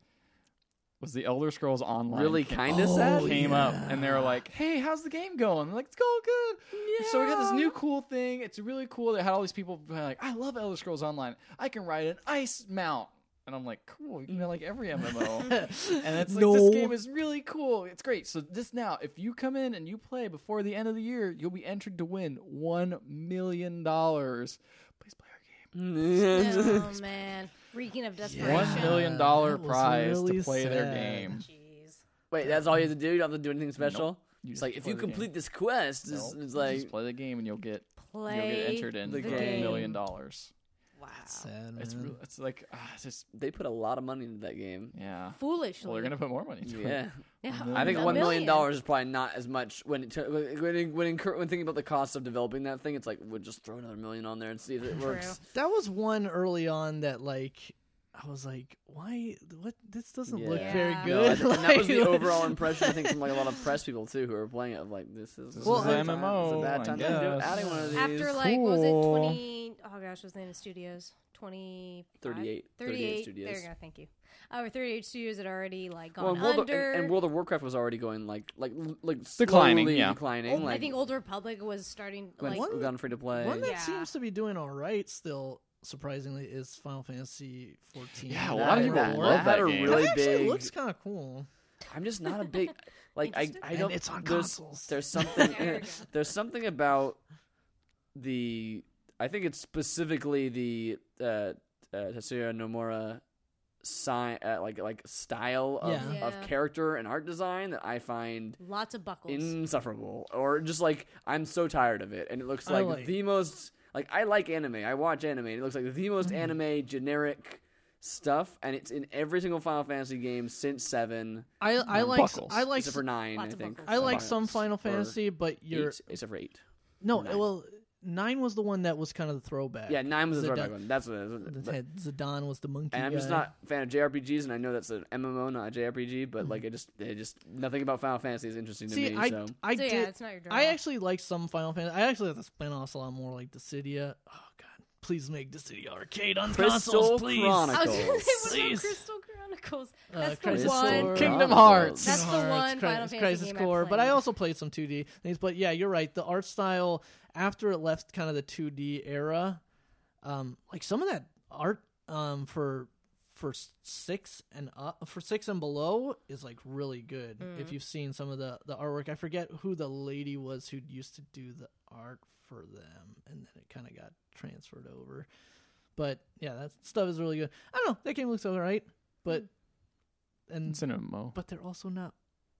S4: was the Elder Scrolls Online.
S1: Really
S4: came-
S1: kind of
S2: Oh,
S1: sad.
S4: Came up and they were
S2: yeah.
S4: like, "Hey, how's the game going?" I'm like, "It's going good." So we got this new cool thing. It's really cool. They had all these people being like, "I love Elder Scrolls Online. I can ride an ice mount." And I'm like, "Cool, you know, like every MMO." And it's like this game is really cool. It's great. So this now, if you come in and you play before the end of the year, you'll be entered to win one million dollars. Please play our
S3: [laughs] oh man, reeking of
S4: game.
S3: desperation.
S4: One million dollar
S2: that was
S4: prize
S2: really
S4: to play their
S2: sad.
S4: game.
S3: Jeez.
S1: [laughs] Wait, that's all you have to do. You don't have to do anything special.
S4: You
S1: It's
S4: just
S1: like if
S4: play
S1: you
S4: the game.
S1: complete this quest,
S4: No,
S1: it's,
S4: you
S1: it's like
S4: just play the game and you'll get
S3: Play
S4: you'll get entered in
S3: the
S4: for a
S3: game.
S4: million dollars.
S3: Wow.
S2: Sad,
S4: It's
S2: man.
S4: re- it's like ah, it's just
S1: they put a lot of money into that
S4: [laughs]
S1: game.
S4: yeah.
S3: Foolishly.
S4: Well, they're gonna put more money. Into
S1: [laughs]
S4: it.
S1: Yeah.
S3: Yeah.
S4: I
S1: I think
S3: A
S1: one million
S3: million.
S1: dollars is probably not as much when it, tur- when when when, incur- when thinking about the cost of developing that thing. It's like we'll just throw another million on there and see if it
S3: True.
S1: works.
S2: That was one early on that like I was like, why? What? This doesn't look
S1: Yeah.
S2: very
S3: Yeah.
S1: No, and,
S3: [laughs]
S2: good.
S1: and that was the
S2: [laughs] Like-
S1: overall impression I think from like a lot of press people too who are playing it. Of like this is
S4: This
S2: Well, is
S1: a
S2: an
S4: MMO,
S1: It's a bad
S4: I
S1: time to do it.
S4: guess.
S1: Adding one of these. [laughs]
S3: After like what was it
S4: Cool.
S3: twenty? Oh gosh, what's the name of the studios? 20
S1: 38
S3: 38
S1: studios.
S3: There you go. Thank you. Our 38 studios had already like gone
S1: well, and World of,
S3: under.
S1: and, and World of Warcraft was already going like like like
S4: Declining,
S1: slowly
S4: yeah.
S1: declining.
S3: Old-
S1: like,
S3: I think Old Republic was starting
S1: when
S3: like
S1: it's gone free to play.
S2: One that
S3: Yeah.
S2: seems to be doing all right still, surprisingly, is Final Fantasy 14.
S4: Yeah, a
S1: That-
S4: lot
S1: that-
S4: of people
S1: that,
S4: love
S1: had
S4: that
S1: a
S4: game.
S1: really
S2: that actually
S1: big.
S2: looks kind of cool.
S1: I'm just not a big like I
S3: Interesting.
S1: I
S2: And
S1: don't
S2: it's on
S1: there's,
S2: consoles. [laughs]
S1: There's something
S3: There we go.
S1: there's something about the I think it's specifically the uh uh Tatsuya Nomura sign uh, like like style of,
S2: Yeah.
S1: of
S3: Yeah.
S1: character and art design that I find
S3: lots of buckles.
S1: insufferable or just like I'm so tired of it and it looks
S2: I
S1: like,
S2: like-
S1: the most like I like anime. I watch anime. and It looks like the most
S2: Mm-hmm.
S1: anime generic stuff and it's in every single Final Fantasy game since 7
S2: I I
S4: Mm,
S2: like
S4: buckles.
S2: I like
S1: except for 9 I
S3: lots of
S1: think.
S3: buckles.
S2: I like
S1: Five,
S2: some Final
S1: or
S2: Fantasy, but you're
S1: Eight, except for 8.
S2: no
S1: nine.
S2: well nine was the one that was kind of the throwback.
S1: Yeah, nine was the
S2: Zidane-
S1: throwback one. That's what it is.
S2: that
S1: But-
S2: had Zidane was the monkey.
S1: and I'm just
S2: guy.
S1: not a fan of JRPGs, and I know that's an MMO, not a JRPG, but like it just, it just nothing about Final Fantasy is interesting
S2: Mm-hmm. See,
S1: to me.
S2: I
S1: so
S2: I
S3: so
S2: did.
S3: yeah, it's not your draw.
S2: I actually like some Final Fantasy. I actually like the spin-offs a lot more, like Dissidia. Oh God, please make Dissidia Arcade on
S1: Crystal
S2: consoles, please.
S1: Chronicles.
S3: I was gonna say [laughs] what about
S2: Please.
S3: Crystal Chronicles?
S2: Uh,
S3: That's the
S2: Crisis
S3: one.
S2: Core.
S4: Kingdom Hearts.
S3: That's the
S2: Kingdom Hearts,
S3: one
S2: Cri-
S3: Final Fantasy
S2: Crisis
S3: game I
S2: Core, but I
S3: played.
S2: also played some 2D things. But yeah, you're right. The art style after it left kind of the 2D era, um, like some of that art um, for for six and up for six and below is like really good.
S3: Mm.
S2: If you've seen some of the the artwork, I forget who the lady was who used to do the art for them, and then it kind of got transferred over. But yeah, that stuff is really good. I don't know. That game looks alright, but and
S4: It's an MMO.
S2: but they're also not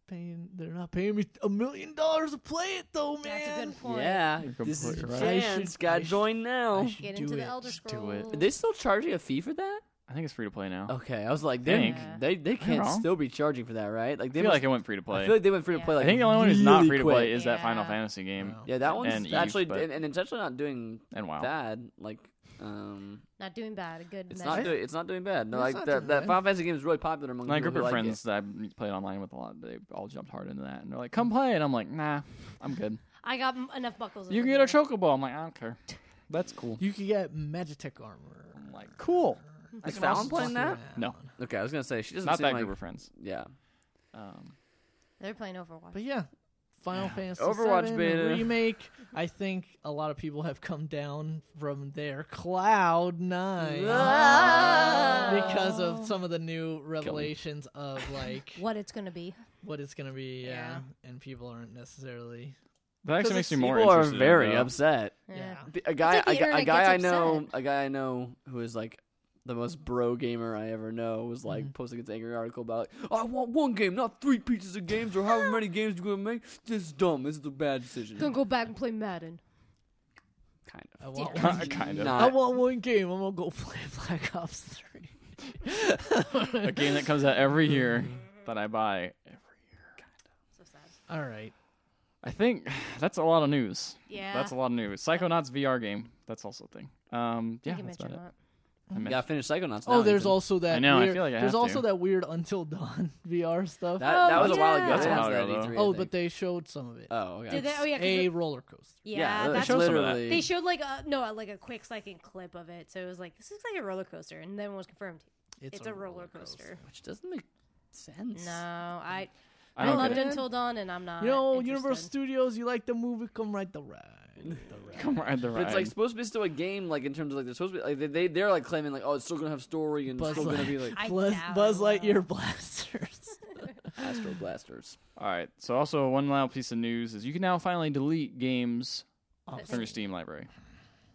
S2: paying. They're not paying me a million dollars to play it, though, man.
S3: That's a good point.
S1: yeah,
S4: You're
S1: this is your
S4: completely right.
S2: I
S1: chance.
S2: should- I
S1: Got
S2: should-
S1: joined now.
S2: I should
S3: Get
S2: do
S3: into
S2: it.
S3: Oh, the Elder
S4: Just do it.
S3: Scrolls.
S1: Are they still charging a fee for that?
S4: I think it's free to play now.
S1: Okay, I was like, they
S4: Think.
S1: they they can't
S4: wrong.
S1: still be charging for that, right? Like
S4: I
S1: they
S4: feel
S1: must-
S4: like it went free to
S1: I
S4: play.
S1: feel like they went free to
S3: Yeah.
S1: play.
S4: I
S1: Like
S4: think the only one who's not
S1: really
S4: free to play
S1: quick.
S4: is that Final
S3: Yeah.
S4: Fantasy game
S2: Wow.
S1: yeah, that one's
S4: and Eve,
S1: actually
S4: but- Oh.
S1: and, and it's actually not doing
S4: and WoW.
S1: bad. Like, um,
S3: Not doing bad. A good.
S1: it's
S3: measure.
S1: not doing it's not doing bad. No,
S2: It's
S1: like
S2: not
S1: that
S2: doing
S1: that
S2: bad.
S1: Final Fantasy game is really popular among
S4: My
S1: people
S4: group
S1: who
S4: of
S1: like it.
S4: friends that I played online with a lot, they all jumped hard into that, and they're like, "Come play," and I'm like, "Nah, I'm good."
S3: I got m- enough buckles.
S4: you
S3: over
S4: can get a
S3: here.
S4: chocobo. I'm like, "I don't care." That's cool.
S2: You could get Magitek armor.
S4: I'm like, "Cool."
S1: Is
S4: can
S1: Fallon
S4: also
S1: playing
S2: Fuck
S1: that?
S2: around.
S4: No,
S1: Okay, I was gonna say she doesn't
S4: not
S1: seem
S4: that
S1: like
S4: group of friends.
S1: yeah.
S4: Um,
S3: They're playing Overwatch.
S2: But yeah, Final
S4: Yeah.
S2: Fantasy
S1: Overwatch
S2: VII
S1: beta.
S2: remake. I think a lot of people have come down from their cloud nine
S3: Ah!
S4: [laughs]
S2: because of some of the new revelations of like
S3: [laughs] what it's gonna be?
S2: what it's gonna be. Yeah,
S3: Yeah.
S2: and people aren't necessarily.
S4: That
S2: Because
S4: actually makes
S2: it's-
S4: me more
S1: People are
S4: interested. in uh, it,
S1: very
S4: though.
S1: upset.
S2: Yeah,
S1: The- A guy,
S3: like the
S1: a gu- a,
S3: internet
S1: guy
S3: gets
S1: I know,
S3: upset. Mm-hmm.
S1: a guy I know who is like the most bro gamer I ever know was like posting his angry article about, like, I want one game, not three pieces of games or
S3: [laughs]
S1: however many games you're gonna make. This is dumb. This is a bad decision.
S3: Gonna go back and play Madden.
S1: Kind of.
S2: I want
S3: Yeah.
S1: [laughs]
S4: [laughs]
S2: one.
S4: kind of.
S1: Not-
S2: I want one game. I'm gonna go [laughs] play Black Ops Three.
S4: A game that comes out
S1: [laughs]
S4: every year that I buy.
S3: So sad.
S2: [laughs] All right.
S4: I think [sighs] that's a lot of news.
S3: Yeah.
S4: That's a lot of news. Psychonauts VR game. That's also a thing. Um, yeah,
S3: you can
S4: that's about it.
S3: mention that.
S4: I
S1: You
S4: meant-
S1: gotta finish Psychonauts.
S2: Oh,
S1: now,
S2: there's
S1: Ethan.
S2: also that.
S4: I know, I
S2: Weird,
S4: feel like I
S2: there's
S4: have
S2: also
S4: to.
S2: that weird Until Dawn [laughs] VR stuff.
S1: that.
S3: Oh,
S1: that was a while
S3: yeah.
S1: ago.
S3: That's
S1: They
S3: a
S1: announced
S4: while
S1: that
S4: ago,
S1: at
S4: though.
S1: E3, I
S2: oh,
S1: think.
S2: but they showed some of it.
S1: Oh, okay.
S3: Did they, oh yeah, 'cause
S2: a
S3: it-
S2: roller coaster.
S3: yeah,
S1: they
S3: that's
S4: show
S1: showed
S4: some of
S1: literally.
S4: that.
S3: They showed like a, no, like a quick second clip of it, so it was like this looks like a roller coaster, and then it was confirmed it's, a, roller coaster.
S1: which doesn't make sense.
S3: No, I
S4: I
S3: I,
S4: don't
S3: loved
S4: get it.
S3: Until Dawn, and I'm not.
S2: You know,
S3: interested.
S2: Universal Studios. You like the movie? Come right
S1: [laughs]
S2: the ride. The
S4: [laughs]
S2: ride.
S4: Come ride the
S1: But
S4: ride.
S1: it's like supposed to be still a game, like in terms of like they're supposed to be like they, they they're like claiming like oh it's still gonna have story and it's
S2: Buzz
S1: still gonna
S2: Light-
S1: be like
S3: I
S2: Buzz,
S3: doubt
S2: Buzz
S3: it will.
S2: Lightyear [laughs] blasters.
S1: Astro
S4: [laughs]
S1: Blasters.
S4: All right. So also one little piece of news is you can now finally delete games from your Steam library,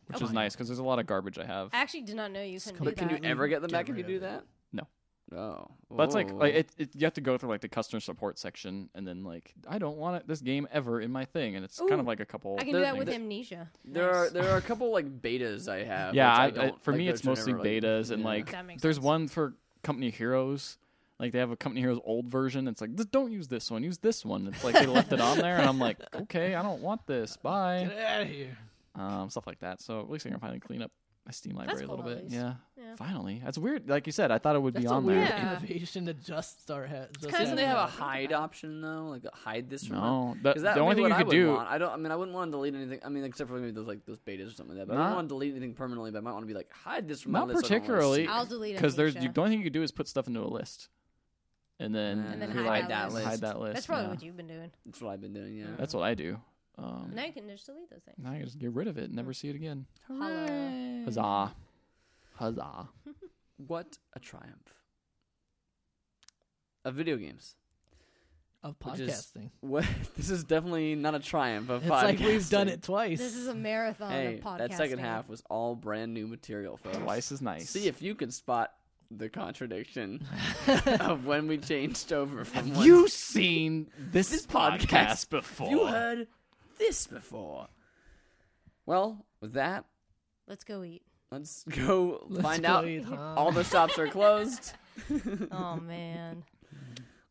S4: which
S3: Oh
S4: is
S2: Okay.
S4: nice because there's a lot of garbage I have.
S3: [laughs] I actually did not know you couldn't
S2: come-
S3: do
S1: But can you
S3: that.
S1: ever get them
S2: Get
S1: back if you
S2: rid
S1: do
S2: of
S1: that?
S2: it.
S4: No.
S1: No. Oh.
S4: But it's like
S1: Whoa.
S4: like it, it you have to go through like the customer support section and then like I don't want it, this game ever in my thing and it's kind of
S3: Ooh,
S4: like a couple.
S3: I can do that
S4: things.
S3: with Amnesia.
S1: there are there are a couple like betas I have.
S4: yeah,
S1: Uh, which
S4: I,
S1: I,
S4: I-
S1: don't,
S4: for
S1: like,
S4: me
S1: those
S4: it's
S1: are never,
S4: mostly
S1: like-
S4: betas and
S1: yeah.
S4: like
S3: That makes
S4: there's
S3: sense.
S4: one for Company Heroes. Like they have a Company Heroes old version. It's like "Th- don't use this one, use this one. It's
S1: [laughs]
S4: like they left it on there and I'm like okay, I don't want this. Bye.
S2: Get out of here.
S4: Um, stuff like that. So at least I can finally clean up my Steam library a
S3: cool,
S4: little
S3: at
S4: bit.
S3: least.
S4: Yeah.
S3: Yeah.
S4: Finally, that's weird. Like you said, I thought it would
S2: That's
S4: be
S2: a
S4: on
S2: weird
S4: there.
S3: Yeah.
S2: innovation to just start. Ha- just
S3: kinda
S1: Doesn't they have a
S3: Yeah.
S1: hide option though? Like hide this from my-
S4: No, the,
S1: 'Cause that
S4: the
S1: would
S4: only
S1: be
S4: thing you
S1: what I
S4: could
S1: would
S4: do
S1: want. I don't. I mean, I wouldn't want to delete anything. I mean, except for maybe those like those betas or something like that. But I
S4: Not-
S1: don't want to delete anything permanently. But I might want to be like hide this from my
S4: Not
S1: list. I don't wanna
S4: particularly.
S1: see.
S3: I'll delete
S4: because there's you,
S3: Amnesia.
S4: the only thing you could do is put stuff into a list, and then,
S1: And
S3: then
S4: you're
S3: hide
S4: like,
S3: that list.
S4: hide that list.
S3: That's probably
S4: yeah.
S3: what you've been doing.
S1: That's what I've been doing. Yeah.
S4: That's what I do. Um,
S3: Now you can just delete those things.
S4: now I can just get rid of it, and never see it again.
S3: Holla.
S4: Huzzah! Huzzah!
S1: What a triumph of video games. [laughs]
S2: of
S1: Which is-
S2: podcasting.
S1: What? This is definitely not a triumph of
S2: It's like we've done
S1: podcasting.
S2: it twice.
S3: This is a marathon
S1: Hey,
S3: of podcasting.
S1: that second half was all brand new material, folks.
S4: Twice is nice.
S1: See if you can spot the
S2: [laughs]
S1: contradiction of when we changed over from one.
S4: you seen this,
S1: This podcast.
S4: podcast before.
S1: you heard this before. Well, with that,
S3: Let's go eat.
S1: let's go
S2: Let's
S1: find
S2: go
S1: out.
S2: eat, huh?
S1: All the shops are closed. [laughs]
S3: Oh man.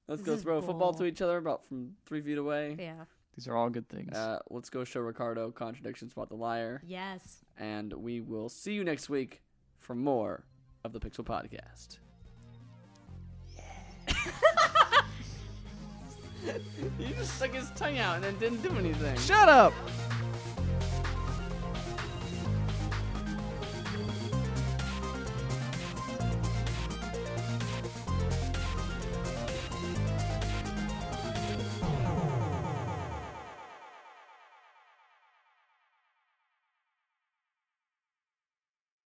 S1: Let's
S3: This
S1: go
S3: is
S1: throw a football to
S3: bull.
S1: each other about from three feet away.
S3: Yeah.
S4: These are all good things.
S1: Uh, let's go show Ricardo contradiction spot the liar,
S3: Yes.
S1: and we will see you next week for more of the Pixel Podcast. [laughs]
S3: [laughs]
S1: Yeah. he just stuck his tongue out and then didn't do anything.
S2: Shut up.